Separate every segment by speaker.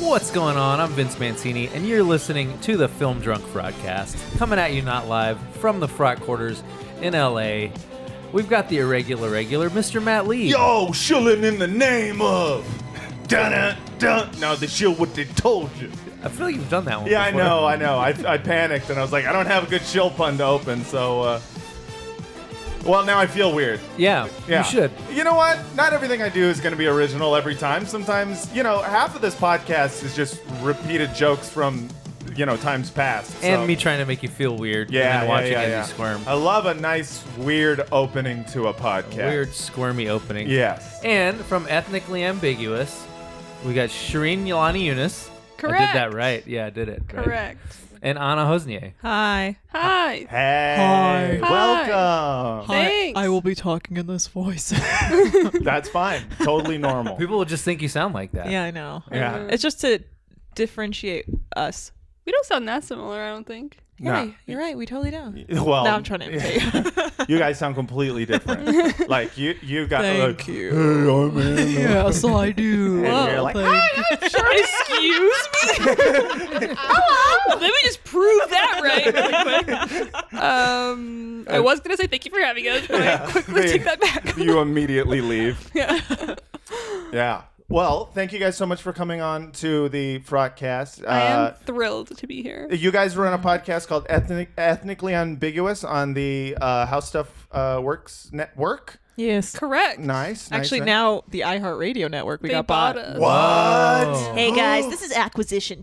Speaker 1: What's going on? I'm Vince Mancini, and you're listening to the Film Drunk Broadcast, coming at you not live from the Frot Quarters in LA. We've got the irregular regular, Mr. Matt Lee.
Speaker 2: Yo, shilling in the name of. Dun dun. No, the shill what they told you.
Speaker 1: I feel like you've done that one.
Speaker 2: Yeah, I
Speaker 1: before.
Speaker 2: know, I know. I, I panicked and I was like, I don't have a good shill pun to open, so. Uh, well, now I feel weird.
Speaker 1: Yeah,
Speaker 2: Yeah.
Speaker 1: you should.
Speaker 2: You know what? Not everything I do is going to be original every time. Sometimes, you know, half of this podcast is just repeated jokes from, you know, times past.
Speaker 1: And
Speaker 2: so-
Speaker 1: me trying to make you feel weird.
Speaker 2: Yeah,
Speaker 1: and then
Speaker 2: yeah,
Speaker 1: watching
Speaker 2: yeah,
Speaker 1: as
Speaker 2: yeah.
Speaker 1: you squirm.
Speaker 2: I love a nice weird opening to a podcast.
Speaker 1: Weird squirmy opening.
Speaker 2: Yes.
Speaker 1: And from ethnically ambiguous, we got Shireen Yolani Yunus. I did that
Speaker 3: Correct.
Speaker 1: right. Yeah, I did it. right.
Speaker 3: Correct.
Speaker 1: And Anna Hosnier.
Speaker 3: Hi. Hi.
Speaker 2: Hey,
Speaker 3: Hi.
Speaker 2: welcome.
Speaker 3: Hi, Thanks. I will
Speaker 4: be talking in this voice.
Speaker 2: That's fine. Totally normal.
Speaker 1: People will just think you sound like that.
Speaker 4: yeah, I know.
Speaker 2: yeah.
Speaker 4: It's just to differentiate us.
Speaker 3: We don't sound that similar, I don't think.
Speaker 2: No.
Speaker 4: Yeah, you're right. We totally don't.
Speaker 2: Well,
Speaker 4: now I'm trying to imitate.
Speaker 2: you guys sound completely different. like you, you got. like,
Speaker 4: you. yes, I do.
Speaker 2: And you're like, "Ah,
Speaker 3: Excuse me? Hello? Let me just prove that right really quick. Um, I was going to say thank you for having us, but I quickly
Speaker 2: They-
Speaker 3: take that back.
Speaker 2: you immediately leave.
Speaker 3: Yeah.
Speaker 2: Yeah. Well, thank you guys so much for coming on to the broadcast.
Speaker 3: I am thrilled to be here.
Speaker 2: You guys were on a podcast called Ethnic, Ethnically Ambiguous on the uh, How Stuff uh, Works Network.
Speaker 4: Yes.
Speaker 3: Correct.
Speaker 2: Nice. nice,
Speaker 4: Actually,
Speaker 2: nice.
Speaker 4: now the iHeartRadio network we
Speaker 3: They
Speaker 4: got
Speaker 3: bought
Speaker 4: bought.
Speaker 3: us.
Speaker 2: What?
Speaker 5: Hey guys,
Speaker 2: Oh.
Speaker 5: this is acquisition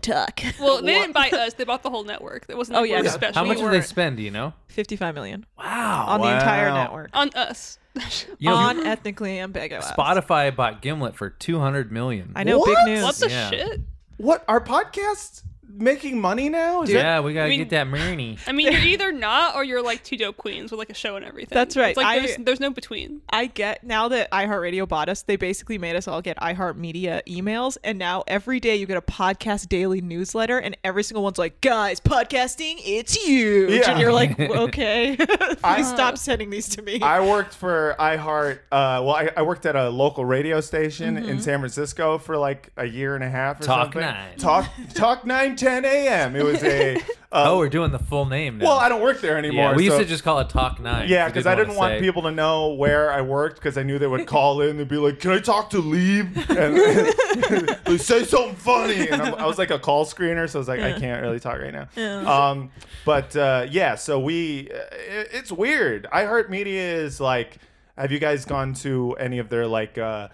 Speaker 5: tuck.
Speaker 3: Well, they didn't buy us. They bought the whole network. That wasn't
Speaker 4: Oh,
Speaker 3: like we
Speaker 4: yeah.
Speaker 3: were
Speaker 4: Yeah.
Speaker 3: special.
Speaker 1: How
Speaker 3: We
Speaker 1: much did they
Speaker 3: weren't.
Speaker 1: spend? Do you know?
Speaker 4: 55 million
Speaker 1: Wow.
Speaker 4: on the entire
Speaker 2: Wow.
Speaker 4: network.
Speaker 3: On us.
Speaker 1: You know,
Speaker 4: on
Speaker 1: you-
Speaker 4: ethnically ambiguous.
Speaker 1: Spotify bought Gimlet for 200 million.
Speaker 4: I know.
Speaker 2: What?
Speaker 4: Big news.
Speaker 3: what the
Speaker 1: Yeah.
Speaker 3: shit?
Speaker 2: What? Are podcasts making money now? Is that-
Speaker 1: Yeah, we gotta
Speaker 3: I mean-
Speaker 1: get that
Speaker 2: Uh,
Speaker 1: Marini.
Speaker 3: I mean, you're either not or you're like two dope queens with like a show and everything.
Speaker 4: That's right.
Speaker 3: It's like
Speaker 4: I-
Speaker 3: there's, there's no between.
Speaker 4: I get now that iHeartRadio bought us, they basically made us all get iHeartMedia emails. And now every day you get a podcast daily newsletter, and every single one's like, guys, podcasting, it's huge.
Speaker 2: Yeah.
Speaker 4: And you're like, okay.
Speaker 2: I-
Speaker 4: Please stop sending these to me.
Speaker 2: I worked for iHeart. Uh, well, I, I worked at a local radio station in San Francisco for like a year and a half. Or
Speaker 1: Mm-hmm. Talk
Speaker 2: something.
Speaker 1: Nine.
Speaker 2: Talk Talk Nine Ten a.m. It was a. Uh,
Speaker 1: Oh, we're doing the full name now.
Speaker 2: well, I don't work there anymore.
Speaker 1: Yeah, we used
Speaker 2: so-
Speaker 1: to just call it Talk Nine.
Speaker 2: Yeah,
Speaker 1: We
Speaker 2: because I didn't want
Speaker 1: say-
Speaker 2: people to know where I worked because I knew they would call in and be like, "Can I talk to Lieb?" And they say something funny, and I'm, I was like a call screener, so I was like, "I can't really talk right now." Um, but uh, yeah, so we, uh, it, it's weird. iHeartMedia is like, have you guys gone to any of their like, uh,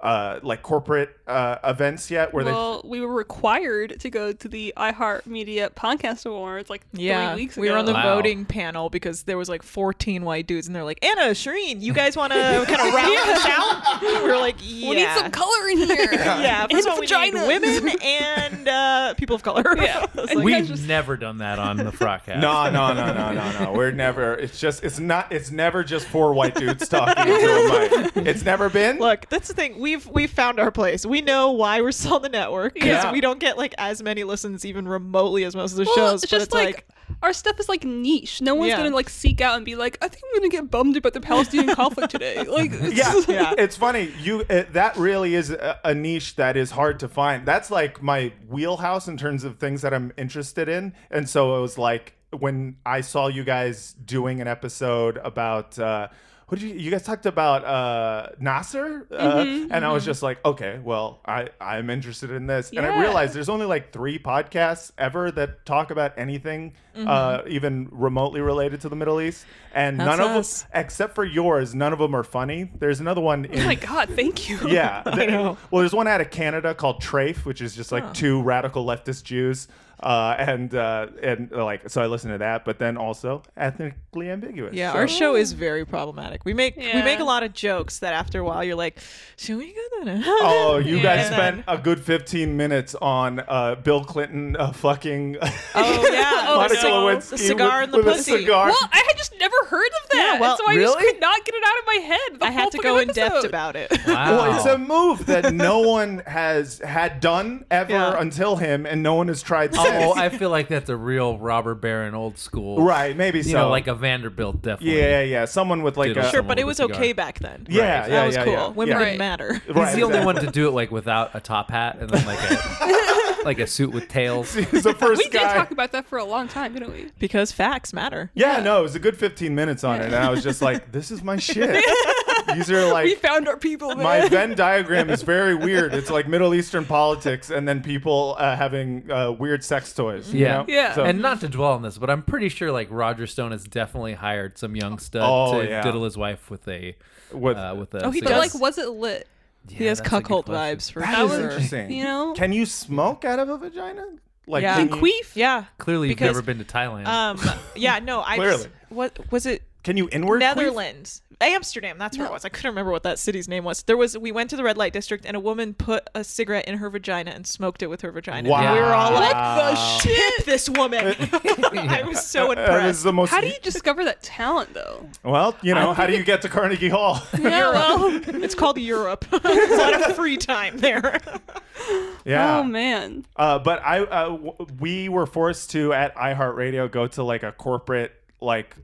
Speaker 2: uh, like corporate uh, events yet? Where
Speaker 3: Well, we were required to go to the iHeartMedia Podcast Awards like
Speaker 4: yeah,
Speaker 3: three weeks ago.
Speaker 4: we were on the
Speaker 1: Wow.
Speaker 4: voting panel because there was like 14 white dudes, and they're like, Anna, Shireen, you guys want to kind of round this out? We were like, yeah.
Speaker 3: We need some color in here.
Speaker 4: yeah,
Speaker 3: and
Speaker 4: first of all, we need
Speaker 3: vaginas.
Speaker 4: women and uh, people of color.
Speaker 3: Yeah.
Speaker 4: I was
Speaker 3: And
Speaker 4: like,
Speaker 3: we-
Speaker 1: We've never done that on the Frogcast.
Speaker 2: No, no, no, no, no, no. We're never. It's just. It's not. It's never just four white dudes talking into a mic. It's never been.
Speaker 4: Look, that's the thing. We've we've found our place. We know why we're still on the network because
Speaker 2: Yeah.
Speaker 4: we don't get like as many listens even remotely as most of the
Speaker 3: Well,
Speaker 4: shows.
Speaker 3: it's
Speaker 4: but
Speaker 3: just
Speaker 4: it's
Speaker 3: like, our stuff is like niche. No one's
Speaker 4: Yeah.
Speaker 3: gonna like seek out and be like, I think I'm gonna get bummed about the Palestinian conflict today. Like, it's-
Speaker 2: yeah,
Speaker 4: Yeah.
Speaker 2: it's funny. You it, that really is a, a niche that is hard to find. That's like my wheelhouse in terms of things that I'm interested in, and so it was like when I saw you guys doing an episode about. Uh, what did you, you guys talked about uh, Nasser, uh,
Speaker 4: Mm-hmm,
Speaker 2: and I was just like, okay, well, I I'm interested in this, and I
Speaker 3: Yeah.
Speaker 2: realized there's only like three podcasts ever that talk about anything
Speaker 4: Mm-hmm.
Speaker 2: uh, even remotely related to the Middle East, and
Speaker 4: That's
Speaker 2: none of
Speaker 4: us.
Speaker 2: them except for yours, none of them are funny. There's another one
Speaker 3: oh my
Speaker 2: in.
Speaker 3: god, thank you.
Speaker 2: Yeah,
Speaker 4: I know.
Speaker 2: Well, there's one out of Canada called Trafe, which is just like two radical leftist Jews, uh, and uh, and uh, like so I listen to that, but then also ethnically ambiguous.
Speaker 4: yeah,
Speaker 2: So-
Speaker 4: our show is very problematic. Like we make we
Speaker 3: Yeah.
Speaker 4: make a lot of jokes that after a while you're like, should we go to
Speaker 2: Oh, you guys
Speaker 4: Yeah.
Speaker 2: spent a good 15 minutes on uh, Bill Clinton uh, fucking
Speaker 4: Oh yeah,
Speaker 3: Oh,
Speaker 2: Monica
Speaker 3: no.
Speaker 2: Lewinsky
Speaker 4: The cigar
Speaker 2: with,
Speaker 4: and the
Speaker 2: with
Speaker 4: pussy.
Speaker 2: a cigar.
Speaker 3: Well, I had just never heard of that,
Speaker 4: Yeah, well-
Speaker 3: so I just
Speaker 1: Really?
Speaker 3: could not get it out of my head. The
Speaker 4: I
Speaker 3: whole
Speaker 4: had to
Speaker 3: fucking
Speaker 4: go in depth
Speaker 3: episode.
Speaker 4: about it.
Speaker 1: Wow.
Speaker 2: Well, it's a move that no one has had done ever
Speaker 4: Yeah.
Speaker 2: until him, and no one has tried since.
Speaker 1: oh, I feel like that's a real Robert Baron old school.
Speaker 2: right, maybe
Speaker 1: You
Speaker 2: so.
Speaker 1: know, like a Vanderbilt definitely.
Speaker 2: yeah, yeah, someone with like
Speaker 1: Did
Speaker 2: a
Speaker 1: also-
Speaker 4: sure, but it was
Speaker 1: Someone with a
Speaker 4: okay
Speaker 1: cigar.
Speaker 4: back then.
Speaker 2: yeah,
Speaker 1: Right.
Speaker 2: yeah,
Speaker 4: that was
Speaker 2: yeah,
Speaker 4: cool.
Speaker 2: yeah.
Speaker 4: Women
Speaker 2: yeah.
Speaker 3: Right.
Speaker 4: didn't matter.
Speaker 1: He's
Speaker 2: Right,
Speaker 1: the only one
Speaker 2: exactly.
Speaker 1: to do it like without a top hat and then like a like a suit with tails.
Speaker 2: He's the first
Speaker 3: We did
Speaker 2: guy.
Speaker 3: talk about that for a long time, didn't we?
Speaker 4: Because facts matter.
Speaker 2: yeah, no, it was a good 15 minutes on it, and I was just like, "This is my shit." These are like
Speaker 3: we found our people. Man.
Speaker 2: my Venn diagram is very weird. It's like Middle Eastern politics, and then people uh, having uh, weird sex toys. you
Speaker 1: Yeah.
Speaker 2: know?
Speaker 3: Yeah.
Speaker 2: So-
Speaker 1: And not to dwell on this, but I'm pretty sure like Roger Stone has definitely hired some young stud
Speaker 2: Oh,
Speaker 1: to
Speaker 2: yeah.
Speaker 1: diddle his wife with a
Speaker 2: With-
Speaker 1: uh, with a.
Speaker 4: Oh, he
Speaker 3: but
Speaker 1: cigar.
Speaker 4: does.
Speaker 3: like, was it lit?
Speaker 1: Yeah,
Speaker 4: He has
Speaker 1: that's a good
Speaker 4: cuckold
Speaker 1: question.
Speaker 4: vibes for
Speaker 2: That is
Speaker 4: sure.
Speaker 2: interesting.
Speaker 3: You know?
Speaker 2: can you smoke out of a vagina? Like,
Speaker 4: Yeah.
Speaker 2: can
Speaker 4: You
Speaker 2: you,
Speaker 3: Queef?
Speaker 4: Yeah.
Speaker 1: Clearly,
Speaker 4: Because,
Speaker 1: you've never been to Thailand.
Speaker 4: Um, yeah, no, I just,
Speaker 2: Clearly.
Speaker 4: what was it?
Speaker 2: can you inward? queef?
Speaker 4: Netherlands, Amsterdam. That's where it was. I couldn't remember what that city's name was. There was. We went to the red light district, and a woman put a cigarette in her vagina and smoked it with her vagina.
Speaker 2: Wow.
Speaker 4: We were all like,
Speaker 2: What the
Speaker 4: "Shit, this woman!" I was so
Speaker 2: Uh, That is
Speaker 4: impressed.
Speaker 2: the most.
Speaker 3: How do you discover that talent, though?
Speaker 2: well, you know, how do you get to Carnegie Hall?
Speaker 3: Yeah, well,
Speaker 4: it's called Europe. There's a lot of free time there.
Speaker 2: yeah.
Speaker 3: oh man,
Speaker 2: Uh, but I, uh, w- we were forced to at iHeartRadio go to like a corporate like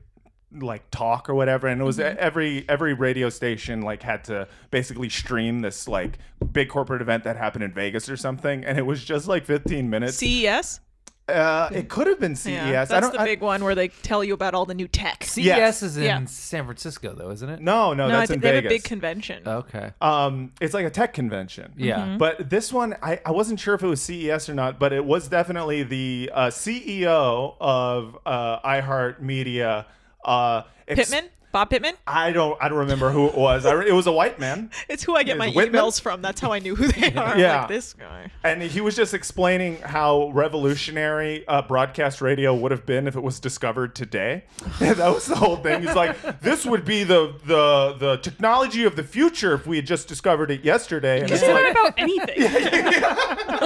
Speaker 2: like talk or whatever and it was e-,
Speaker 4: Mm-hmm.
Speaker 2: every every radio station like had to basically stream this like big corporate event that happened in Vegas or something and it was just like 15 minutes
Speaker 4: CES.
Speaker 2: uh it could have been CES
Speaker 4: Yeah,
Speaker 2: I
Speaker 4: that's
Speaker 2: don't
Speaker 4: the
Speaker 2: I-
Speaker 4: big one where they tell you about all the new tech.
Speaker 1: CES
Speaker 2: yes.
Speaker 1: is in
Speaker 4: Yeah.
Speaker 1: San Francisco, though, isn't it?
Speaker 2: no no,
Speaker 4: no, I
Speaker 2: Oh, that's
Speaker 4: think
Speaker 2: in
Speaker 4: they
Speaker 2: Vegas
Speaker 4: have a big convention.
Speaker 1: Okay.
Speaker 2: um it's like a tech convention
Speaker 1: Yeah.
Speaker 4: Mm-hmm.
Speaker 1: Mhm.
Speaker 2: but this one I, I wasn't sure if it was ces or not but it was definitely the uh, ceo of uh, iheartmedia uh ex-
Speaker 4: Pittman, Bob Pittman.
Speaker 2: i don't i don't remember who it was I re- it was a white man
Speaker 4: It's who I get my
Speaker 2: Is Whitman?
Speaker 4: emails from. That's how I knew who they are.
Speaker 2: Yeah.
Speaker 4: Like this guy.
Speaker 2: and he was just explaining how revolutionary uh, broadcast radio would have been if it was discovered today. that was the whole thing. He's like, this would be the the the technology of the future if we had just discovered it yesterday. And it's
Speaker 3: It's not
Speaker 2: like,
Speaker 3: about anything.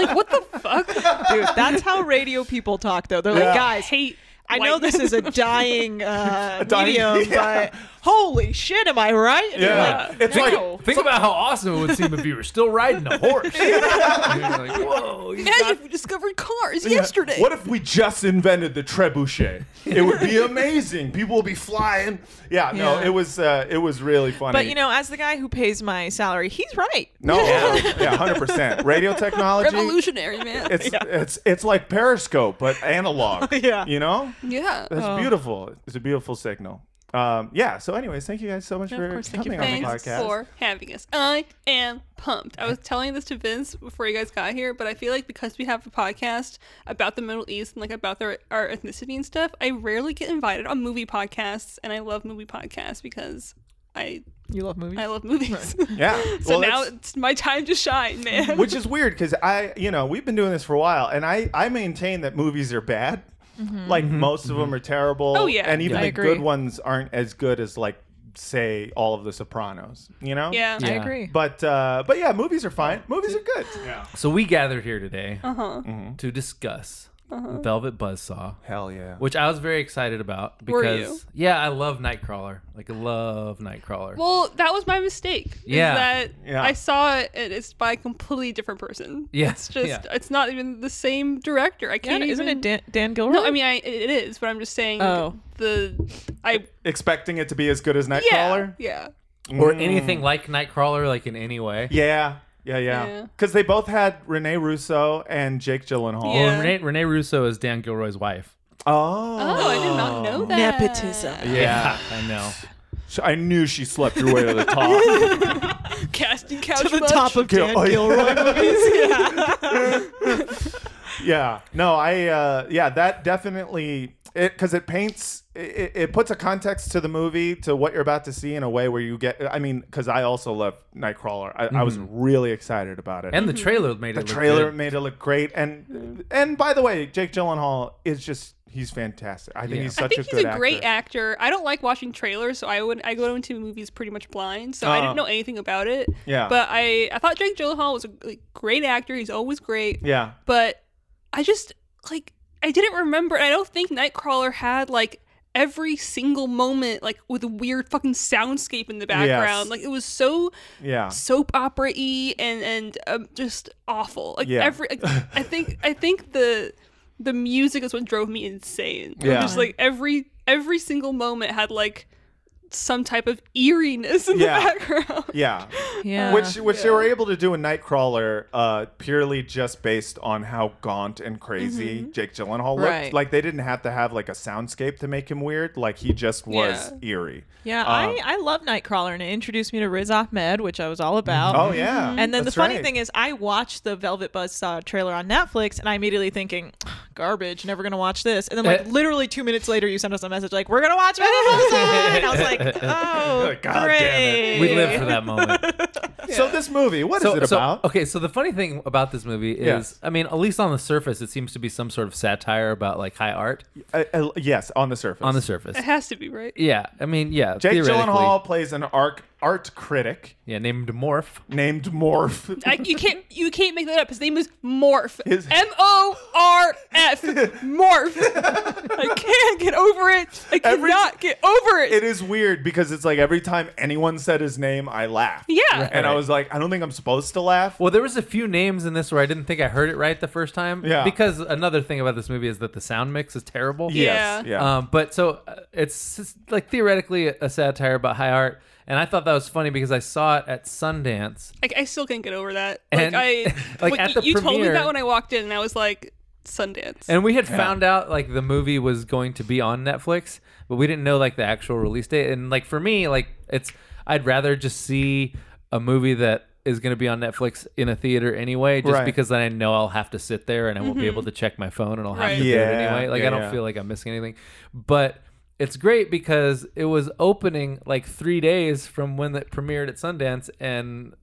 Speaker 3: like what the fuck?
Speaker 4: Dude, that's how radio people talk, though. They're
Speaker 2: Yeah.
Speaker 4: like,
Speaker 3: I
Speaker 4: guys,
Speaker 3: hate.
Speaker 4: I know
Speaker 3: white
Speaker 4: this
Speaker 3: men."
Speaker 4: is a dying, uh,
Speaker 2: dying-
Speaker 4: medium,
Speaker 2: yeah.
Speaker 4: but holy shit, am I right? And you're
Speaker 2: yeah,
Speaker 4: like,
Speaker 2: it's
Speaker 4: no.
Speaker 2: like
Speaker 1: Think about how awesome it would seem if you were still riding a horse. You're like, whoa. you-
Speaker 3: And if we discovered cars yesterday.
Speaker 2: What if we just invented the trebuchet? It would be amazing. People will be flying. Yeah, no,
Speaker 4: Yeah.
Speaker 2: it was uh, it was really funny.
Speaker 4: But you know, as the guy who pays my salary, he's right.
Speaker 2: no, yeah, yeah, hundred percent. Radio technology,
Speaker 3: Revolutionary man.
Speaker 2: It's it's it's like Periscope but analog.
Speaker 4: Yeah. Oh.
Speaker 2: you know,
Speaker 3: yeah.
Speaker 2: that's beautiful. It's a beautiful signal. Um, yeah. So, anyways, thank you guys so much for
Speaker 4: course, thank you
Speaker 2: coming
Speaker 4: for
Speaker 2: on the
Speaker 3: Thanks
Speaker 2: podcast.
Speaker 3: for having us. I am pumped. I was telling this to Vince before you guys got here, but I feel like because we have a podcast about the Middle East and like about their our ethnicity and stuff, I rarely get invited on movie podcasts, and I love movie podcasts because I
Speaker 4: You love movies?
Speaker 3: I love movies.
Speaker 2: yeah.
Speaker 3: so
Speaker 2: Well,
Speaker 3: now
Speaker 2: that's-
Speaker 3: it's my time to shine, man.
Speaker 2: which is weird because I, you know, we've been doing this for a while, and I, I maintain that movies are bad. Like most of them are terrible.
Speaker 3: Mm-hmm. Oh, yeah.
Speaker 2: and even
Speaker 4: I
Speaker 2: the
Speaker 4: agree.
Speaker 2: good ones aren't as good as like say all of the Sopranos. You know.
Speaker 3: yeah.
Speaker 4: I
Speaker 1: Yeah.
Speaker 4: agree.
Speaker 2: But uh, but yeah, movies are fine. Movies are good. Yeah.
Speaker 1: So we gathered here today
Speaker 4: Uh-huh.
Speaker 2: Mm-hmm.
Speaker 1: to discuss Velvet Buzzsaw,
Speaker 2: Hell yeah.
Speaker 1: which I was very excited about because
Speaker 3: Were you?
Speaker 1: yeah, I love Nightcrawler. Like I love Nightcrawler.
Speaker 3: Well, that was my mistake. is
Speaker 1: Yeah.
Speaker 3: that
Speaker 2: Yeah.
Speaker 3: I saw it and it's by a completely different person.
Speaker 1: Yeah,
Speaker 3: It's just
Speaker 1: yeah.
Speaker 3: it's not even the same director. I
Speaker 4: Yeah,
Speaker 3: can't
Speaker 4: isn't
Speaker 3: even
Speaker 4: it Dan, Dan Gilroy?
Speaker 3: No, I mean I, it is, but I'm just saying
Speaker 4: Oh.
Speaker 3: the I
Speaker 2: Expecting it to be as good as Nightcrawler. Mm.
Speaker 3: yeah, yeah.
Speaker 1: or
Speaker 2: Hmm.
Speaker 1: anything like Nightcrawler, like in any way.
Speaker 2: Yeah. Yeah,
Speaker 3: Yeah.
Speaker 2: yeah. Because they both had Rene Russo and Jake Gyllenhaal.
Speaker 1: Well,
Speaker 3: Yeah.
Speaker 1: Renee, Renee Russo is Dan Gilroy's wife.
Speaker 3: Oh,
Speaker 2: Oh.
Speaker 3: I did not know that.
Speaker 4: nepotism.
Speaker 2: Yeah.
Speaker 1: I know.
Speaker 2: So I knew she slept her way to the top.
Speaker 3: Casting couch
Speaker 4: To the
Speaker 3: much?
Speaker 4: top of Dan
Speaker 2: Gil-
Speaker 4: Gilroy movies. Yeah.
Speaker 2: yeah. No, I, uh, yeah, that definitely, it because it paints, it, it puts a context to the movie, to what you're about to see in a way where you get, I mean, because I also love Nightcrawler. I, I was really excited about it.
Speaker 1: Mm-hmm. And the trailer made
Speaker 2: the
Speaker 1: it. look
Speaker 2: trailer
Speaker 1: good.
Speaker 2: made it look great. And, and by the way, Jake Gyllenhaal is just he's fantastic. I think
Speaker 1: Yeah.
Speaker 2: he's
Speaker 1: I
Speaker 2: such
Speaker 3: I think
Speaker 2: a
Speaker 3: he's
Speaker 2: good
Speaker 3: a great
Speaker 2: actor.
Speaker 3: actor. I don't like watching trailers, so I would I go into movies pretty much blind, so I
Speaker 2: Uh-huh.
Speaker 3: didn't know anything about it.
Speaker 2: Yeah.
Speaker 3: But I I thought Jake Gyllenhaal was a like, great actor. He's always great.
Speaker 2: yeah.
Speaker 3: But I just like I didn't remember. I don't think Nightcrawler had like every single moment like with a weird fucking soundscape in the background.
Speaker 2: Yes.
Speaker 3: Like it was so
Speaker 2: Yeah.
Speaker 3: soap opera y and and um, just awful. Like
Speaker 2: Yeah.
Speaker 3: every, like, I think I think the the music is what drove me insane. It was
Speaker 2: Yeah.
Speaker 3: just like every every single moment had like some type of eeriness in
Speaker 2: Yeah.
Speaker 3: the background.
Speaker 2: Yeah.
Speaker 4: Yeah.
Speaker 2: Which which they were able to do in Nightcrawler uh, purely just based on how gaunt and crazy Jake Gyllenhaal looked.
Speaker 4: Right.
Speaker 2: Like they didn't have to have like a soundscape to make him weird. Like he just was eerie.
Speaker 4: yeah,
Speaker 2: Um,
Speaker 4: I, I love Nightcrawler, and it introduced me to Riz Ahmed, which I was all about.
Speaker 2: Oh yeah.
Speaker 4: Mm-hmm. And then
Speaker 2: That's
Speaker 4: the funny
Speaker 2: right.
Speaker 4: thing is, I watched the Velvet Buzzsaw trailer on Netflix, and I immediately thinking, garbage, never gonna watch this. And then like
Speaker 1: Eh.
Speaker 4: literally two minutes later, you sent us a message like, we're gonna watch Velvet Buzzsaw, and I was like, oh,
Speaker 2: Eh, God damn
Speaker 4: great.
Speaker 2: it.
Speaker 1: We live for that moment.
Speaker 2: So this movie, what is
Speaker 1: so,
Speaker 2: it
Speaker 1: so-
Speaker 2: about?
Speaker 1: okay, so the funny thing about this movie is,
Speaker 2: Yes.
Speaker 1: I mean, at least on the surface, it seems to be some sort of satire about like high art
Speaker 2: Uh, uh, yes, on the surface.
Speaker 1: on the surface.
Speaker 3: It has to be right.
Speaker 1: Yeah, I mean, yeah.
Speaker 2: Jake
Speaker 1: theoretically.
Speaker 2: Gyllenhaal plays an arc, art critic
Speaker 1: Yeah, named Morph.
Speaker 2: named Morph.
Speaker 3: I, you can't you can't make that up. His name is Morph.
Speaker 2: His-
Speaker 3: M O R F. Morph. I can't get over it. I
Speaker 2: Every-
Speaker 3: cannot get over it.
Speaker 2: it is weird because it's like every time anyone said his name, I laughed.
Speaker 3: yeah.
Speaker 1: Right.
Speaker 2: And I was like, I don't think I'm supposed to laugh.
Speaker 1: Well, there was a few names in this where I didn't think I heard it right the first time.
Speaker 2: Yeah.
Speaker 1: Because another thing about this movie is that the sound mix is terrible.
Speaker 2: Yes. Yeah.
Speaker 3: Yeah.
Speaker 1: Um, but so uh, it's s- like theoretically a satire about high art, and I thought that was funny because I saw it at Sundance.
Speaker 3: Like I still can't get over that.
Speaker 1: And-
Speaker 3: like I
Speaker 1: like,
Speaker 3: when-
Speaker 1: at the
Speaker 3: you told me
Speaker 1: premiere-
Speaker 3: that when I walked in and I was like Sundance.
Speaker 1: And we had found out like the movie was going to be on Netflix, but we didn't know like the actual release date. And like for me, like it's I'd rather just see a movie that is going to be on Netflix in a theater anyway, just
Speaker 2: Right.
Speaker 1: because then I know I'll have to sit there and I won't be able to check my phone and I'll have
Speaker 3: Right.
Speaker 1: to do it
Speaker 2: Yeah,
Speaker 1: anyway. Like
Speaker 2: yeah,
Speaker 1: I don't
Speaker 2: yeah.
Speaker 1: feel like I'm missing anything, but. It's great because it was opening like three days from when it premiered at Sundance, and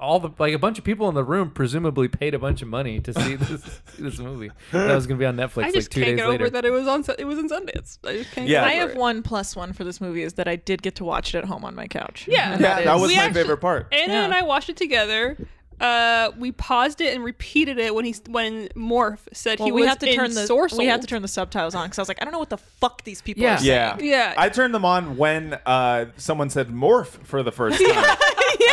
Speaker 1: all the like a bunch of people in the room presumably paid a bunch of money to see this this movie that was going to be on Netflix
Speaker 3: I
Speaker 1: like
Speaker 3: just
Speaker 1: two
Speaker 3: can't
Speaker 1: days
Speaker 3: get
Speaker 1: later.
Speaker 3: over that it was on Sun- it was in Sundance. I just can't
Speaker 2: Yeah.
Speaker 3: get
Speaker 4: I
Speaker 3: over
Speaker 4: have
Speaker 3: it.
Speaker 4: one plus one for this movie is that I did get to watch it at home on my couch.
Speaker 3: Yeah.
Speaker 2: yeah, that
Speaker 4: is-
Speaker 2: was
Speaker 3: We
Speaker 2: my
Speaker 3: actually-
Speaker 2: favorite part.
Speaker 3: Anna
Speaker 4: Yeah.
Speaker 3: and I watched it together. Uh, we paused it and repeated it when he when Morph said
Speaker 4: Well,
Speaker 3: he
Speaker 4: we
Speaker 3: was
Speaker 4: had to
Speaker 3: in
Speaker 4: turn the
Speaker 3: Sorcel.
Speaker 4: we had to turn the subtitles on because I was like, I don't know what the fuck these people
Speaker 1: Yeah.
Speaker 4: are saying.
Speaker 2: Yeah.
Speaker 3: Yeah.
Speaker 2: I turned them on when uh, someone said morph for the first time.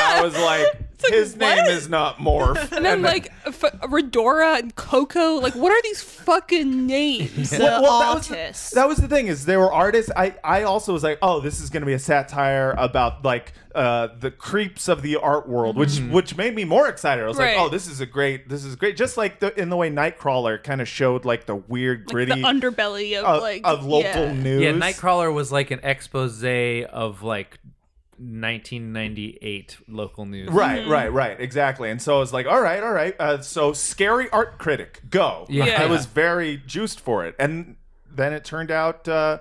Speaker 2: I was like,
Speaker 3: like,
Speaker 2: his name
Speaker 3: what?
Speaker 2: is not morph.
Speaker 3: And then like f- Redora and Coco, like what are these fucking names?
Speaker 4: The
Speaker 2: that was
Speaker 4: artists.
Speaker 2: the, that was the thing is there were artists. I I also was like, oh, this is going to be a satire about like uh, the creeps of the art world, which which made me more excited. I was
Speaker 3: Mm-hmm. Right.
Speaker 2: like, oh, this is a great, this is great. Just like the in the way Nightcrawler kind of showed like the weird
Speaker 3: Like
Speaker 2: gritty
Speaker 3: the underbelly of,
Speaker 2: of,
Speaker 3: like
Speaker 2: of local
Speaker 3: yeah.
Speaker 2: news.
Speaker 1: Yeah, Nightcrawler was like an expose of like 1998 local news.
Speaker 2: Right, right, right, exactly. And so I was like, all right, all right. Uh, so scary art critic, go.
Speaker 1: Yeah.
Speaker 2: I was very juiced for it, and then it turned out. Uh,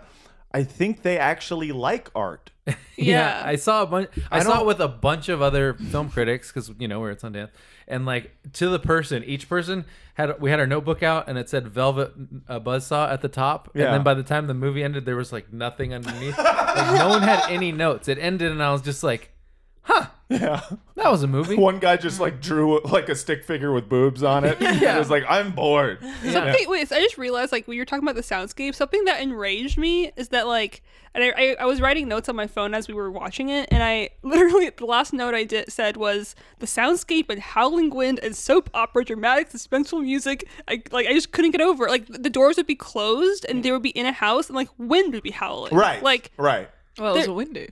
Speaker 2: I think they actually like art.
Speaker 1: Yeah,
Speaker 3: Yeah.
Speaker 1: I saw a bunch. I, saw it
Speaker 2: don't-
Speaker 1: with a bunch of other film critics because you know we we're at Sundance, and like to the person, each person had we had our notebook out and it said Velvet uh, Buzzsaw at the top,
Speaker 2: Yeah.
Speaker 1: and then by the time the movie ended, there was like nothing underneath. Like, no one had any notes. It ended, and I was just like,
Speaker 2: Yeah.
Speaker 1: "That was a movie."
Speaker 2: One guy just like drew like a stick figure with boobs on it. It was like, I'm bored.
Speaker 3: Something. Wait, so I just realized like we were talking about the soundscape. Something that enraged me is that like, and I, I, I was writing notes on my phone as we were watching it, and I literally the last note I did said was the soundscape and howling wind and soap opera, dramatic suspenseful music. I like I just couldn't get over. it. Like the doors would be closed and they would be in a house and like wind would be howling.
Speaker 2: Right.
Speaker 3: Like,
Speaker 2: right.
Speaker 4: Well, it was
Speaker 3: There-
Speaker 4: a windy.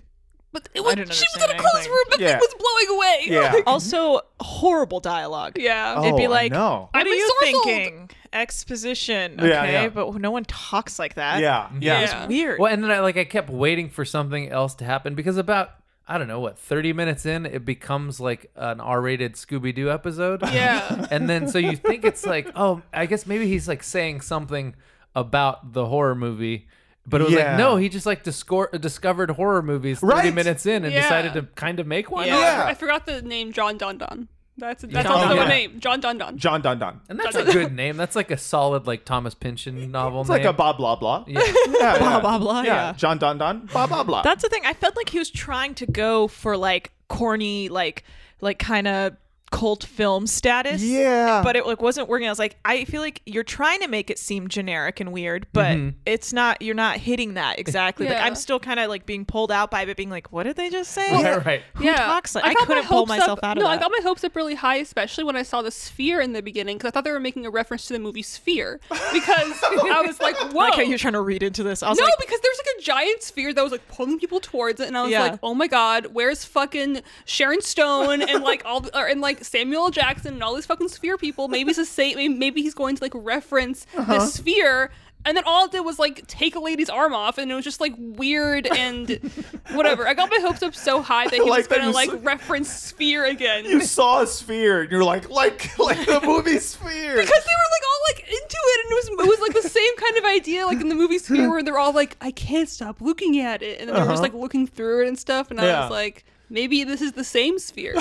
Speaker 3: but it was, she
Speaker 4: didn't
Speaker 3: was in
Speaker 4: understand
Speaker 3: a closed
Speaker 4: anything.
Speaker 3: room and
Speaker 2: Yeah.
Speaker 3: it was blowing away.
Speaker 2: Yeah.
Speaker 3: Like,
Speaker 4: Also, horrible dialogue.
Speaker 3: yeah.
Speaker 2: Oh,
Speaker 4: It'd
Speaker 2: I
Speaker 4: be like,
Speaker 2: know.
Speaker 4: what
Speaker 3: I'm
Speaker 4: are you
Speaker 3: ensorcelled."
Speaker 4: thinking? Exposition,
Speaker 2: Yeah,
Speaker 4: okay,
Speaker 2: yeah.
Speaker 4: but no one talks like that.
Speaker 2: Yeah. Yeah.
Speaker 3: Yeah.
Speaker 4: weird.
Speaker 1: Well, and then I like I kept waiting for something else to happen because about I don't know what thirty minutes in, it becomes like an R-rated Scooby Doo episode.
Speaker 3: Yeah.
Speaker 1: and then so you think it's like, oh, I guess maybe he's like saying something about the horror movie. But it was
Speaker 2: Yeah.
Speaker 1: like no, he just like discor- discovered horror movies thirty
Speaker 2: Right.
Speaker 1: minutes in and
Speaker 3: Yeah.
Speaker 1: decided to kind of make one.
Speaker 3: Oh, I
Speaker 2: Yeah.
Speaker 3: for- I forgot the name John Don Don. That's that's
Speaker 1: John
Speaker 3: also
Speaker 2: Donne.
Speaker 3: a name. John John John.
Speaker 2: John Don Don.
Speaker 1: And that's a good name. That's like a solid like Thomas Pynchon novel
Speaker 2: It's
Speaker 1: name.
Speaker 2: like a blah blah blah.
Speaker 1: yeah.
Speaker 2: Yeah,
Speaker 4: Blah
Speaker 2: yeah.
Speaker 4: blah blah.
Speaker 2: Yeah,
Speaker 4: Yeah.
Speaker 2: John Don Don. Blah blah blah.
Speaker 4: That's the thing. I felt like he was trying to go for like corny, like like kind of cult film status.
Speaker 2: yeah.
Speaker 4: But it like wasn't working. I was like, I feel like you're trying to make it seem generic and weird, but
Speaker 2: Mm-hmm.
Speaker 4: it's not. You're not hitting that exactly. Like
Speaker 3: Yeah.
Speaker 4: I'm still kind of like being pulled out by it, being like, what did they just say?
Speaker 1: yeah, right.
Speaker 4: Who talks like- I
Speaker 3: got my
Speaker 4: couldn't pull
Speaker 3: hopes
Speaker 4: myself
Speaker 3: up,
Speaker 4: out of
Speaker 3: no,
Speaker 4: that.
Speaker 3: I got my hopes up really high, especially when I saw the sphere in the beginning, because I thought they were making a reference to the movie Sphere. Because I was like, whoa.
Speaker 4: Like how you're trying to read into this. I was
Speaker 3: Oh. no,
Speaker 4: like,
Speaker 3: because there's like a giant sphere that was like pulling people towards it, and I was
Speaker 4: Yeah.
Speaker 3: like, "Oh my god, where's fucking Sharon Stone and like all the, or, and like Samuel L. Jackson and all these fucking sphere people? Maybe it's a say, maybe, maybe he's going to like reference
Speaker 2: Uh-huh.
Speaker 3: the sphere." And then all it did was like take a lady's arm off, and it was just like weird and whatever. I got my hopes up so high that he
Speaker 2: Like
Speaker 3: was
Speaker 2: that
Speaker 3: gonna
Speaker 2: you
Speaker 3: like
Speaker 2: s-
Speaker 3: reference sphere again.
Speaker 2: you saw a sphere and you're like like like the movie Sphere.
Speaker 3: because they were like all like into it and it was it was like the same kind of idea like in the movie Sphere where they're all like I can't stop looking at it and then they're just like looking through it and stuff and I
Speaker 2: Yeah.
Speaker 3: was like maybe this is the same sphere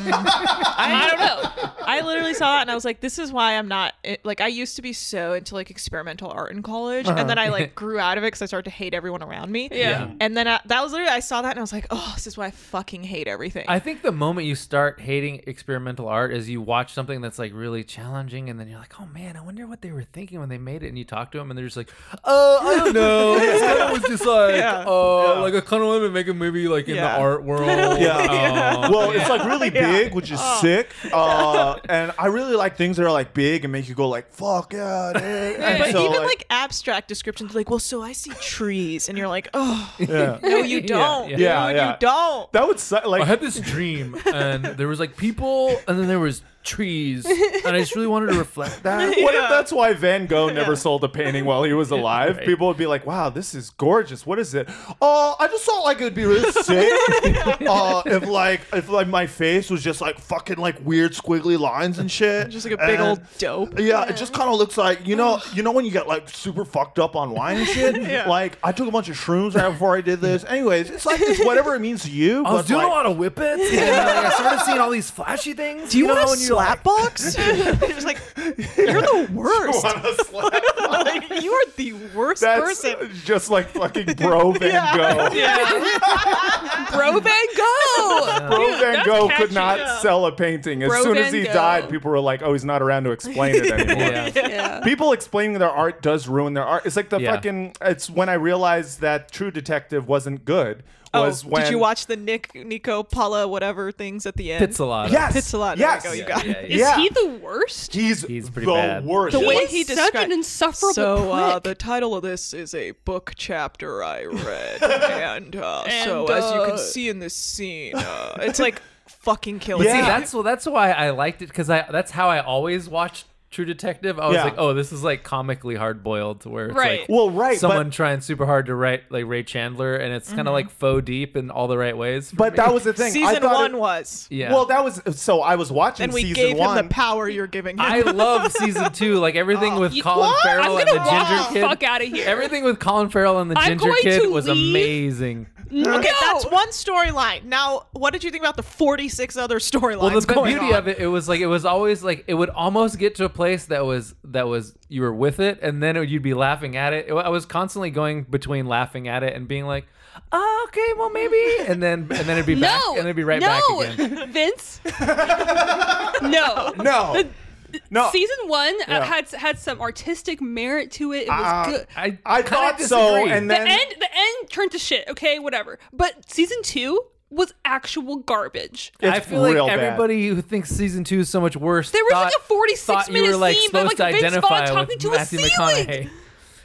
Speaker 3: I don't know
Speaker 4: I literally saw that and I was like, this is why I'm not it- like I used to be so into like experimental art in college, and then I like grew out of it because I started to hate everyone around me.
Speaker 3: Yeah.
Speaker 4: And then I, that was literally I saw that and I was like, oh, this is why I fucking hate everything.
Speaker 1: I think the moment you start hating experimental art is you watch something that's like really challenging, and then you're like, "Oh man, I wonder what they were thinking when they made it." And you talk to them, and they're just like, "Uh, I don't know. This guy was just like,
Speaker 4: Yeah.
Speaker 1: uh, like I kind of want to make a movie like in
Speaker 4: Yeah.
Speaker 1: the art world."
Speaker 2: Yeah.
Speaker 1: Oh.
Speaker 2: Well, it's like really
Speaker 4: Yeah. Oh.
Speaker 2: big, which is sick. Uh, and I really like things that are like big and make you go like, "Fuck yeah!" dude." And
Speaker 4: but
Speaker 2: so,
Speaker 4: even like, abstract descriptions, like, well, so I see trees, and you're like, oh,
Speaker 2: yeah.
Speaker 4: no, you
Speaker 1: Yeah,
Speaker 4: don't,
Speaker 1: yeah.
Speaker 4: dude,
Speaker 2: Yeah, yeah.
Speaker 4: you don't.
Speaker 2: that would suck. Like
Speaker 1: I had this dream, and there was like people, and then there was trees, and I just really wanted to reflect that.
Speaker 2: What if that's why Van Gogh never sold a painting while he was alive?
Speaker 1: Right.
Speaker 2: People would be like, "Wow, this is gorgeous. What is it?" Oh, I just thought like it would be really sick uh, if like if like my face was just like fucking like weird squiggly lines and shit,
Speaker 4: Just like a big
Speaker 2: And-
Speaker 4: old dope.
Speaker 2: Yeah, it just kind of looks like you know, you know when you get like super fucked up on wine and shit. Like I took a bunch of shrooms right before I did this. Anyways, it's like it's whatever it means to you.
Speaker 1: I was
Speaker 2: but,
Speaker 1: doing
Speaker 2: like,
Speaker 1: a lot of whippets, and like, I started seeing all these flashy things.
Speaker 4: Do you,
Speaker 1: know,
Speaker 4: want a
Speaker 1: and you're like,
Speaker 4: slap box? Just like, you're the worst. Like, you are the worst
Speaker 2: That's
Speaker 4: person.
Speaker 2: just like fucking bro Van Gogh.
Speaker 3: bro Van Gogh
Speaker 2: Bro Van
Speaker 3: that's
Speaker 2: Gogh
Speaker 3: catchy.
Speaker 2: could not
Speaker 4: Yeah.
Speaker 2: sell a painting. As
Speaker 3: Bro
Speaker 2: soon
Speaker 3: Van
Speaker 2: as he
Speaker 3: Gogh.
Speaker 2: died, people were like, "Oh, he's not around to explain it anymore."
Speaker 1: Yeah.
Speaker 3: yeah
Speaker 2: People explaining their art does ruin their art. It's like the
Speaker 1: Yeah.
Speaker 2: fucking. It's when I realized that True Detective wasn't good. Was
Speaker 4: oh,
Speaker 2: when
Speaker 4: did you watch the Nick, Nico, Paula, whatever things at the end?
Speaker 1: Pizzolatto.
Speaker 2: Yes,
Speaker 4: Pizzolatto. There we
Speaker 2: Yes,
Speaker 4: go, Oh, you
Speaker 1: Yeah,
Speaker 4: got it.
Speaker 1: yeah, yeah.
Speaker 3: is
Speaker 2: Yeah.
Speaker 3: he the worst
Speaker 2: he's
Speaker 1: He's pretty
Speaker 2: the
Speaker 1: bad.
Speaker 2: worst.
Speaker 4: The
Speaker 3: He
Speaker 4: way
Speaker 3: is
Speaker 4: he
Speaker 3: such
Speaker 4: described-
Speaker 3: an insufferable
Speaker 4: so uh,
Speaker 3: prick.
Speaker 4: the title of this is a book chapter I read, and, uh, so
Speaker 3: And,
Speaker 4: as you
Speaker 3: uh,
Speaker 4: can see in this scene, uh, it's like fucking killing.
Speaker 1: See,
Speaker 2: Yeah.
Speaker 1: that's well, that's why I liked it because I that's how I always watched True Detective. I was
Speaker 2: Yeah.
Speaker 1: like, oh, this is like comically hard boiled, where it's
Speaker 3: Right.
Speaker 1: like
Speaker 2: well, right,
Speaker 1: someone
Speaker 2: but
Speaker 1: trying super hard to write like Ray Chandler, and it's
Speaker 3: Mm-hmm.
Speaker 1: kind of like faux deep in all the right ways. for
Speaker 2: but
Speaker 1: me.
Speaker 2: that was the thing. I
Speaker 4: Season
Speaker 2: thought
Speaker 4: one
Speaker 2: it-
Speaker 4: was,
Speaker 1: yeah.
Speaker 2: Well, that was so. I was watching
Speaker 4: and we
Speaker 2: season
Speaker 4: gave
Speaker 2: one.
Speaker 4: him the power you're giving him.
Speaker 1: I love season two, like everything with
Speaker 3: Oh. You-
Speaker 1: Colin
Speaker 3: What?
Speaker 1: Farrell
Speaker 3: I'm
Speaker 1: and the
Speaker 3: gonna walk
Speaker 1: ginger
Speaker 3: the
Speaker 1: kid.
Speaker 3: fuck outta here.
Speaker 1: Everything with Colin Farrell and the
Speaker 3: I'm
Speaker 1: ginger
Speaker 3: going
Speaker 1: kid
Speaker 3: to
Speaker 1: was
Speaker 3: leave.
Speaker 1: amazing.
Speaker 4: uh, okay,
Speaker 3: No!
Speaker 4: that's one storyline. Now, what did you think about the 46 other storylines
Speaker 1: Well, the
Speaker 4: going
Speaker 1: beauty
Speaker 4: on?
Speaker 1: of it, it was like it was always like it would almost get to a place that was that was you were with it, and then it- you'd be laughing at it. I was constantly going between laughing at it and being like, oh, "Okay, well maybe," and then and then it'd be back,
Speaker 3: no
Speaker 1: and it'd be right
Speaker 3: no
Speaker 1: back again.
Speaker 3: Vince no
Speaker 2: no, no.
Speaker 3: Season one uh,
Speaker 2: Yeah.
Speaker 3: had had some artistic merit to it. It was
Speaker 2: Uh,
Speaker 3: good.
Speaker 1: I
Speaker 2: I
Speaker 1: kinda
Speaker 2: thought so,
Speaker 1: disagree.
Speaker 2: and
Speaker 3: the
Speaker 2: then
Speaker 3: end the end turned to shit. Okay, whatever. But season two was actual garbage.
Speaker 2: it's
Speaker 1: I feel
Speaker 2: real
Speaker 1: like
Speaker 2: bad.
Speaker 1: everybody who thinks season two is so much worse.
Speaker 3: There was
Speaker 1: thought,
Speaker 3: like a 46
Speaker 1: thought you
Speaker 3: minute
Speaker 1: were like
Speaker 3: scene, but,
Speaker 1: supposed
Speaker 3: like,
Speaker 1: to
Speaker 3: Vince Vaughn
Speaker 1: identify
Speaker 3: talking
Speaker 1: with
Speaker 3: to a
Speaker 1: Matthew
Speaker 3: ceiling.
Speaker 1: McConaughey.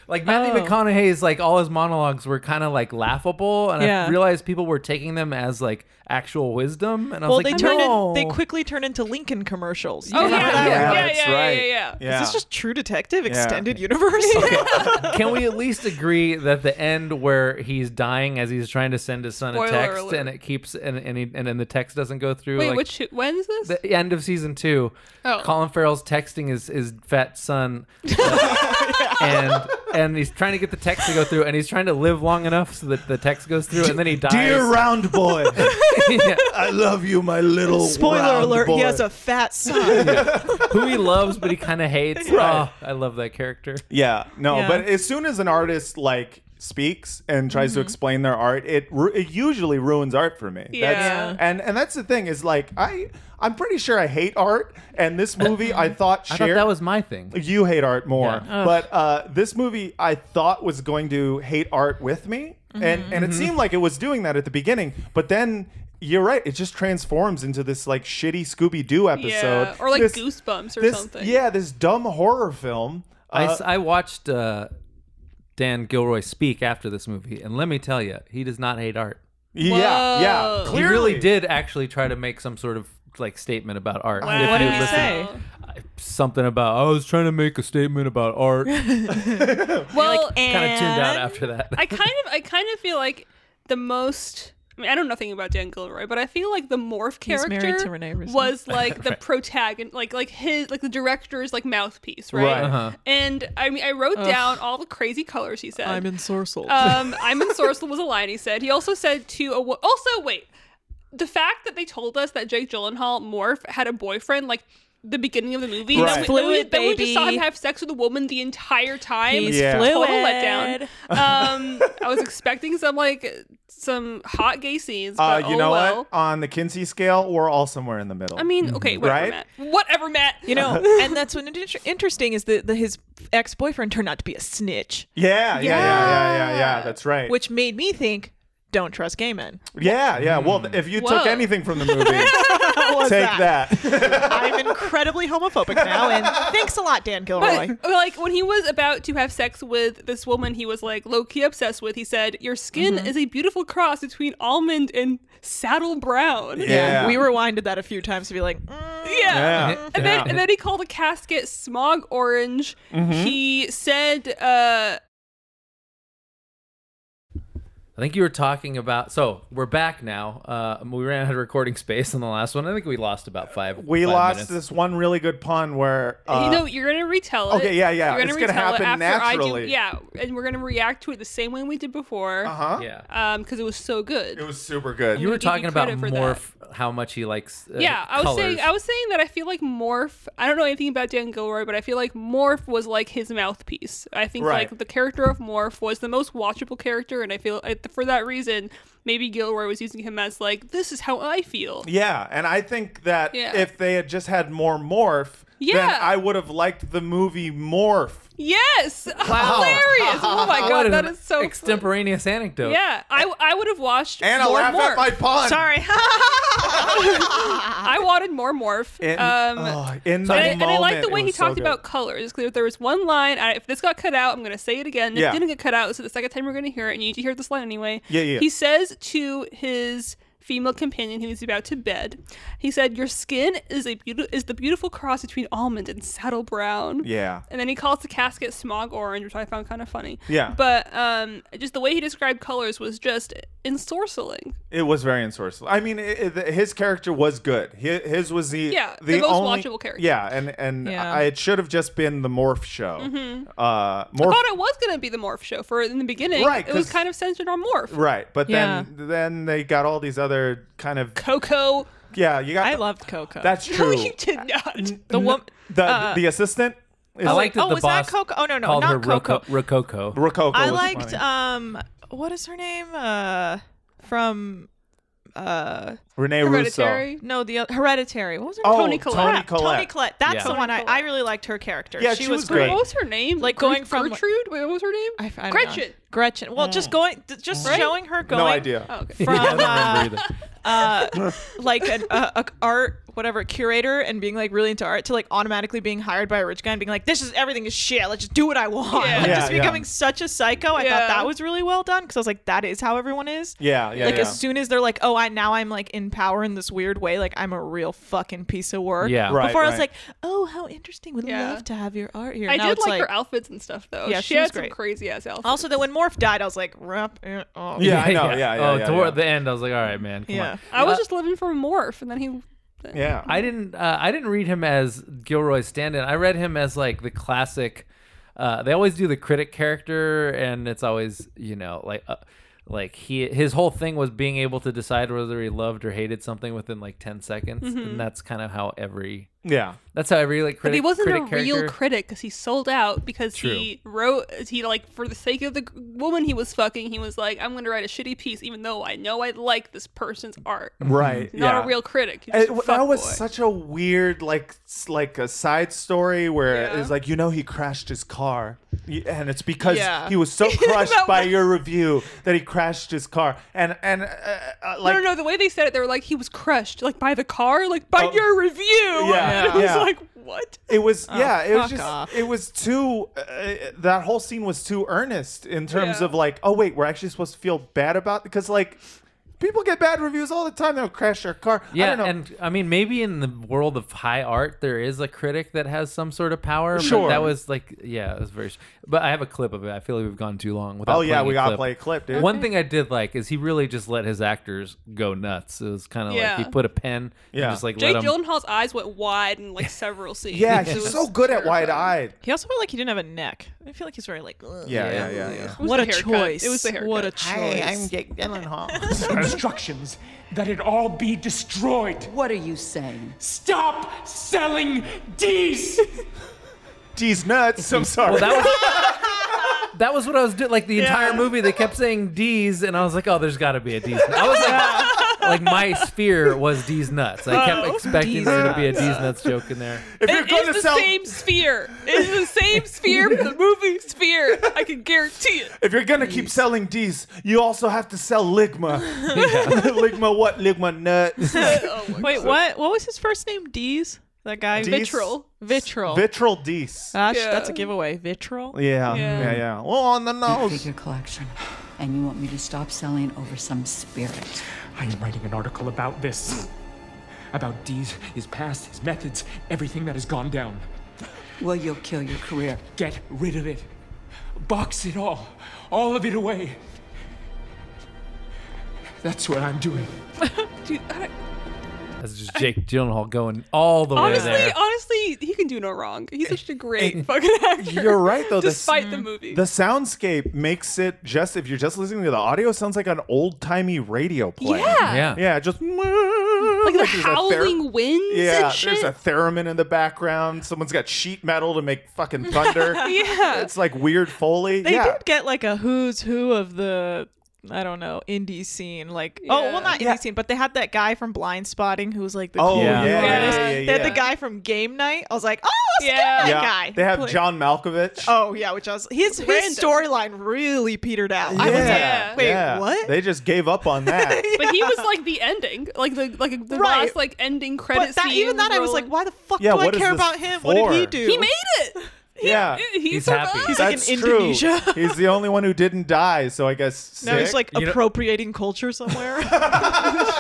Speaker 1: Like Matthew
Speaker 4: Oh.
Speaker 1: McConaughey's like all his monologues were kind of like laughable, and
Speaker 4: Yeah.
Speaker 1: I realized people were taking them as like actual wisdom, and I was
Speaker 4: well,
Speaker 1: like,
Speaker 4: they turn
Speaker 1: no.
Speaker 4: in, they quickly turn into Lincoln commercials.
Speaker 3: Oh yeah,
Speaker 1: Yeah,
Speaker 3: yeah, yeah, yeah,
Speaker 2: that's
Speaker 3: yeah,
Speaker 2: right.
Speaker 3: yeah, yeah.
Speaker 4: Is this just True Detective Extended Universe?
Speaker 1: Can we at least agree that the end where he's dying as he's trying to send his son
Speaker 3: Spoiler
Speaker 1: a text,
Speaker 3: alert.
Speaker 1: and it keeps and and, he, and then the text doesn't go through.
Speaker 3: Wait,
Speaker 1: like,
Speaker 3: which when is this?
Speaker 1: the end of season two,
Speaker 3: Oh.
Speaker 1: Colin Farrell's texting his, his fat son, and and he's trying to get the text to go through, and he's trying to live long enough so that the text goes through, and then he dies.
Speaker 2: Dear round boy,
Speaker 1: Yeah.
Speaker 2: I love you, my little.
Speaker 4: Spoiler
Speaker 2: round
Speaker 4: alert,
Speaker 2: Boy.
Speaker 4: he has a fat son.
Speaker 1: Who he loves, but he kind of hates.
Speaker 2: Right.
Speaker 1: Oh, I love that character.
Speaker 2: Yeah, no,
Speaker 4: Yeah.
Speaker 2: but as soon as an artist like speaks and tries
Speaker 4: Mm-hmm.
Speaker 2: to explain their art, it ru- it usually ruins art for me.
Speaker 3: Yeah.
Speaker 2: That's, and and that's the thing is like I I'm pretty sure I hate art, and this movie I thought
Speaker 1: I
Speaker 2: shared.
Speaker 1: thought that was my thing.
Speaker 2: you hate art more,
Speaker 1: Yeah.
Speaker 2: but uh, this movie I thought was going to hate art with me,
Speaker 3: Mm-hmm.
Speaker 2: and and it seemed like it was doing that at the beginning, but then. You're right. It just transforms into this like shitty Scooby Doo episode,
Speaker 3: Yeah, or like
Speaker 2: This-
Speaker 3: Goosebumps or
Speaker 2: this-
Speaker 3: something.
Speaker 2: Yeah, this dumb horror film.
Speaker 1: I,
Speaker 2: Uh,
Speaker 1: s- I watched uh, Dan Gilroy speak after this movie, and let me tell you, he does not hate art.
Speaker 2: Yeah, yeah.
Speaker 3: Whoa.
Speaker 1: He really did actually try to make some sort of like statement about art.
Speaker 2: Wow.
Speaker 1: If
Speaker 4: What
Speaker 1: you
Speaker 4: did he
Speaker 1: listen-
Speaker 3: Oh.
Speaker 4: say?
Speaker 1: Something about I was trying to make a statement about art. kind of
Speaker 3: Well,
Speaker 1: tuned out
Speaker 4: And-
Speaker 1: after that.
Speaker 3: I kind of I kind of feel like the most I mean, I don't know nothing about Dan Gilroy, but I feel like the morph
Speaker 4: He's married
Speaker 3: character
Speaker 4: to Renee Russo.
Speaker 3: was like the protagonist, like like his like the director's like mouthpiece, right?
Speaker 2: Right.
Speaker 1: Uh-huh.
Speaker 3: And I mean, I wrote down all the crazy colors he said.
Speaker 4: I'm in Sorcel.
Speaker 3: um, I'm in Sourceful was a line he said. He also said to a wo- also wait, the fact that they told us that Jake Gyllenhaal morph had a boyfriend like the beginning of the movie,
Speaker 2: Right.
Speaker 3: that we, that we,
Speaker 4: Fluid,
Speaker 3: that we just saw him
Speaker 4: baby.
Speaker 3: have sex with a woman the entire time.
Speaker 4: He's
Speaker 2: Yeah.
Speaker 4: fluid.
Speaker 3: Total letdown. Um, I was expecting some like some hot gay scenes,
Speaker 2: Uh,
Speaker 3: but
Speaker 2: you
Speaker 3: oh
Speaker 2: know
Speaker 3: well.
Speaker 2: what? On the Kinsey scale, we're all somewhere in the middle.
Speaker 3: I mean, okay, whatever,
Speaker 2: Right?
Speaker 3: Matt. Whatever, Matt.
Speaker 4: You know, and that's what inter- interesting is that the, his ex boyfriend turned out to be a snitch,
Speaker 2: yeah, yeah, yeah, yeah, yeah, yeah.
Speaker 3: Yeah.
Speaker 2: That's right.
Speaker 4: which made me think, don't trust gay men.
Speaker 2: yeah, yeah. Well, th- if you
Speaker 3: Hmm. Whoa.
Speaker 2: took anything from the movie, take that.
Speaker 4: I'm incredibly homophobic now, and thanks a lot, Dan Gilroy.
Speaker 3: But, like when he was about to have sex with this woman he was like low key obsessed with, he said, Your skin
Speaker 4: Mm-hmm.
Speaker 3: is a beautiful cross between almond and saddle brown.
Speaker 2: Yeah.
Speaker 4: We rewinded that a few times to be like, mm,
Speaker 2: Yeah.
Speaker 3: Yeah. And,
Speaker 2: Yeah. Mm-hmm.
Speaker 3: Then, and then he called a casket smog orange. He said, uh,
Speaker 1: I think you were talking about. So we're back now. Uh, we ran out of recording space on the last one. I think we lost about five.
Speaker 2: We
Speaker 1: five
Speaker 2: lost
Speaker 1: minutes.
Speaker 2: this one really good pun where. Uh,
Speaker 3: you know, you're going to retell it.
Speaker 2: okay, yeah, yeah.
Speaker 3: You're gonna
Speaker 2: It's gonna
Speaker 3: retell it
Speaker 2: happen
Speaker 3: after I do-
Speaker 2: naturally.
Speaker 3: yeah. And we're going to react to it the same way we did before.
Speaker 2: Uh huh.
Speaker 1: Yeah.
Speaker 3: Because it was so good.
Speaker 2: It was super good.
Speaker 1: You were
Speaker 3: gonna give you
Speaker 1: talking about
Speaker 3: credit for
Speaker 1: Morph, how much he likes. Uh,
Speaker 3: yeah, I was
Speaker 1: colors.
Speaker 3: saying I was saying that I feel like Morph. I don't know anything about Dan Gilroy, but I feel like Morph was like his mouthpiece. I think
Speaker 2: Right.
Speaker 3: like the character of Morph was the most watchable character, and I feel uh, for that reason maybe Gilroy was using him as like this is how I feel.
Speaker 2: Yeah, and I think that
Speaker 3: Yeah.
Speaker 2: if they had just had more Morph, then
Speaker 3: Yeah.
Speaker 2: I would have liked the movie Morph.
Speaker 3: Yes, hilarious! Oh my
Speaker 1: What
Speaker 3: god,
Speaker 1: an
Speaker 3: that is so fun.
Speaker 1: extemporaneous anecdote.
Speaker 3: Yeah, I I would have watched
Speaker 2: And I
Speaker 3: more
Speaker 2: laugh
Speaker 3: Morph.
Speaker 2: at my pun.
Speaker 4: sorry.
Speaker 3: I wanted more Morph.
Speaker 2: In,
Speaker 3: um,
Speaker 2: oh, in the
Speaker 3: And I, and I like
Speaker 2: moment,
Speaker 3: the
Speaker 2: it
Speaker 3: way he
Speaker 2: was so
Speaker 3: talked
Speaker 2: good.
Speaker 3: about colors. Because there was one line. I, if this got cut out, I'm going to say it again. If
Speaker 2: Yeah.
Speaker 3: it didn't get cut out, so the second time we're going to hear it, and you need to hear this line anyway.
Speaker 2: Yeah, yeah.
Speaker 3: He says to his female companion who is about to bed, he said, "Your skin is a beautiful is the beautiful cross between almond and saddle brown."
Speaker 2: Yeah.
Speaker 3: And then he calls the casket smog orange, which I found kind of funny.
Speaker 2: Yeah.
Speaker 3: But um, just the way he described colors was just ensorceling.
Speaker 2: It was very insourceful. I mean, it, it, his character was good. His, his was the
Speaker 3: Yeah,
Speaker 2: the,
Speaker 3: the most
Speaker 2: only-
Speaker 3: watchable character.
Speaker 2: Yeah, and and
Speaker 4: Yeah.
Speaker 2: I, it should have just been the morph show.
Speaker 3: Mm-hmm.
Speaker 2: Uh,
Speaker 3: I
Speaker 2: morph,
Speaker 3: thought it was going to be the morph show for in the beginning.
Speaker 2: Right,
Speaker 3: It was
Speaker 2: 'cause-
Speaker 3: kind of centered on morph.
Speaker 2: right? But
Speaker 4: Yeah.
Speaker 2: then then they got all these other kind of
Speaker 3: Coco.
Speaker 2: yeah. You got
Speaker 4: I
Speaker 2: the-
Speaker 4: loved Coco.
Speaker 2: that's true.
Speaker 3: No, you did not.
Speaker 4: the woman.
Speaker 2: the
Speaker 3: uh,
Speaker 2: the assistant is
Speaker 1: I liked that
Speaker 4: oh,
Speaker 1: the
Speaker 4: was that
Speaker 1: boss
Speaker 4: Coco? Oh, no, no,
Speaker 1: called
Speaker 4: not
Speaker 1: her Roco-
Speaker 4: Coco.
Speaker 1: Rococo.
Speaker 2: Rococo.
Speaker 4: I
Speaker 2: was
Speaker 4: liked
Speaker 3: uh,
Speaker 2: funny.
Speaker 4: um what is her name? Uh from uh
Speaker 2: Renee Russo.
Speaker 3: Hereditary.
Speaker 4: no the oth- hereditary. What was her
Speaker 2: Oh,
Speaker 3: Toni
Speaker 4: name?
Speaker 3: Collette.
Speaker 2: Toni
Speaker 4: Yeah, Toni
Speaker 2: Collette.
Speaker 4: Collette. That's
Speaker 1: Yeah.
Speaker 4: the
Speaker 1: Toni
Speaker 4: one I, I
Speaker 3: Collette.
Speaker 4: really liked her character.
Speaker 2: Yeah,
Speaker 4: she,
Speaker 2: she
Speaker 4: was,
Speaker 2: was
Speaker 4: great.
Speaker 2: great.
Speaker 3: What was her name?
Speaker 4: Like,
Speaker 3: Gert-
Speaker 4: going from-
Speaker 3: Gertrude. Wait, what was her name?
Speaker 4: I- I don't know. Mm.
Speaker 3: Gretchen.
Speaker 4: Gretchen. Well, just going, th- just showing her going.
Speaker 2: No idea.
Speaker 3: Oh, okay.
Speaker 4: From,
Speaker 1: Yeah, I don't
Speaker 4: uh,
Speaker 1: remember either.
Speaker 4: uh, like an a, a art whatever curator and being like really into art to like automatically being hired by a rich guy and being like this is everything is shit let's just do what i want
Speaker 3: Yeah.
Speaker 4: like
Speaker 2: Yeah,
Speaker 4: just
Speaker 2: yeah.
Speaker 4: becoming such a psycho i thought
Speaker 3: Yeah.
Speaker 4: that was really well done because i was like that is how everyone is
Speaker 2: Yeah, yeah,
Speaker 4: like
Speaker 2: yeah.
Speaker 4: as soon as they're like oh i now i'm like in power in this weird way like i'm a real fucking piece of work
Speaker 1: Yeah.
Speaker 4: before
Speaker 1: Right,
Speaker 4: i was
Speaker 2: right.
Speaker 4: like oh how interesting would
Speaker 3: Yeah.
Speaker 4: love to have your art here
Speaker 3: I
Speaker 4: Now
Speaker 3: did
Speaker 4: it's
Speaker 3: like, her outfits and stuff though.
Speaker 4: Yeah,
Speaker 3: she,
Speaker 4: she was
Speaker 3: had some
Speaker 4: great.
Speaker 3: crazy ass outfits.
Speaker 4: also that when morph died i was like rap it up.
Speaker 2: Yeah, I know. Yeah, yeah,
Speaker 1: oh,
Speaker 2: yeah,
Speaker 1: toward
Speaker 2: yeah.
Speaker 1: the end, I was like, all right, man. Come
Speaker 4: Yeah.
Speaker 1: On.
Speaker 3: I was just living for Morph, and then he.
Speaker 2: Yeah.
Speaker 1: I didn't. Uh, I didn't read him as Gilroy's stand-in. I read him as like the classic. uh, they always do the critic character, and it's always you know like. Uh, like he his whole thing was being able to decide whether he loved or hated something within like 10 seconds and that's kind of how every
Speaker 2: Yeah.
Speaker 1: that's how every like
Speaker 3: Mm-hmm. But
Speaker 1: critic
Speaker 3: he wasn't a
Speaker 1: critic
Speaker 3: real
Speaker 1: character-
Speaker 3: critic because he sold out because
Speaker 1: True.
Speaker 3: he wrote he like for the sake of the g- woman he was fucking he was like I'm gonna write a shitty piece even though I know I like this person's art.
Speaker 2: Right.
Speaker 3: Not
Speaker 2: yeah.
Speaker 3: a real critic. He's
Speaker 2: It,
Speaker 3: just a
Speaker 2: Eh, that was
Speaker 3: fuckboy.
Speaker 2: such a weird, like, s- like a side story where
Speaker 3: Yeah.
Speaker 2: it's like, you know, he crashed his car, Y- and it's because
Speaker 4: Yeah.
Speaker 2: he was so crushed
Speaker 3: That
Speaker 2: by
Speaker 3: was-
Speaker 2: your review that he crashed his car, and and uh, uh, like,
Speaker 3: no, no, no. The way they said it, they were like, he was crushed, like by the car, like by
Speaker 2: Oh.
Speaker 3: your review.
Speaker 2: Yeah.
Speaker 3: And I was
Speaker 2: Yeah.
Speaker 3: like, what?
Speaker 2: it was yeah, it was
Speaker 4: fuck
Speaker 2: just
Speaker 4: off.
Speaker 2: it was too. Uh, that whole scene was too earnest in terms
Speaker 3: Yeah.
Speaker 2: of like, oh wait, we're actually supposed to feel bad about because like. People get bad reviews all the time. They'll crash their car. I
Speaker 1: yeah
Speaker 2: don't know.
Speaker 1: and i mean maybe in the world of high art there is a critic that has some sort of power but
Speaker 2: Sure.
Speaker 1: that was like yeah it was very sh- but i have a clip of it i feel like we've gone too long without
Speaker 2: oh yeah,
Speaker 1: playing a
Speaker 2: we gotta
Speaker 1: clip.
Speaker 2: play a clip, dude.
Speaker 1: One thing I did like is he really just let his actors go nuts. It was kind of like
Speaker 3: Yeah.
Speaker 1: he put a pen
Speaker 2: Yeah.
Speaker 1: and just like
Speaker 3: Jake
Speaker 1: let 'em-
Speaker 3: Gyllenhaal's eyes went wide in like several scenes.
Speaker 2: yeah,
Speaker 3: It
Speaker 2: he's
Speaker 3: was
Speaker 2: so good at
Speaker 3: terrifying.
Speaker 2: wide eyed.
Speaker 4: He also felt like he didn't have a neck. I feel like he's very like. Ugh.
Speaker 2: Yeah,
Speaker 1: Yeah.
Speaker 2: yeah, yeah, yeah.
Speaker 3: It was
Speaker 4: What
Speaker 3: the
Speaker 4: a
Speaker 3: haircut.
Speaker 4: choice!
Speaker 3: It was the haircut.
Speaker 4: What a choice!
Speaker 6: Hi, I'm Jake Gyllenhaal.
Speaker 7: instructions that it all be destroyed.
Speaker 8: What are you saying?
Speaker 7: Stop selling D's!
Speaker 2: D's nuts. I'm sorry.
Speaker 1: Well, that was that was what I was doing. Like the entire movie, they kept saying D's, and I was like, "Oh, there's got to be a D's." I was like, like my sphere was D's nuts. I
Speaker 3: Oh.
Speaker 1: kept expecting
Speaker 4: D's
Speaker 1: there to be a D's nuts joke in there.
Speaker 2: if you're
Speaker 3: It
Speaker 2: going
Speaker 3: is
Speaker 2: to
Speaker 3: the
Speaker 2: sell,
Speaker 3: same sphere. It is the same sphere, but the movie sphere. I can guarantee it.
Speaker 2: if you're going to keep selling D's, you also have to sell Ligma. Ligma what? Ligma nuts.
Speaker 4: Wait, what? What was his first name? D's. That guy.
Speaker 2: Dees?
Speaker 3: Vitriol.
Speaker 4: Vitral. Uh,
Speaker 2: Vitral D's.
Speaker 4: Gosh,
Speaker 3: Yeah.
Speaker 4: that's a giveaway. Vitral.
Speaker 2: yeah, yeah, yeah, Well, on the nose.
Speaker 8: Figure collection. And you want me to stop selling over some spirit.
Speaker 7: I am writing an article about this. About D's, his past, his methods, everything that has gone down.
Speaker 8: Well, you'll kill your career.
Speaker 7: Get rid of it. Box it all. All of it away. That's what I'm doing.
Speaker 3: Dude, I don't-
Speaker 1: That's just Jake Gyllenhaal going all the way
Speaker 3: honestly, uh,
Speaker 1: there.
Speaker 3: honestly, he can do no wrong. He's such a great fucking actor.
Speaker 2: Eh, You're right though. The s-
Speaker 3: Despite the movie.
Speaker 2: The soundscape makes it just if you're just listening to the audio, it sounds like an old timey radio play.
Speaker 3: yeah.
Speaker 1: Yeah.
Speaker 2: yeah, just like
Speaker 3: Like the
Speaker 2: there's a ther-
Speaker 3: howling winds
Speaker 2: Yeah,
Speaker 3: and shit.
Speaker 2: there's a theremin in the background. Someone's got sheet metal to make fucking thunder.
Speaker 3: yeah.
Speaker 2: It's like weird foley.
Speaker 4: They
Speaker 2: yeah.
Speaker 4: did get like a who's who of the I don't know indie scene. Like oh well, not indie
Speaker 2: Yeah.
Speaker 4: scene, but they had that guy from Blind Spotting who was like the
Speaker 2: Oh
Speaker 4: cool
Speaker 2: yeah,
Speaker 1: Yeah.
Speaker 2: yeah, yeah,
Speaker 4: artist.
Speaker 2: yeah,
Speaker 4: They had
Speaker 2: yeah.
Speaker 4: the guy from Game Night. I was like, oh, let's
Speaker 3: Yeah.
Speaker 4: get that
Speaker 2: Yeah.
Speaker 4: guy.
Speaker 2: They have
Speaker 4: Play-
Speaker 2: John Malkovich.
Speaker 4: Oh yeah, which I was his, his
Speaker 3: Random.
Speaker 4: storyline really petered out. I was like,
Speaker 3: Yeah.
Speaker 4: wait, what?
Speaker 2: They just gave up on that.
Speaker 3: But he was like the ending, like the like the
Speaker 4: Right.
Speaker 3: last like ending
Speaker 4: but
Speaker 3: credit
Speaker 4: that,
Speaker 3: scene.
Speaker 4: even that, I was like, why the fuck
Speaker 2: Yeah,
Speaker 4: do I
Speaker 2: what is
Speaker 4: care
Speaker 2: this
Speaker 4: about him? What did he
Speaker 2: for?
Speaker 4: do?
Speaker 3: He made it.
Speaker 2: yeah.
Speaker 3: He
Speaker 1: He's
Speaker 3: survived.
Speaker 1: happy.
Speaker 4: He's like in
Speaker 2: That's
Speaker 4: Indonesia.
Speaker 2: true. He's the only one who didn't die, so I guess.
Speaker 4: now he's
Speaker 2: sick.
Speaker 4: like
Speaker 1: You know-
Speaker 4: appropriating culture somewhere.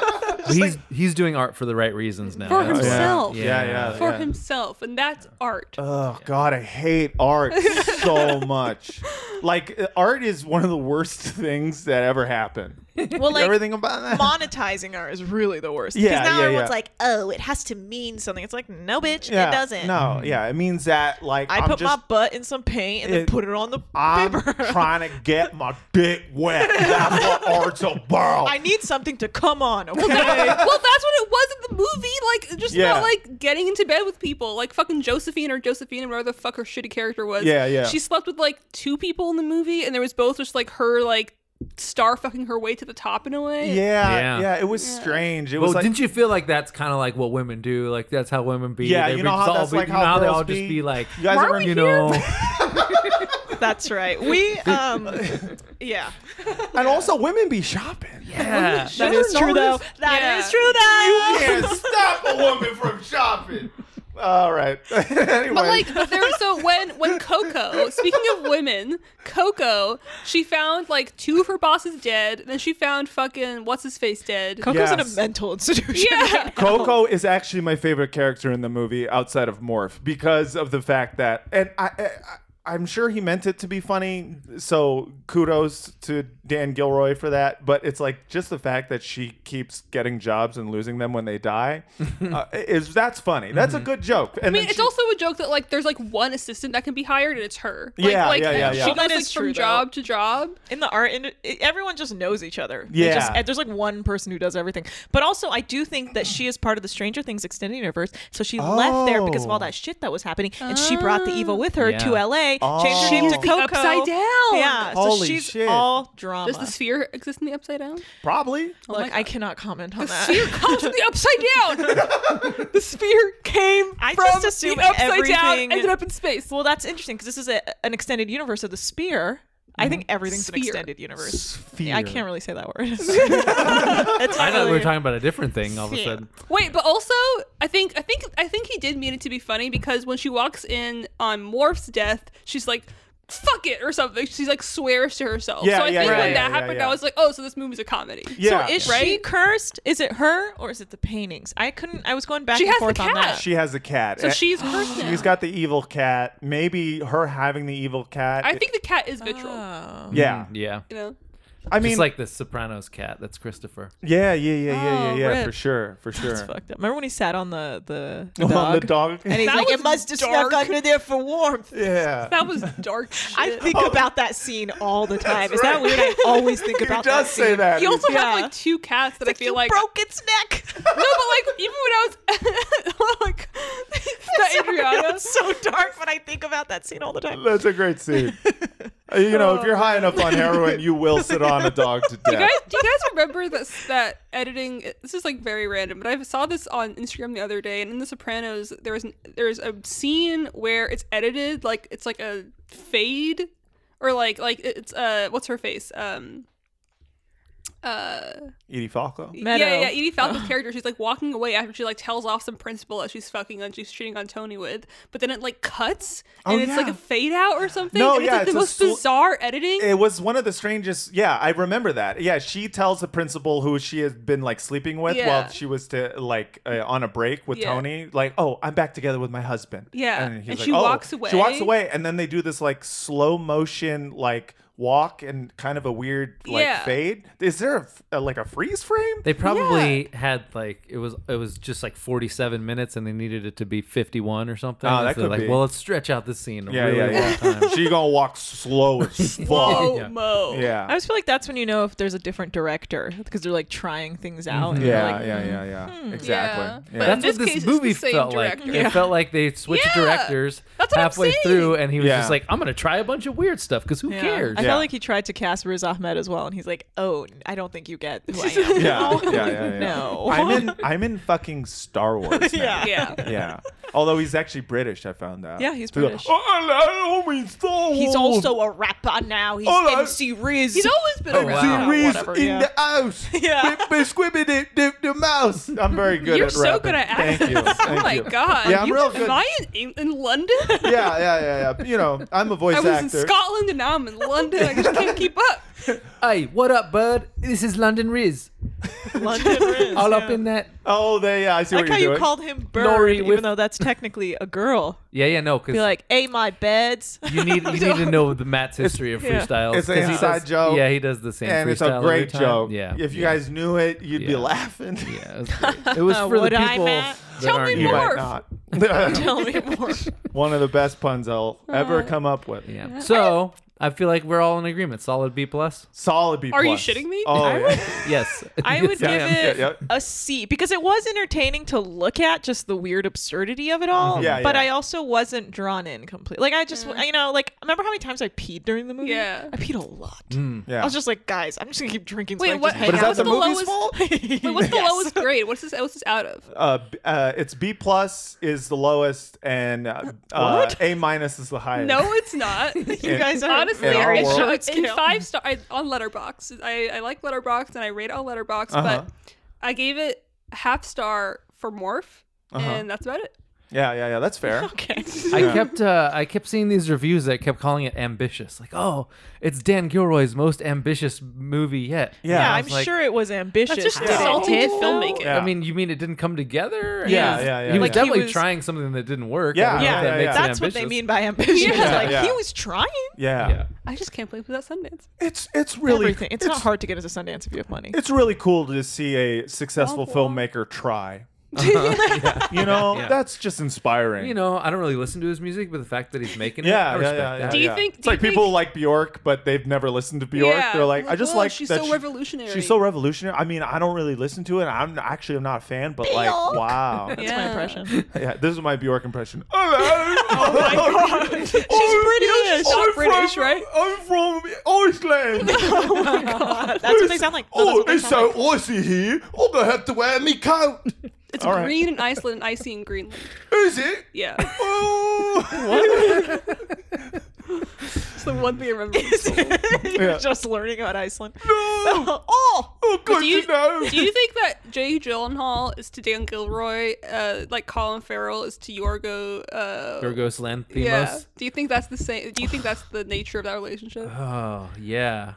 Speaker 1: he's he's doing art for the right reasons now.
Speaker 3: For
Speaker 1: That's why-
Speaker 3: himself.
Speaker 2: Oh, Yeah, yeah.
Speaker 3: for himself, and that's art.
Speaker 2: Oh God, I hate art so much. Like uh, art is one of the worst things that ever happened.
Speaker 4: well, like
Speaker 2: Everything about that.
Speaker 4: monetizing art is really the worst.
Speaker 2: Yeah,
Speaker 4: Because now
Speaker 2: yeah,
Speaker 4: everyone's
Speaker 2: yeah.
Speaker 4: like, oh, it has to mean something. It's like, no, bitch,
Speaker 2: yeah,
Speaker 4: it doesn't.
Speaker 2: No, yeah, it means that like
Speaker 4: I
Speaker 2: am
Speaker 4: put
Speaker 2: just,
Speaker 4: my butt in some paint and then
Speaker 2: It-
Speaker 4: put it on the
Speaker 2: I'm
Speaker 4: paper.
Speaker 2: trying to get my dick wet. That's what art's about.
Speaker 4: I need something to come on, okay?
Speaker 3: well, that's what it was in the movie. Like, just
Speaker 2: Yeah.
Speaker 3: about like getting into bed with people. Like fucking Josephine or Josephine, or whatever the fuck her shitty character was.
Speaker 2: Yeah, yeah.
Speaker 3: She slept with like two people in the movie, and there was both just like her like star fucking her way to the top in a way.
Speaker 2: yeah,
Speaker 1: Yeah.
Speaker 2: yeah, It was strange. It
Speaker 1: Well,
Speaker 2: was like
Speaker 1: didn't you feel like that's kind of like what women do? Like that's how women be.
Speaker 2: Yeah,
Speaker 1: they
Speaker 2: you
Speaker 1: would
Speaker 2: know
Speaker 1: just
Speaker 2: how
Speaker 1: all
Speaker 2: that's
Speaker 1: be,
Speaker 2: like
Speaker 1: you
Speaker 2: how
Speaker 1: know they
Speaker 2: girls
Speaker 1: all just
Speaker 2: be?
Speaker 1: be like,
Speaker 2: You guys Why are remember- we
Speaker 1: you know,
Speaker 4: That's right. We, um, yeah.
Speaker 2: and also women be shopping.
Speaker 1: yeah.
Speaker 4: That is true, though. That
Speaker 3: Yeah.
Speaker 4: is true, though.
Speaker 2: can't stop a woman from shopping. All right. anyway,
Speaker 3: But like but there so when when Coco, speaking of women, Coco, she found like two of her bosses dead, and then she found fucking what's his face dead.
Speaker 4: Coco's in a
Speaker 2: Yes.
Speaker 4: mental institution.
Speaker 3: yeah.
Speaker 2: Coco is actually my favorite character in the movie outside of Morph because of the fact that, and I, I, I'm sure he meant it to be funny. So kudos to Dan Gilroy for that. But it's like just the fact that she keeps getting jobs and losing them when they die uh, is that's funny. That's a good joke. And
Speaker 3: Mm-hmm. I mean,
Speaker 2: then
Speaker 3: it's
Speaker 2: she-
Speaker 3: also a joke that like there's like one assistant that can be hired and it's her. Like,
Speaker 2: Yeah,
Speaker 3: like,
Speaker 2: yeah, yeah, yeah.
Speaker 3: She goes
Speaker 4: That
Speaker 3: like
Speaker 4: is
Speaker 3: from
Speaker 4: true, though.
Speaker 3: job to job.
Speaker 4: in the art and everyone just knows each other They
Speaker 2: Yeah.
Speaker 4: just- eh, there's like one person who does everything but also i do think that she is part of the stranger things extended universe so she left there because of
Speaker 2: Oh.
Speaker 4: all that shit that was happening and she brought the evil with her to
Speaker 1: Yeah.
Speaker 4: la changed her
Speaker 2: Oh.
Speaker 4: name to
Speaker 2: She's the
Speaker 4: coco
Speaker 3: upside down.
Speaker 4: yeah so
Speaker 2: Holy
Speaker 4: she's
Speaker 2: shit.
Speaker 4: all drama
Speaker 3: Does the sphere exist in the upside down?
Speaker 2: probably
Speaker 4: Look, I cannot comment on
Speaker 3: The
Speaker 4: that.
Speaker 3: sphere comes from the upside down.
Speaker 4: the sphere came
Speaker 3: I
Speaker 4: from
Speaker 3: just assumed
Speaker 4: the
Speaker 3: upside
Speaker 4: upside everything.
Speaker 3: down ended up in space.
Speaker 4: well, that's interesting because this is a, an extended universe of the sphere. I think everything's an
Speaker 3: Sphere.
Speaker 4: extended universe.
Speaker 2: Sphere.
Speaker 4: I can't really say that word. It's
Speaker 1: I thought
Speaker 4: not
Speaker 1: we
Speaker 4: really-
Speaker 1: were talking about a different thing all of a sudden.
Speaker 3: Wait, but also I think I think I think he did mean it to be funny because when she walks in on Morph's death, she's like fuck it or something. She's like swears to herself.
Speaker 2: Yeah,
Speaker 3: so I
Speaker 2: yeah,
Speaker 3: think
Speaker 2: yeah,
Speaker 3: when
Speaker 2: yeah,
Speaker 3: that
Speaker 2: yeah,
Speaker 3: happened,
Speaker 2: yeah.
Speaker 3: I was like, oh, so this movie's a comedy.
Speaker 2: Yeah.
Speaker 4: So is she
Speaker 3: Right?
Speaker 4: cursed? Is it her or is it the paintings? I couldn't. I was going back
Speaker 3: She
Speaker 4: and
Speaker 3: has the
Speaker 4: forth on
Speaker 3: cat.
Speaker 4: that.
Speaker 2: she has a cat.
Speaker 3: Uh, So
Speaker 2: And
Speaker 3: she's cursed now.
Speaker 2: She's got the evil cat. Maybe her having the evil cat.
Speaker 3: I think Mm. the cat is
Speaker 4: Oh,
Speaker 3: vitriol.
Speaker 4: Ah.
Speaker 2: Yeah.
Speaker 1: Yeah.
Speaker 3: You know,
Speaker 2: I mean,
Speaker 1: Just like the Sopranos cat. That's Christopher.
Speaker 2: yeah, yeah, yeah, yeah, yeah,
Speaker 4: Oh,
Speaker 2: yeah,
Speaker 4: rip.
Speaker 2: for sure, for sure.
Speaker 4: It's fucked up. Remember when he sat on the the, the
Speaker 2: On
Speaker 4: dog?
Speaker 2: the dog.
Speaker 4: And he's
Speaker 3: That
Speaker 4: like,
Speaker 3: was
Speaker 4: it must have
Speaker 3: dark.
Speaker 4: snuck under there for warmth.
Speaker 2: yeah.
Speaker 3: that was dark. shit.
Speaker 4: I think about that scene all the time. Is that weird? I always think
Speaker 2: He
Speaker 4: about that.
Speaker 2: does say
Speaker 4: scene.
Speaker 2: that.
Speaker 3: You also have
Speaker 4: Yeah.
Speaker 3: like two cats that I
Speaker 4: Like,
Speaker 3: feel
Speaker 4: you
Speaker 3: like
Speaker 4: broke its neck.
Speaker 3: no, but like even when I was like that Adriana,
Speaker 4: It's so dark, but I think about that scene all the time.
Speaker 2: That's a great scene. Uh, you know, if you're high enough on heroin, you will sit on a dog to death.
Speaker 3: Do Oh, you guys, do you guys remember that that editing? This is like very random, but I saw this on Instagram the other day, and in The Sopranos, there was an, there's a scene where it's edited like it's like a fade, or like like it's uh what's her face um. Uh,
Speaker 2: Edie Falco.
Speaker 4: Meadow.
Speaker 3: yeah, yeah. Edie Falco's character, she's like walking away after she like tells off some principal that she's fucking and she's cheating on Tony with, but then it like cuts and
Speaker 2: Oh,
Speaker 3: it's like
Speaker 2: yeah.
Speaker 3: a fade out or something.
Speaker 2: No,
Speaker 3: and
Speaker 2: yeah,
Speaker 3: it's like the most
Speaker 2: it's a sl-
Speaker 3: bizarre editing.
Speaker 2: It was one of the strangest. Yeah, I remember that. Yeah, she tells the principal who she has been like sleeping with
Speaker 3: Yeah.
Speaker 2: while she was to like uh, on a break with
Speaker 3: Yeah.
Speaker 2: Tony. Like, oh, I'm back together with my husband.
Speaker 3: Yeah,
Speaker 2: and, he's
Speaker 3: and
Speaker 2: like,
Speaker 3: she
Speaker 2: "Oh."
Speaker 3: walks
Speaker 2: She walks
Speaker 3: away.
Speaker 2: away, and then they do this like slow motion like walk and kind of a weird like
Speaker 3: Yeah.
Speaker 2: fade. Is there a f- a, like a freeze frame?
Speaker 1: They probably had like it was it was just like 47 minutes and they needed it to be 51 or something.
Speaker 2: Oh,
Speaker 1: And
Speaker 2: that
Speaker 1: so they're
Speaker 2: could
Speaker 1: like,
Speaker 2: be.
Speaker 1: well, let's stretch out this scene a
Speaker 2: yeah,
Speaker 1: really
Speaker 2: yeah,
Speaker 1: long
Speaker 2: yeah.
Speaker 1: time.
Speaker 2: she gonna walk slow as fuck.
Speaker 3: Whoa, mo.
Speaker 4: I
Speaker 2: Yeah.
Speaker 4: always feel like that's when you know if there's a different director because they're like trying things out. and they're
Speaker 2: Mm-hmm. Yeah,
Speaker 4: like, hmm.
Speaker 2: yeah, yeah, yeah. Exactly.
Speaker 3: Yeah.
Speaker 2: Yeah.
Speaker 3: But-
Speaker 1: That's
Speaker 3: In
Speaker 1: what
Speaker 3: this
Speaker 1: this
Speaker 3: case, it's
Speaker 1: movie
Speaker 3: the same
Speaker 1: felt like.
Speaker 3: director.
Speaker 1: It felt like they switched
Speaker 3: Yeah.
Speaker 1: directors
Speaker 3: That's what I'm
Speaker 1: halfway
Speaker 3: saying.
Speaker 1: through, and he was
Speaker 2: Yeah.
Speaker 1: just like, "I'm gonna try a bunch of weird stuff because who
Speaker 4: Yeah.
Speaker 1: cares?"
Speaker 4: I
Speaker 2: Yeah.
Speaker 4: felt like he tried to cast Riz Ahmed as well, and he's like, "Oh, I don't think you get who I
Speaker 2: Yeah,
Speaker 4: am."
Speaker 2: yeah, yeah, yeah.
Speaker 4: No.
Speaker 2: I'm in I'm in fucking Star Wars. Now.
Speaker 4: Yeah.
Speaker 3: Yeah.
Speaker 2: Yeah. Although he's actually British, I found out.
Speaker 4: Yeah, he's
Speaker 2: They're like,
Speaker 4: British.
Speaker 2: oh, I don't mean Star Wars.
Speaker 4: He's also a rapper now. He's
Speaker 2: Oh, I-
Speaker 4: MC Riz.
Speaker 3: He's always been
Speaker 2: Oh,
Speaker 3: around.
Speaker 1: wow.
Speaker 2: there is
Speaker 4: whatever,
Speaker 2: in
Speaker 4: yeah.
Speaker 2: the house.
Speaker 4: Yeah.
Speaker 2: Bip, bip, squibby dip, dip, the mouse. I'm very good
Speaker 3: You're
Speaker 2: at
Speaker 3: so
Speaker 2: rapping.
Speaker 3: good at
Speaker 2: Thank
Speaker 3: accents.
Speaker 2: you. Thank
Speaker 3: oh my
Speaker 2: you.
Speaker 3: god!
Speaker 2: Yeah, I'm
Speaker 3: you
Speaker 2: real
Speaker 3: were-
Speaker 2: good.
Speaker 3: Am I in, Eng- in London?
Speaker 2: Yeah, yeah, yeah, yeah. You know, I'm a voice
Speaker 3: I was in
Speaker 2: actor.
Speaker 3: Scotland and now I'm in London. I just can't keep up.
Speaker 1: Hey, what up, bud? This is London Riz.
Speaker 4: London Riz.
Speaker 1: All
Speaker 4: yeah.
Speaker 1: up in that.
Speaker 2: oh, they. Yeah, I see
Speaker 4: I like
Speaker 2: what
Speaker 4: how
Speaker 2: you're
Speaker 4: you
Speaker 2: doing.
Speaker 4: called him Bird,
Speaker 1: Nori
Speaker 4: even
Speaker 1: with-
Speaker 4: though that's technically a girl.
Speaker 1: Yeah, yeah, no, because
Speaker 4: Be like, "Hey, my beds."
Speaker 1: you need you need to know the Matt's history of
Speaker 4: yeah.
Speaker 1: freestyles.
Speaker 2: It's an
Speaker 1: 'cause he
Speaker 2: inside
Speaker 1: does,
Speaker 2: joke,
Speaker 1: Yeah, he does the same.
Speaker 2: and
Speaker 1: freestyle
Speaker 2: it's a
Speaker 1: every
Speaker 2: great
Speaker 1: time.
Speaker 2: joke.
Speaker 1: Yeah,
Speaker 2: If you
Speaker 1: yeah.
Speaker 2: guys knew it, you'd be
Speaker 1: Yeah.
Speaker 2: laughing.
Speaker 1: Yeah, it was, great. It was for the
Speaker 4: Would I,
Speaker 1: people.
Speaker 4: Matt?
Speaker 1: that
Speaker 3: Tell
Speaker 1: aren't
Speaker 3: me
Speaker 1: you.
Speaker 2: You might
Speaker 3: Morph.
Speaker 2: not.
Speaker 4: Tell me more.
Speaker 2: One of the best puns I'll
Speaker 4: Uh-huh.
Speaker 2: ever come up with.
Speaker 1: Yeah. So I feel like we're all in agreement. Solid B plus.
Speaker 2: Solid B.
Speaker 3: Are you
Speaker 2: plus.
Speaker 3: shitting me?
Speaker 2: Oh, yeah.
Speaker 1: Yes.
Speaker 4: I would
Speaker 1: Yes, am.
Speaker 4: give it
Speaker 2: Yeah, yeah.
Speaker 4: a C because it was entertaining to look at, just the weird absurdity of it all.
Speaker 2: Yeah,
Speaker 4: but
Speaker 2: yeah.
Speaker 4: I also wasn't drawn in completely. Like I just, you know, like remember how many times I peed during the movie?
Speaker 3: Yeah.
Speaker 4: I peed a lot.
Speaker 2: yeah.
Speaker 4: I was just like, guys, I'm just gonna keep drinking.
Speaker 3: Wait,
Speaker 4: so I
Speaker 3: what-
Speaker 4: Just hang
Speaker 2: Mm. But is that
Speaker 4: out
Speaker 3: What's
Speaker 2: the,
Speaker 3: the
Speaker 2: movie's
Speaker 3: lowest-
Speaker 2: fault?
Speaker 3: Wait, what's the lowest grade? What's this? What's this out of?
Speaker 2: Uh, b- uh, it's B plus is the lowest, and uh, uh, A minus is the highest.
Speaker 3: No, it's not.
Speaker 4: You guys are
Speaker 3: Honestly,
Speaker 2: In our
Speaker 4: very
Speaker 3: it's
Speaker 2: world.
Speaker 4: short
Speaker 3: not- in
Speaker 4: scale.
Speaker 3: five star I, on Letterbox, I, I like Letterbox and I rate on Letterbox,
Speaker 2: Uh-huh.
Speaker 3: but I gave it a half star for Morph,
Speaker 2: Uh-huh.
Speaker 3: and that's about it.
Speaker 2: Yeah, yeah, yeah. That's fair.
Speaker 4: Okay.
Speaker 1: I kept uh, I kept seeing these reviews that kept calling it ambitious. Like, oh, it's Dan Gilroy's most ambitious movie yet.
Speaker 2: Yeah.
Speaker 1: And
Speaker 4: Yeah,
Speaker 1: I
Speaker 4: I'm
Speaker 1: was like,
Speaker 4: sure it was ambitious.
Speaker 3: That's just
Speaker 4: Did it
Speaker 3: insulting to
Speaker 4: hit, though?
Speaker 3: filmmaking.
Speaker 2: Yeah.
Speaker 1: I mean, you mean it didn't come together?
Speaker 2: Yeah,
Speaker 1: He-
Speaker 2: yeah, yeah,
Speaker 1: He was
Speaker 2: yeah.
Speaker 1: definitely
Speaker 4: He was-
Speaker 1: trying something that didn't work. I
Speaker 2: Yeah,
Speaker 1: don't know if
Speaker 2: yeah,
Speaker 1: that
Speaker 2: yeah,
Speaker 1: makes
Speaker 2: yeah.
Speaker 1: it
Speaker 4: That's what they
Speaker 1: ambitious.
Speaker 4: mean by ambitious.
Speaker 3: Yeah.
Speaker 4: like
Speaker 2: Yeah.
Speaker 4: he was trying.
Speaker 2: Yeah.
Speaker 1: Yeah.
Speaker 3: I just can't believe that Sundance.
Speaker 2: It's it's really
Speaker 4: Everything. It's, not hard to get as a Sundance if you have money.
Speaker 2: It's really cool to see a successful
Speaker 3: Womp womp.
Speaker 2: filmmaker try. Uh-huh. You know,
Speaker 1: Yeah.
Speaker 2: that's just inspiring.
Speaker 1: You know, I don't really listen to his music, but the fact that he's making it, I
Speaker 2: Yeah, yeah,
Speaker 1: respect
Speaker 2: yeah, yeah.
Speaker 1: that.
Speaker 3: Do you
Speaker 2: yeah.
Speaker 3: think-
Speaker 2: it's
Speaker 3: do you
Speaker 2: like people
Speaker 3: think-
Speaker 2: like Bjork, but they've never listened to Bjork?
Speaker 3: Yeah.
Speaker 2: They're like,
Speaker 3: Like,
Speaker 2: I just
Speaker 3: "Whoa,
Speaker 2: like
Speaker 3: she's
Speaker 2: that
Speaker 3: so
Speaker 2: she-
Speaker 3: revolutionary."
Speaker 2: She's so revolutionary. I mean, I don't really listen to it. I'm actually I'm not a fan, but like, wow.
Speaker 4: That's my impression.
Speaker 2: yeah, this is my Bjork impression. oh my god, Oh, she's British.
Speaker 4: British. Not British, right?
Speaker 2: I'm from Iceland.
Speaker 4: That's what they sound like. No, that's
Speaker 2: oh,
Speaker 4: what they
Speaker 2: it's
Speaker 4: sound like.
Speaker 2: so icy here. I'm gonna have to wear me coat.
Speaker 3: It's
Speaker 2: All right.
Speaker 3: green in Iceland, icy in Greenland.
Speaker 2: Is it?
Speaker 3: Yeah,
Speaker 2: Oh.
Speaker 3: it's the one thing I remember. from school.
Speaker 4: You're
Speaker 2: Yeah.
Speaker 4: just learning about Iceland.
Speaker 2: No.
Speaker 4: oh,
Speaker 2: Oh, good
Speaker 3: do you,
Speaker 2: to know.
Speaker 3: do you think that Jay Gyllenhaal is to Dan Gilroy, uh, like Colin Farrell is to Yorgo? Uh,
Speaker 1: Yorgos Lanthimos.
Speaker 3: yeah. Do you think that's the same? Do you think that's the nature of that relationship?
Speaker 1: Oh yeah,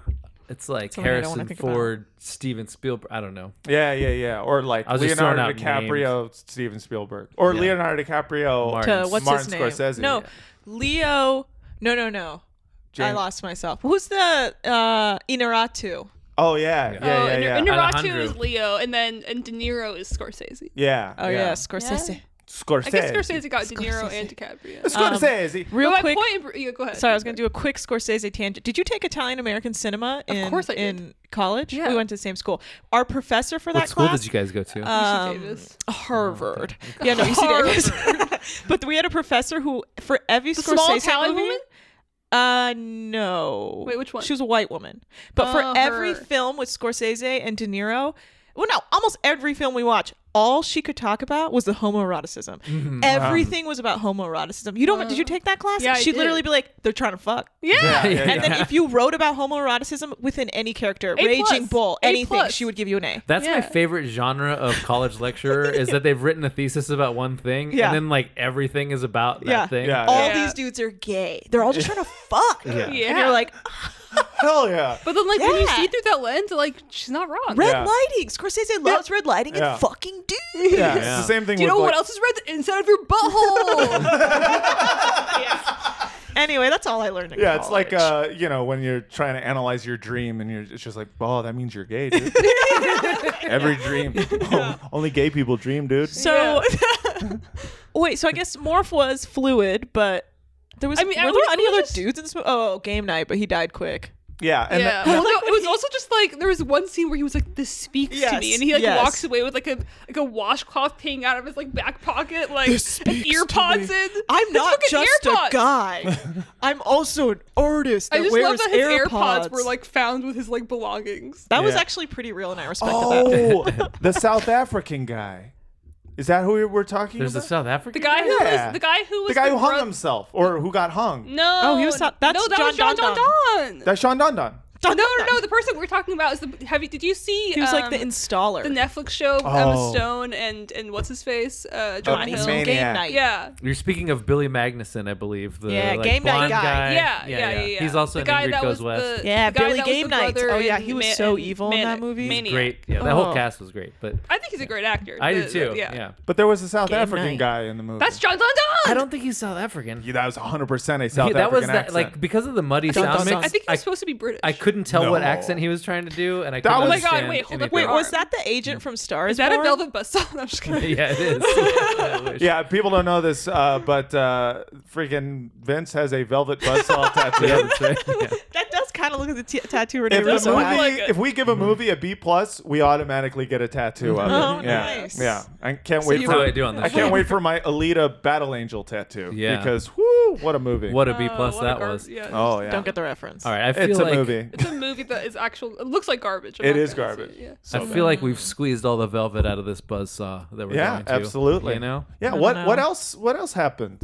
Speaker 1: it's like
Speaker 4: Something I don't wanna
Speaker 1: Harrison
Speaker 4: think about.
Speaker 1: Ford, Steven Spielberg. I don't know.
Speaker 2: Yeah, yeah, yeah. Or like
Speaker 1: I was just
Speaker 2: Leonardo
Speaker 1: throwing out
Speaker 2: DiCaprio, Steven Spielberg, or
Speaker 1: Yeah.
Speaker 2: Leonardo DiCaprio,
Speaker 1: Martin.
Speaker 4: to what's
Speaker 2: Martin
Speaker 4: his name?
Speaker 2: Scorsese.
Speaker 4: No, Leo. No, no, no. I
Speaker 2: James-
Speaker 4: lost myself. Who's the uh Inaratu?
Speaker 2: Oh yeah, yeah,
Speaker 3: oh,
Speaker 2: yeah,
Speaker 3: Inu-
Speaker 2: yeah.
Speaker 3: Inarritu
Speaker 1: Alejandro.
Speaker 3: is Leo, and then and De Niro is Scorsese.
Speaker 2: yeah.
Speaker 4: Oh yeah, Scorsese.
Speaker 2: Scorsese.
Speaker 3: I guess Scorsese got De Niro
Speaker 4: Scorsese. Um,
Speaker 3: and DiCaprio.
Speaker 2: Scorsese.
Speaker 4: Real
Speaker 3: But my
Speaker 4: quick.
Speaker 3: point- yeah, go ahead.
Speaker 4: Sorry, I was gonna do a quick Scorsese tangent. Did you take Italian American cinema in
Speaker 3: course I did.
Speaker 4: in college?
Speaker 3: Yeah.
Speaker 4: We went to the same school. Our professor for
Speaker 1: What
Speaker 4: that
Speaker 1: school
Speaker 4: class
Speaker 1: did you guys go to? Oh,
Speaker 3: UC
Speaker 4: um,
Speaker 3: Davis.
Speaker 4: Harvard. Yeah, no, UC Davis. but we had a professor who, for every
Speaker 3: The
Speaker 4: Scorsese
Speaker 3: small Italian
Speaker 4: movie,
Speaker 3: woman?
Speaker 4: Uh, no.
Speaker 3: Wait, which one?
Speaker 4: She was a white woman. But
Speaker 3: Oh,
Speaker 4: for every
Speaker 3: her.
Speaker 4: film with Scorsese and De Niro, well, no, almost every film we watch, all she could talk about was the homoeroticism. Everything was about homoeroticism. You don't? did you take that class?
Speaker 3: Yeah, I
Speaker 4: She'd
Speaker 3: did.
Speaker 4: literally be like, "They're trying to fuck."
Speaker 3: yeah.
Speaker 1: yeah,
Speaker 4: And then if you wrote about homoeroticism within any character,
Speaker 3: A
Speaker 4: Raging
Speaker 3: plus.
Speaker 4: Bull,
Speaker 3: A
Speaker 4: anything,
Speaker 3: plus.
Speaker 4: she would give you an A.
Speaker 1: That's my
Speaker 3: Yeah.
Speaker 1: favorite genre of college lecturer is that they've written a thesis about one thing
Speaker 4: Yeah.
Speaker 1: and then like everything is about that
Speaker 4: Yeah.
Speaker 1: thing.
Speaker 2: Yeah.
Speaker 4: All
Speaker 3: Yeah.
Speaker 4: these dudes are gay. They're all just trying to fuck.
Speaker 1: Yeah.
Speaker 4: And you're like,
Speaker 2: Hell yeah.
Speaker 3: but then like when you
Speaker 4: Yeah.
Speaker 3: see through that lens, like she's not wrong.
Speaker 5: Red
Speaker 2: Yeah.
Speaker 5: lighting. Scorsese loves red lighting
Speaker 2: Yeah.
Speaker 5: and fucking dudes.
Speaker 2: Yeah, it's the same thing.
Speaker 3: Do you
Speaker 2: with
Speaker 3: know
Speaker 2: like,
Speaker 3: what else is red? The inside of your butthole.
Speaker 4: anyway, that's all I learned. In
Speaker 2: Yeah, it's like
Speaker 4: college.
Speaker 2: uh, you know, when you're trying to analyze your dream, and you're it's just like, oh, that means you're gay, dude. Every dream, Oh, only gay people dream, dude.
Speaker 4: So wait, so I guess Morph was fluid, but there was.
Speaker 3: I mean, I
Speaker 4: were
Speaker 3: would-
Speaker 4: there any
Speaker 3: we
Speaker 4: other
Speaker 3: just-
Speaker 4: dudes in this movie? Oh, game night, but he died quick.
Speaker 2: Yeah, and
Speaker 3: yeah.
Speaker 2: the-
Speaker 3: Well, no, it was also just like there was one scene where he was like, "This speaks to
Speaker 4: Yes,
Speaker 3: me," and he like
Speaker 4: yes.
Speaker 3: walks away with like a like a washcloth hanging out of his like back pocket, like and ear pods in.
Speaker 4: I'm
Speaker 3: His
Speaker 4: not
Speaker 3: fucking
Speaker 4: just
Speaker 3: ear pods.
Speaker 4: a guy. I'm also an artist
Speaker 3: I
Speaker 4: that
Speaker 3: just
Speaker 4: wears
Speaker 3: love that his
Speaker 4: AirPods.
Speaker 3: AirPods. were like found with his like belongings.
Speaker 4: that was
Speaker 2: Yeah.
Speaker 4: actually pretty real, and I respected that.
Speaker 2: oh, the South African guy. Is that who we we're talking
Speaker 1: There's a
Speaker 2: about?
Speaker 1: South African
Speaker 3: The guy who
Speaker 2: Yeah.
Speaker 3: was the Mm. guy who was
Speaker 2: the guy who hung
Speaker 3: bro-
Speaker 2: himself or who got hung.
Speaker 3: No.
Speaker 4: Oh, he was not- that's
Speaker 3: no, that was John
Speaker 4: John
Speaker 3: Don
Speaker 4: Don
Speaker 3: Don.
Speaker 2: That's Sean Don Don.
Speaker 3: no, no, no. The person we're talking about is the. Have you? Did you see?
Speaker 4: He was like
Speaker 3: um,
Speaker 4: the installer.
Speaker 3: the Netflix show of Emma
Speaker 2: Oh.
Speaker 3: Stone and and what's his face?
Speaker 4: Oh,
Speaker 3: Uh, John
Speaker 2: Johnny
Speaker 3: Hill.
Speaker 2: Maniac.
Speaker 4: game night.
Speaker 3: Yeah.
Speaker 1: You're speaking of Billy Magnuson, I believe. The
Speaker 4: Yeah,
Speaker 1: like,
Speaker 4: game night
Speaker 1: blonde
Speaker 4: guy.
Speaker 3: Yeah, yeah, yeah, yeah.
Speaker 1: He's also
Speaker 3: the
Speaker 1: in
Speaker 3: guy
Speaker 1: Ingrid
Speaker 3: that
Speaker 1: Goes
Speaker 3: was
Speaker 1: West.
Speaker 3: The,
Speaker 4: Yeah,
Speaker 3: the guy
Speaker 4: Billy
Speaker 3: that was
Speaker 4: Game
Speaker 3: the
Speaker 4: Night.
Speaker 3: brother
Speaker 4: Oh, yeah,
Speaker 3: in
Speaker 4: he was
Speaker 3: Ma-
Speaker 4: so
Speaker 3: in
Speaker 4: evil in that
Speaker 3: Maniac-
Speaker 4: movie. He's
Speaker 3: Maniac.
Speaker 1: Great. Yeah, that whole
Speaker 4: Oh.
Speaker 1: cast was great. But
Speaker 3: I think he's a great actor.
Speaker 1: I do
Speaker 3: The-
Speaker 1: too.
Speaker 3: yeah.
Speaker 1: Yeah.
Speaker 2: But there was a South
Speaker 4: Game
Speaker 2: African
Speaker 4: night.
Speaker 2: guy in the movie.
Speaker 3: That's John Don Don.
Speaker 1: I don't think he's South African.
Speaker 2: Yeah, that was 100% a South
Speaker 1: He- that
Speaker 2: African
Speaker 1: was that
Speaker 2: accent.
Speaker 1: like because of the muddy
Speaker 4: Dun, dun,
Speaker 1: sound
Speaker 4: dun.
Speaker 1: mix.
Speaker 3: I think he
Speaker 1: I,
Speaker 3: was supposed to be British.
Speaker 1: I couldn't tell what
Speaker 2: No.
Speaker 1: accent he was trying to do, and I
Speaker 2: That
Speaker 1: couldn't
Speaker 2: was- Oh my
Speaker 3: God, wait, hold up,
Speaker 1: anything.
Speaker 4: Wait, was
Speaker 3: Arm.
Speaker 4: that the agent from Stars?
Speaker 3: Is that a
Speaker 4: Born?
Speaker 3: Velvet Buzzsaw? No, I'm just kidding.
Speaker 1: Yeah, it is. Yeah, I wish.
Speaker 2: yeah, people don't know this, uh, but uh, freaking Vince has a velvet buzzsaw tattoo.
Speaker 1: Yeah, that's right. Yeah.
Speaker 4: That does kind of look at the t- tattoo Renee
Speaker 2: If, the
Speaker 4: Russo
Speaker 2: movie,
Speaker 4: had.
Speaker 3: like it.
Speaker 2: if we give a movie a B plus, we automatically get a tattoo of
Speaker 4: Oh,
Speaker 2: it. Yeah,
Speaker 4: nice.
Speaker 2: yeah. I can't wait
Speaker 1: you-
Speaker 2: for
Speaker 1: That's how I do on this
Speaker 2: can't
Speaker 1: show.
Speaker 2: wait for my Alita Battle Angel tattoo.
Speaker 1: Yeah.
Speaker 2: because whoo, what a movie!
Speaker 1: What a B
Speaker 3: Oh,
Speaker 1: plus
Speaker 3: what a
Speaker 1: that
Speaker 3: gar-
Speaker 1: was.
Speaker 3: Yeah.
Speaker 2: oh yeah,
Speaker 4: Don't get the reference.
Speaker 1: All right, I feel
Speaker 2: it's a
Speaker 1: like
Speaker 2: movie.
Speaker 3: It's a movie that is actual. It looks like garbage. I'm
Speaker 2: It
Speaker 3: not
Speaker 2: is
Speaker 3: gonna say
Speaker 2: garbage.
Speaker 3: it, Yeah.
Speaker 2: So
Speaker 1: I
Speaker 2: bad.
Speaker 1: feel like we've squeezed all the velvet out of this buzzsaw that we're
Speaker 2: yeah,
Speaker 1: going to.
Speaker 2: absolutely.
Speaker 1: You know,
Speaker 2: yeah.
Speaker 4: I
Speaker 2: What
Speaker 4: don't
Speaker 2: what
Speaker 4: know.
Speaker 2: else? What else happened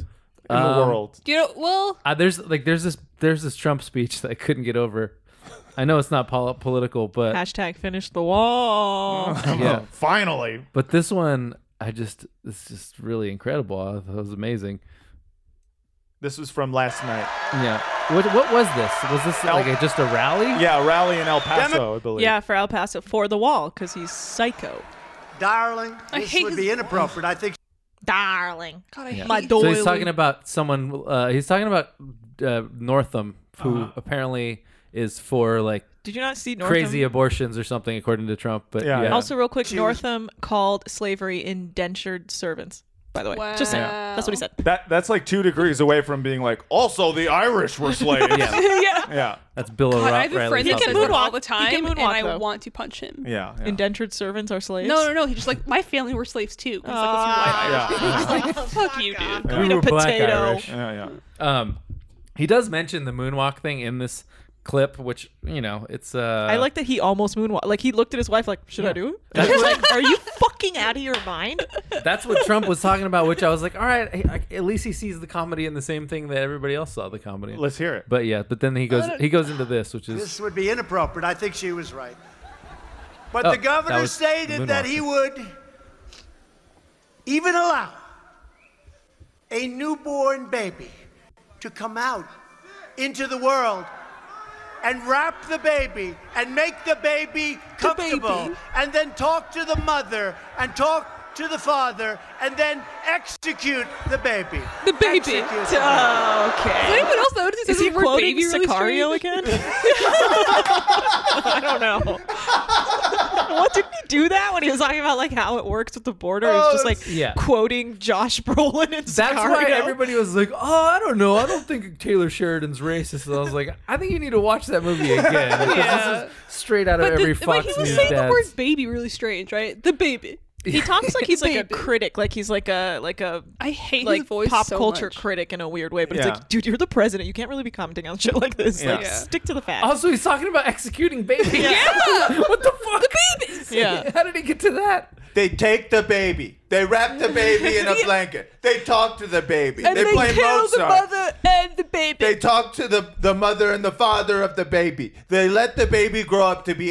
Speaker 2: in the
Speaker 1: Um,
Speaker 2: world?
Speaker 3: You know, well,
Speaker 1: uh, there's like there's this there's this Trump speech that I couldn't get over. I know it's not pol- political, but Oh,
Speaker 4: Hashtag finish the wall.
Speaker 1: yeah.
Speaker 2: Finally,
Speaker 1: But this one, I just it's just really incredible. I thought it was amazing.
Speaker 2: This was from last night.
Speaker 1: Yeah. What what was this? Was this like a, just a rally?
Speaker 2: Yeah, a rally in El Paso, I believe.
Speaker 4: Yeah, for El Paso for the wall because he's psycho.
Speaker 9: Darling,
Speaker 3: I
Speaker 9: this
Speaker 3: hate
Speaker 9: would
Speaker 3: his
Speaker 9: be inappropriate. I think
Speaker 4: Darling,
Speaker 3: God, I hate
Speaker 4: my
Speaker 1: So
Speaker 4: doily.
Speaker 1: he's talking about someone. Uh, he's talking about uh, Northam, who
Speaker 3: Uh-huh.
Speaker 1: apparently is for like
Speaker 4: Did you not see Northam?
Speaker 1: crazy abortions or something, according to Trump. But
Speaker 2: Yeah.
Speaker 1: yeah,
Speaker 4: Also, real quick, Northam called slavery indentured servants. By the way, just saying.
Speaker 3: Wow.
Speaker 4: That's what he said.
Speaker 2: That that's like two degrees away from being like. Also, the Irish were slaves. yeah.
Speaker 4: yeah.
Speaker 2: yeah,
Speaker 1: that's Bill
Speaker 3: God, I
Speaker 1: O'Reilly.
Speaker 3: have a friend
Speaker 4: He
Speaker 3: that
Speaker 4: can
Speaker 3: says that all
Speaker 4: moonwalk.
Speaker 3: the
Speaker 4: He
Speaker 3: time,
Speaker 4: can
Speaker 3: and
Speaker 4: moonwalk,
Speaker 3: I
Speaker 4: though.
Speaker 3: want to punch him.
Speaker 2: yeah.
Speaker 4: Indentured servants are slaves.
Speaker 3: No, no, no. He's just like, my family were slaves too. He's like,
Speaker 2: yeah, yeah,
Speaker 3: this white Irish. Fuck you, dude.
Speaker 4: Eat a
Speaker 1: were black
Speaker 4: potato.
Speaker 1: Irish.
Speaker 2: yeah, yeah.
Speaker 1: Um, he does mention the moonwalk thing in this clip, which you know it's. Uh,
Speaker 4: I like that he almost moonwalked. Like he looked at his wife, like, "Should I do it?"
Speaker 1: That's
Speaker 4: She was like, "Are you fucking out of your mind?"
Speaker 1: That's what Trump was talking about, which I was like, all right, I, I- at least he sees the comedy in the same thing that everybody else saw the comedy. in.
Speaker 2: Let's hear it.
Speaker 1: But yeah, but then he goes he goes into this, which is
Speaker 9: this would be inappropriate. I think she was right. But
Speaker 1: Oh,
Speaker 9: the
Speaker 1: that
Speaker 9: governor
Speaker 1: was the
Speaker 9: stated that he would even allow a newborn baby to come out into the world and wrap the baby and make the baby comfortable and then talk to the mother and talk to the father and then execute the baby.
Speaker 3: The baby. uh,
Speaker 9: Execute the baby.
Speaker 4: okay.
Speaker 3: Anyone else notice
Speaker 4: Is he
Speaker 3: the word
Speaker 4: quoting
Speaker 3: baby really
Speaker 4: Sicario
Speaker 3: strange?
Speaker 4: again? I don't know. What did he do that when he was talking about like how it works with the border? He's
Speaker 3: Oh,
Speaker 4: just like
Speaker 1: Yeah.
Speaker 4: quoting Josh Brolin and
Speaker 1: that's
Speaker 4: Sicario.
Speaker 1: why everybody was like, "Oh, I don't know, I don't think Taylor Sheridan's racist." And I was like, "I think you need to watch that movie again because
Speaker 3: Yeah.
Speaker 1: this is straight out of
Speaker 3: But
Speaker 1: every
Speaker 3: the, but
Speaker 1: Fox
Speaker 3: he was
Speaker 1: News
Speaker 3: saying the
Speaker 1: dad's."
Speaker 3: word baby really strange, right? The baby.
Speaker 4: He talks like he's like a
Speaker 3: Baby.
Speaker 4: critic, like he's like a like a
Speaker 3: I hate
Speaker 4: like
Speaker 3: his voice
Speaker 4: pop
Speaker 3: so
Speaker 4: culture
Speaker 3: much.
Speaker 4: critic in a weird way, but
Speaker 2: Yeah.
Speaker 4: it's like, dude, you're the president. You can't really be commenting on shit like this. Like,
Speaker 2: Yeah.
Speaker 4: stick to the facts.
Speaker 1: Also, he's talking about executing babies.
Speaker 3: Yeah.
Speaker 1: what the fuck? The babies.
Speaker 4: Yeah.
Speaker 1: How did he get to that?
Speaker 9: They take the baby. They wrap the baby in a blanket. They talk to the baby.
Speaker 3: And they
Speaker 9: play
Speaker 3: kill the
Speaker 9: Mozart.
Speaker 3: mother and the baby.
Speaker 9: They talk to the, the mother and the father of the baby. They let the baby grow up to be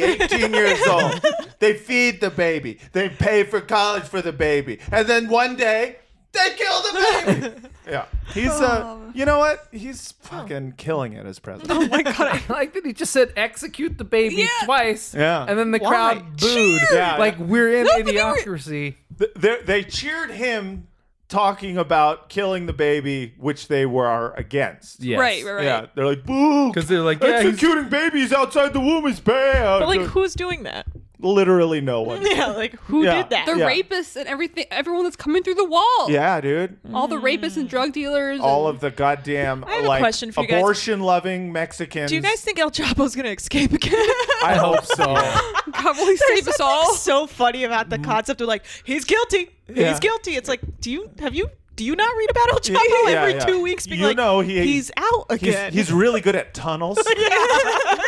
Speaker 9: 18 years old. They feed the baby. They pay for college for the baby. And then one day, they kill the baby.
Speaker 2: Yeah. He's
Speaker 4: Oh.
Speaker 2: uh you know what? He's fucking killing it as president.
Speaker 1: Oh my god! I like that he just said execute the baby
Speaker 3: Yeah.
Speaker 1: twice.
Speaker 2: Yeah.
Speaker 1: And then the
Speaker 4: Why?
Speaker 1: crowd booed.
Speaker 2: Yeah.
Speaker 1: Like we're in
Speaker 3: No, but they were-
Speaker 1: idiocracy.
Speaker 2: Th- they they cheered him talking about killing the baby, which they were against.
Speaker 1: Yes.
Speaker 3: Right, right, right.
Speaker 2: Yeah, they're like boo
Speaker 1: 'Cause they're like, yeah, he's-
Speaker 2: executing babies outside the womb is bad.
Speaker 4: But like, who's doing that?
Speaker 2: Literally no one.
Speaker 4: Yeah, like who
Speaker 2: Yeah.
Speaker 4: did that?
Speaker 3: The
Speaker 2: Yeah.
Speaker 3: rapists and everything, everyone that's coming through the wall.
Speaker 2: Yeah, dude.
Speaker 3: All the rapists and drug dealers.
Speaker 2: All
Speaker 3: and-
Speaker 2: of the goddamn
Speaker 4: have a
Speaker 2: like
Speaker 4: question for you guys.
Speaker 2: abortion-loving Mexicans.
Speaker 4: Do you guys think El Chapo's gonna escape again?
Speaker 2: I hope so.
Speaker 3: God, will he save us all?
Speaker 4: so funny about the concept of like he's guilty,
Speaker 2: Mm. Yeah.
Speaker 4: he's guilty. It's like, do you have you do you not read about El Chapo
Speaker 2: Yeah,
Speaker 4: every
Speaker 2: yeah.
Speaker 4: two weeks? Being
Speaker 2: You
Speaker 4: like,
Speaker 2: know he-
Speaker 4: he's out
Speaker 2: he's,
Speaker 4: again.
Speaker 2: he's really good at tunnels.
Speaker 4: yeah.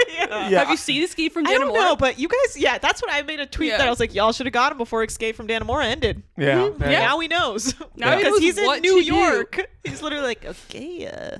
Speaker 2: Yeah.
Speaker 3: Have you seen this kid from
Speaker 4: I don't
Speaker 3: Dannemora?
Speaker 4: know, but you guys, yeah, that's what I made a tweet
Speaker 3: Yeah.
Speaker 4: that I was like, y'all should have got him before Escape from Danamora ended.
Speaker 2: Yeah.
Speaker 4: And Now he knows.
Speaker 3: Now he
Speaker 4: because
Speaker 3: knows
Speaker 4: he's
Speaker 3: what
Speaker 4: in New
Speaker 3: to do.
Speaker 4: York. He's literally like, okay, uh,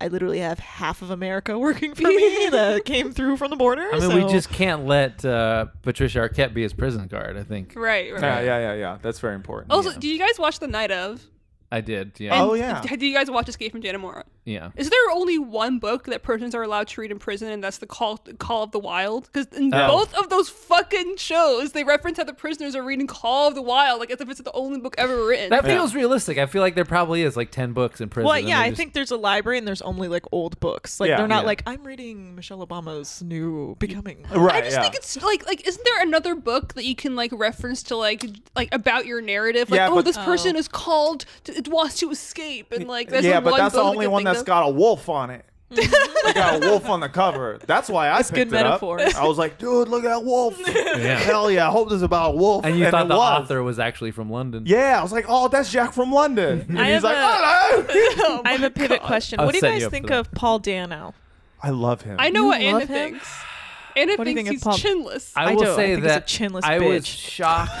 Speaker 4: I literally have half of America working for me that came through from the border.
Speaker 1: I mean,
Speaker 4: so-
Speaker 1: we just can't let uh, Patricia Arquette be his prison guard. I think
Speaker 3: Right, right.
Speaker 2: Yeah, yeah, yeah, yeah. That's very important.
Speaker 3: Also, do you guys watch The Night of?
Speaker 1: I did. Yeah,
Speaker 2: oh yeah.
Speaker 3: Do you guys watch Escape from Dannemora?
Speaker 1: yeah.
Speaker 3: Is there only one book that persons are allowed to read in prison, and that's the Call Call of the Wild? Because in
Speaker 1: Oh.
Speaker 3: both of those fucking shows, they reference how the prisoners are reading Call of the Wild, like as if it's the only book ever written.
Speaker 1: That feels realistic. I feel like there probably is like ten books in prison.
Speaker 4: Well,
Speaker 1: and
Speaker 4: yeah,
Speaker 1: they
Speaker 4: I
Speaker 1: just-
Speaker 4: think there's a library and there's only like old books. Like
Speaker 2: Yeah.
Speaker 4: they're not
Speaker 2: Yeah.
Speaker 4: like I'm reading Michelle Obama's new Becoming.
Speaker 2: right.
Speaker 3: I just
Speaker 2: yeah.
Speaker 3: think it's like like isn't there another book that you can like reference to like like about your narrative? Like
Speaker 2: Yeah,
Speaker 3: oh,
Speaker 2: but-
Speaker 3: this person is called to, it wants to escape, and like that's
Speaker 2: yeah,
Speaker 3: the
Speaker 2: but
Speaker 3: one
Speaker 2: that's the
Speaker 3: book I
Speaker 2: only
Speaker 3: can
Speaker 2: one
Speaker 3: think
Speaker 2: that's
Speaker 3: of.
Speaker 2: got a wolf on it. they got a wolf on the cover. That's why I
Speaker 4: It's
Speaker 2: picked
Speaker 4: good
Speaker 2: it
Speaker 4: metaphor.
Speaker 2: up. I was like, dude, look at that wolf.
Speaker 1: Yeah.
Speaker 2: Hell yeah, I hope this is about a wolf.
Speaker 1: And you thought
Speaker 2: it
Speaker 1: the
Speaker 2: was.
Speaker 1: author was actually from London.
Speaker 2: Yeah, I was like, oh, that's Jack from London. And he's
Speaker 4: have
Speaker 2: like,
Speaker 4: a-
Speaker 2: oh, no.
Speaker 4: I have a pivot question.
Speaker 2: Uh,
Speaker 1: I'll
Speaker 4: what do you
Speaker 1: set
Speaker 4: guys
Speaker 1: you up
Speaker 4: think
Speaker 1: for that.
Speaker 4: of Paul Dano?
Speaker 2: I love him.
Speaker 3: I know what Anna
Speaker 4: love him?
Speaker 3: thinks.
Speaker 1: Oh,
Speaker 3: Anna
Speaker 4: What do you
Speaker 3: thinks
Speaker 4: think of
Speaker 3: he's
Speaker 4: Paul-
Speaker 3: chinless.
Speaker 1: I
Speaker 4: I
Speaker 1: will
Speaker 4: do. I
Speaker 1: say
Speaker 4: think he's a
Speaker 1: that
Speaker 4: chinless
Speaker 1: I was
Speaker 4: bitch.
Speaker 1: shocked.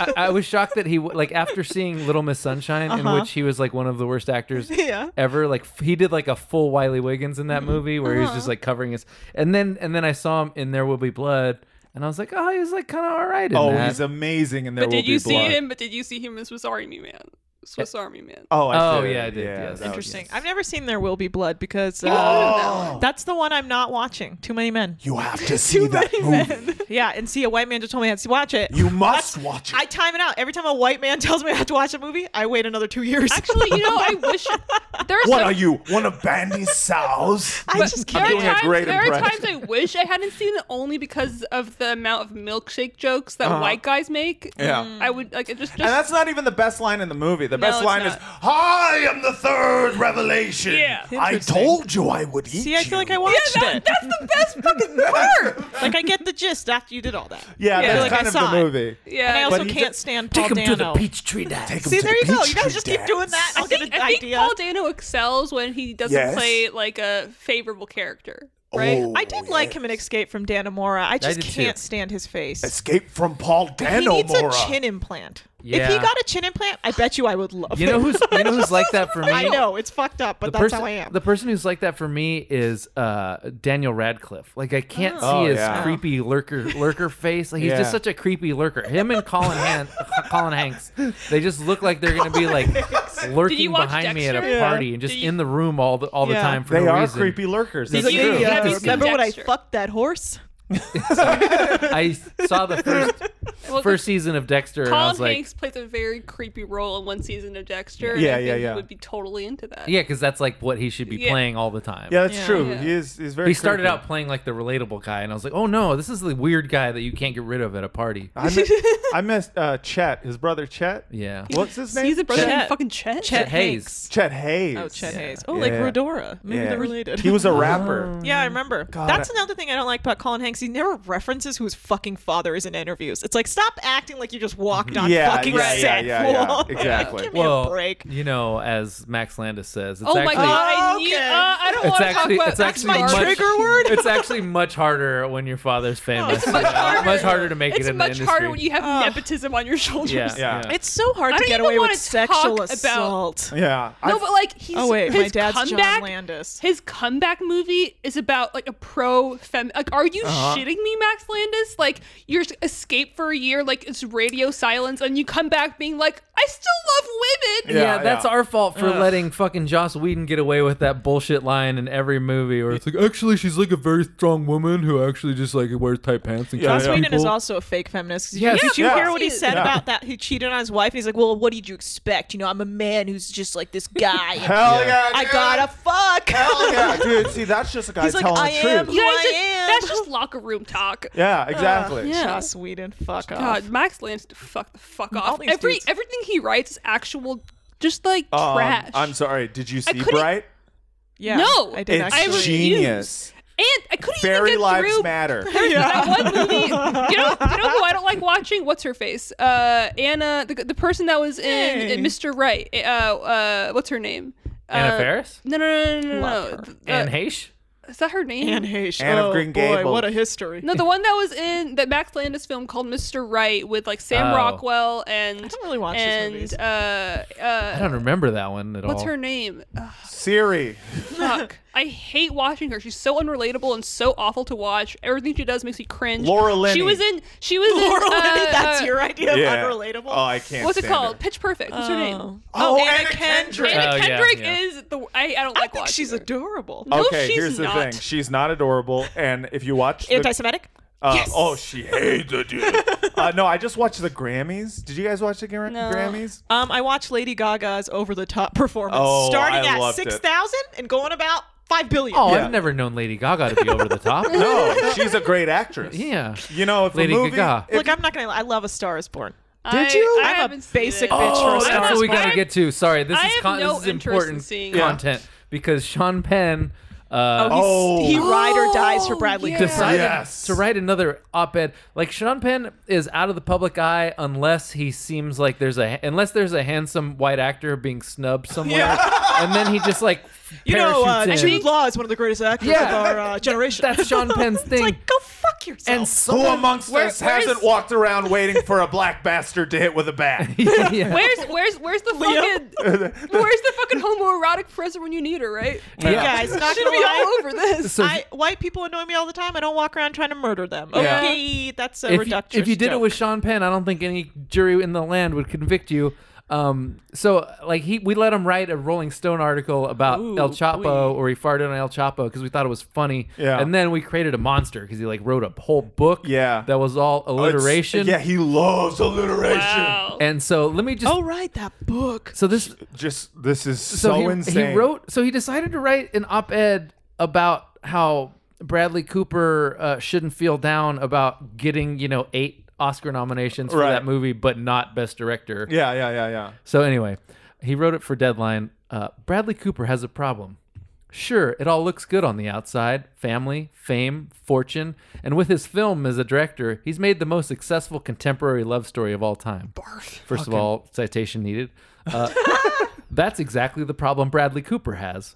Speaker 1: I, I was shocked that he w- like after seeing Little Miss Sunshine, in which he was like one of the worst actors
Speaker 4: Uh-huh. Yeah. Mm-hmm.
Speaker 1: ever. Like f- he did like a full
Speaker 4: Uh-huh.
Speaker 1: Wiley Wiggins in that movie, where he was just like covering his. And then and then I saw him in There Will Be Blood, and I was like, oh, he was like kind of all right. In
Speaker 2: Oh,
Speaker 1: that.
Speaker 2: he's amazing, and there
Speaker 3: But
Speaker 2: will
Speaker 3: did you
Speaker 2: be
Speaker 3: see
Speaker 2: blood.
Speaker 3: him? But did you see him in Swiss Army Man? Swiss Army Man.
Speaker 2: Oh, I
Speaker 1: Oh,
Speaker 2: did.
Speaker 1: yeah, I did, yes. Oh.
Speaker 2: that was-
Speaker 4: Interesting. I've never seen There Will Be Blood because uh, that's the one I'm not watching. Too many men.
Speaker 2: You have to see that movie.
Speaker 4: Yeah, and see, a white man just told me I had to watch it.
Speaker 2: You must watch it.
Speaker 4: I time it out. Every time a white man tells me I have to watch a movie, I wait another two years.
Speaker 3: Actually, you know, I wish there's
Speaker 2: what are you, one of Bandy's sows?
Speaker 4: I just keep
Speaker 3: there
Speaker 2: doing a
Speaker 3: are, times,
Speaker 2: great
Speaker 3: there are
Speaker 2: impression.
Speaker 3: times I wish I hadn't seen it only because of the amount of milkshake jokes that white guys make.
Speaker 2: Uh-huh.
Speaker 3: Mm.
Speaker 2: Yeah.
Speaker 3: I would like it just,
Speaker 2: And
Speaker 3: just
Speaker 2: that's not even the best line in the movie. The best
Speaker 3: it's
Speaker 2: line
Speaker 3: not.
Speaker 2: is, "I am the third revelation.
Speaker 3: Yeah.
Speaker 2: I told you I would eat
Speaker 4: See, I
Speaker 2: you."
Speaker 4: feel like I watched it.
Speaker 3: that's the best fucking part.
Speaker 4: Like I get the gist after you did all that.
Speaker 2: yeah,
Speaker 3: Yeah.
Speaker 2: that's
Speaker 3: Like,
Speaker 4: I
Speaker 2: kind of
Speaker 4: saw
Speaker 2: the
Speaker 4: it.
Speaker 2: movie.
Speaker 3: Yeah,
Speaker 4: And I also
Speaker 2: he
Speaker 4: can't
Speaker 2: did-
Speaker 4: stand Paul
Speaker 1: Take him to the
Speaker 4: Dano.
Speaker 1: peach tree dance.
Speaker 2: Take 'em
Speaker 4: See,
Speaker 2: to
Speaker 4: there you go.
Speaker 2: Peachtree
Speaker 4: You guys just keep
Speaker 2: Dance.
Speaker 4: doing that. I'll get an
Speaker 3: I think
Speaker 4: idea.
Speaker 3: Paul Dano excels when he doesn't
Speaker 2: Yes.
Speaker 3: play like a favorable character, right?
Speaker 2: Oh,
Speaker 4: I did like him in Escape from Danamora. I just
Speaker 1: did too.
Speaker 4: can't stand his face.
Speaker 2: Escape from Paul
Speaker 4: he
Speaker 2: Dano.
Speaker 4: needs
Speaker 2: Mora.
Speaker 4: a chin implant. If he
Speaker 1: Yeah.
Speaker 4: got a chin implant, I bet you I would love
Speaker 1: You know
Speaker 4: it.
Speaker 1: who's you know who's like that for me?
Speaker 4: I know it's fucked up, but
Speaker 1: The
Speaker 4: that's
Speaker 1: person,
Speaker 4: how I am.
Speaker 1: the person who's like that for me is uh, Daniel Radcliffe. Like I can't
Speaker 2: Oh.
Speaker 1: see his
Speaker 2: Oh, yeah.
Speaker 1: creepy lurker lurker face. Like he's
Speaker 2: Yeah.
Speaker 1: just such a creepy lurker. Him and Colin Han, Colin Hanks, they just look like they're gonna be like
Speaker 3: Did you
Speaker 1: lurking
Speaker 3: watch
Speaker 1: behind me at
Speaker 3: Dexter?
Speaker 1: a
Speaker 3: Yeah.
Speaker 1: party and just
Speaker 3: Did you-
Speaker 1: in the room all the, all the
Speaker 4: Yeah.
Speaker 1: time for
Speaker 2: They
Speaker 1: no
Speaker 2: are
Speaker 1: reason.
Speaker 2: creepy lurkers.
Speaker 3: Did
Speaker 2: That's
Speaker 3: you-
Speaker 2: true.
Speaker 3: Yeah. have you seen
Speaker 4: remember when I
Speaker 3: Dexter?
Speaker 4: fucked that horse?
Speaker 1: I saw the first
Speaker 3: Well,
Speaker 1: first season of Dexter and I
Speaker 3: Colin
Speaker 1: was like,
Speaker 3: Hanks plays a very creepy role in one season of
Speaker 2: Yeah,
Speaker 3: Dexter. and I
Speaker 2: yeah,
Speaker 3: think
Speaker 2: yeah.
Speaker 3: He would be totally into that.
Speaker 1: yeah, because that's like what he should be
Speaker 3: Yeah.
Speaker 1: playing all the time.
Speaker 2: Yeah, that's
Speaker 4: Yeah.
Speaker 2: true.
Speaker 3: Yeah.
Speaker 2: He is. He's very.
Speaker 1: He started
Speaker 2: creepy.
Speaker 1: out playing like the relatable guy, and I was like, "Oh no, this is the weird guy that you can't get rid of at a party."
Speaker 2: I miss, I missed uh, Chet, his brother Chet.
Speaker 1: Yeah,
Speaker 2: What's his name?
Speaker 3: He's a brother named
Speaker 4: Chet.
Speaker 3: fucking Chet.
Speaker 1: Chet Hayes.
Speaker 2: Chet Hayes.
Speaker 4: Oh, Chet Hayes. Oh,
Speaker 2: Yeah.
Speaker 4: like Rodora. Maybe
Speaker 2: Yeah.
Speaker 4: they're related.
Speaker 2: He was a rapper.
Speaker 4: Yeah, I remember. That's another thing I don't like about Colin Hanks. He never references who his fucking father is in interviews. It's like stop acting like you just walked on
Speaker 2: Yeah,
Speaker 4: fucking
Speaker 2: yeah, yeah,
Speaker 4: set.
Speaker 2: yeah, yeah.
Speaker 4: fool.
Speaker 2: Exactly.
Speaker 4: Give me
Speaker 1: Well,
Speaker 4: a break.
Speaker 1: you know, as Max Landis says, it's
Speaker 3: Oh
Speaker 1: actually,
Speaker 3: my god! I, knew,
Speaker 4: Okay.
Speaker 3: uh, I don't
Speaker 1: it's
Speaker 3: want to talk
Speaker 1: actually,
Speaker 3: about
Speaker 1: it's actually
Speaker 3: my
Speaker 1: much,
Speaker 4: trigger word?
Speaker 1: It's actually much harder when your father's famous.
Speaker 3: It's much harder.
Speaker 1: much harder to make
Speaker 3: it's
Speaker 1: it in
Speaker 3: much
Speaker 1: the industry.
Speaker 3: harder when you have nepotism on your shoulders.
Speaker 1: yeah,
Speaker 2: Yeah.
Speaker 1: yeah.
Speaker 4: It's so hard
Speaker 3: I
Speaker 4: to
Speaker 3: don't
Speaker 4: get
Speaker 3: even
Speaker 4: away with
Speaker 3: wanna
Speaker 4: sexual
Speaker 3: talk about-
Speaker 4: assault.
Speaker 2: Yeah. I-
Speaker 3: No, but like he's
Speaker 4: Oh wait,
Speaker 3: his
Speaker 4: my dad's
Speaker 3: comeback,
Speaker 4: John Landis.
Speaker 3: His comeback movie is about like a pro fem. Like, are you
Speaker 1: Uh-huh.
Speaker 3: shitting me, Max Landis? Like you're escape for a year, like it's radio silence, and you come back being like, I still love women.
Speaker 2: Yeah,
Speaker 1: Yeah, that's
Speaker 2: yeah.
Speaker 1: our fault for letting fucking Joss Whedon get away with that bullshit line in every movie where it's like, actually, she's like a very strong woman who actually just like wears tight pants and
Speaker 2: Yeah,
Speaker 1: kills
Speaker 2: yeah.
Speaker 4: Sweden is
Speaker 1: people.
Speaker 4: also a fake feminist. Did,
Speaker 1: Yes.
Speaker 4: you, did you
Speaker 2: Yeah.
Speaker 4: hear what he said
Speaker 2: Yeah.
Speaker 4: about that? He cheated on his wife, and he's like, "Well, what did you expect? You know, I'm a man who's just like this guy. and
Speaker 2: Hell yeah.
Speaker 4: I
Speaker 2: dude.
Speaker 4: gotta fuck."
Speaker 2: Hell yeah, dude. See, that's just a guy
Speaker 4: He's like,
Speaker 2: telling
Speaker 4: "I
Speaker 2: the
Speaker 4: am
Speaker 2: truth.
Speaker 3: You guys
Speaker 4: Who I
Speaker 3: just,
Speaker 4: am.
Speaker 3: that's just locker room talk.
Speaker 2: Yeah, exactly.
Speaker 3: Yeah.
Speaker 4: Joss Whedon, fuck off.
Speaker 3: God, Max Landis, fuck the fuck off.
Speaker 4: these
Speaker 3: Every
Speaker 4: dudes.
Speaker 3: everything he writes is actual, just like
Speaker 2: Um,
Speaker 3: trash.
Speaker 2: I'm sorry. Did you see
Speaker 3: couldn't-
Speaker 2: Bright?
Speaker 4: Yeah,
Speaker 3: No,
Speaker 4: I did
Speaker 2: It's
Speaker 3: I
Speaker 4: actually.
Speaker 3: refuse.
Speaker 2: genius.
Speaker 3: and I couldn't
Speaker 2: Fairy
Speaker 3: even get
Speaker 2: lives
Speaker 3: through.
Speaker 2: matter.
Speaker 3: That one movie, you know, you know who I don't like watching? What's her face? Uh, Anna, the, the person that was in
Speaker 4: Hey.
Speaker 3: in Mr. Right. Uh, uh, what's her name?
Speaker 1: Anna
Speaker 3: uh,
Speaker 1: Ferris
Speaker 3: No, no, no, no, no.
Speaker 4: Love
Speaker 3: no.
Speaker 4: her.
Speaker 3: Th- uh,
Speaker 1: and Heche.
Speaker 3: is that her name?
Speaker 4: Anne Heche.
Speaker 2: Anne of
Speaker 4: oh,
Speaker 2: Green
Speaker 4: boy,
Speaker 2: Gables.
Speaker 4: what a history.
Speaker 3: no, the one that was in that Max Landis film called Mr. Right with like Sam
Speaker 1: Oh.
Speaker 3: Rockwell and
Speaker 4: I don't really watch these
Speaker 3: and
Speaker 4: movies.
Speaker 3: uh
Speaker 1: I
Speaker 3: uh
Speaker 1: don't remember that one at
Speaker 3: what's
Speaker 1: all.
Speaker 3: her name? Ugh,
Speaker 2: Siri.
Speaker 3: fuck, I hate watching her. She's so unrelatable and so awful to watch. Everything she does makes me cringe.
Speaker 2: Laura Linney.
Speaker 3: She was in. She was
Speaker 4: Laura
Speaker 3: in.
Speaker 4: Linney,
Speaker 3: uh,
Speaker 4: that's
Speaker 3: uh,
Speaker 4: your idea of
Speaker 2: Yeah.
Speaker 4: unrelatable.
Speaker 2: Oh, I can't.
Speaker 3: What's it
Speaker 2: stand
Speaker 3: called? Pitch Perfect. What's her name?
Speaker 2: Oh, Anna Kendrick.
Speaker 3: Anna
Speaker 1: Oh, yeah,
Speaker 3: Kendrick
Speaker 1: yeah.
Speaker 3: is the. I, I don't
Speaker 4: I
Speaker 3: like
Speaker 4: think
Speaker 3: watching
Speaker 4: she's
Speaker 3: her.
Speaker 4: adorable.
Speaker 3: No,
Speaker 2: okay,
Speaker 3: she's
Speaker 2: here's the
Speaker 3: not.
Speaker 2: thing. She's not adorable, and if you watch, the-
Speaker 4: Anti-Semitic.
Speaker 2: uh,
Speaker 4: Yes.
Speaker 2: oh, she hates it. dude. uh, no, I just watched the Grammys. Did you guys watch the Gra-
Speaker 3: No.
Speaker 2: Grammys?
Speaker 4: Um, I watched Lady Gaga's over-the-top performance,
Speaker 2: Oh,
Speaker 4: starting
Speaker 2: I
Speaker 4: at
Speaker 2: loved it.
Speaker 4: six thousand and going about five billion.
Speaker 1: Oh,
Speaker 2: Yeah.
Speaker 1: I've never known Lady Gaga to be over the top.
Speaker 2: No, she's a great actress.
Speaker 1: Yeah.
Speaker 2: You know, if
Speaker 1: Lady
Speaker 2: a movie,
Speaker 1: Gaga.
Speaker 2: if-
Speaker 4: Look, I'm not gonna. lie. I love A Star Is Born.
Speaker 3: Did
Speaker 4: you?
Speaker 3: I,
Speaker 4: I'm a
Speaker 3: haven't seen
Speaker 4: basic
Speaker 3: it.
Speaker 4: bitch for a
Speaker 1: Oh,
Speaker 4: Star
Speaker 1: that's what we gotta
Speaker 3: I-
Speaker 1: get to. Sorry, this
Speaker 3: I
Speaker 1: is
Speaker 3: have
Speaker 1: con-
Speaker 3: no
Speaker 1: this is
Speaker 3: interest in
Speaker 1: important
Speaker 3: seeing it.
Speaker 1: content because Sean Penn uh,
Speaker 2: Oh.
Speaker 4: He ride or dies for
Speaker 3: Oh,
Speaker 4: Bradley
Speaker 3: yeah.
Speaker 4: Cooper.
Speaker 1: decided
Speaker 2: Yes.
Speaker 1: to write another op-ed. Like Sean Penn is out of the public eye unless he seems like there's a unless there's a handsome white actor being snubbed somewhere, and then he just like
Speaker 4: You know, uh,
Speaker 1: parachutes in.
Speaker 4: Jude Law is one of the greatest actors
Speaker 1: Yeah.
Speaker 4: of our uh, generation.
Speaker 1: That's Sean Penn's
Speaker 4: It's
Speaker 1: thing.
Speaker 4: like, go fuck yourself.
Speaker 1: And
Speaker 2: Who
Speaker 1: someone
Speaker 2: amongst
Speaker 3: Where-
Speaker 2: us
Speaker 3: where's-
Speaker 2: hasn't walked around waiting for a black bastard to hit with a bat?
Speaker 1: yeah.
Speaker 3: Where's where's where's the fucking where's the fucking homoerotic present when you need her, right?
Speaker 1: Yeah.
Speaker 4: guys, not
Speaker 3: Should
Speaker 4: gonna
Speaker 3: be all
Speaker 4: lie.
Speaker 3: over this.
Speaker 1: So
Speaker 4: I, white people annoy me all the time. I don't walk around trying to murder them.
Speaker 2: Yeah.
Speaker 4: Okay, that's a
Speaker 1: if, you,
Speaker 4: reductress.
Speaker 1: if you did it
Speaker 4: joke.
Speaker 1: with Sean Penn, I don't think any jury in the land would convict you. Um, so like he, we let him write a Rolling Stone article about
Speaker 4: Ooh,
Speaker 1: El Chapo,
Speaker 4: boy.
Speaker 1: or he farted on El Chapo because we thought it was funny.
Speaker 2: Yeah.
Speaker 1: And then we created a monster because he like wrote a whole book.
Speaker 2: Yeah. Oh,
Speaker 1: That was all alliteration.
Speaker 2: Yeah, he loves alliteration.
Speaker 3: Wow.
Speaker 1: And so let me just.
Speaker 4: oh right, that book.
Speaker 1: So this
Speaker 2: Just this is
Speaker 1: so,
Speaker 2: so,
Speaker 1: he,
Speaker 2: insane.
Speaker 1: he wrote so he decided to write an op-ed about how bradley cooper uh, shouldn't feel down about getting you know eight oscar nominations for
Speaker 2: Right.
Speaker 1: that movie but not best director
Speaker 2: Yeah, yeah, yeah, yeah.
Speaker 1: so anyway he wrote it for deadline uh, bradley cooper has a problem Sure, it all looks good on the outside family, fame, fortune, and with his film as a director, he's made the most successful contemporary love story of all time. First of all, citation needed. Uh, that's exactly the problem Bradley Cooper has.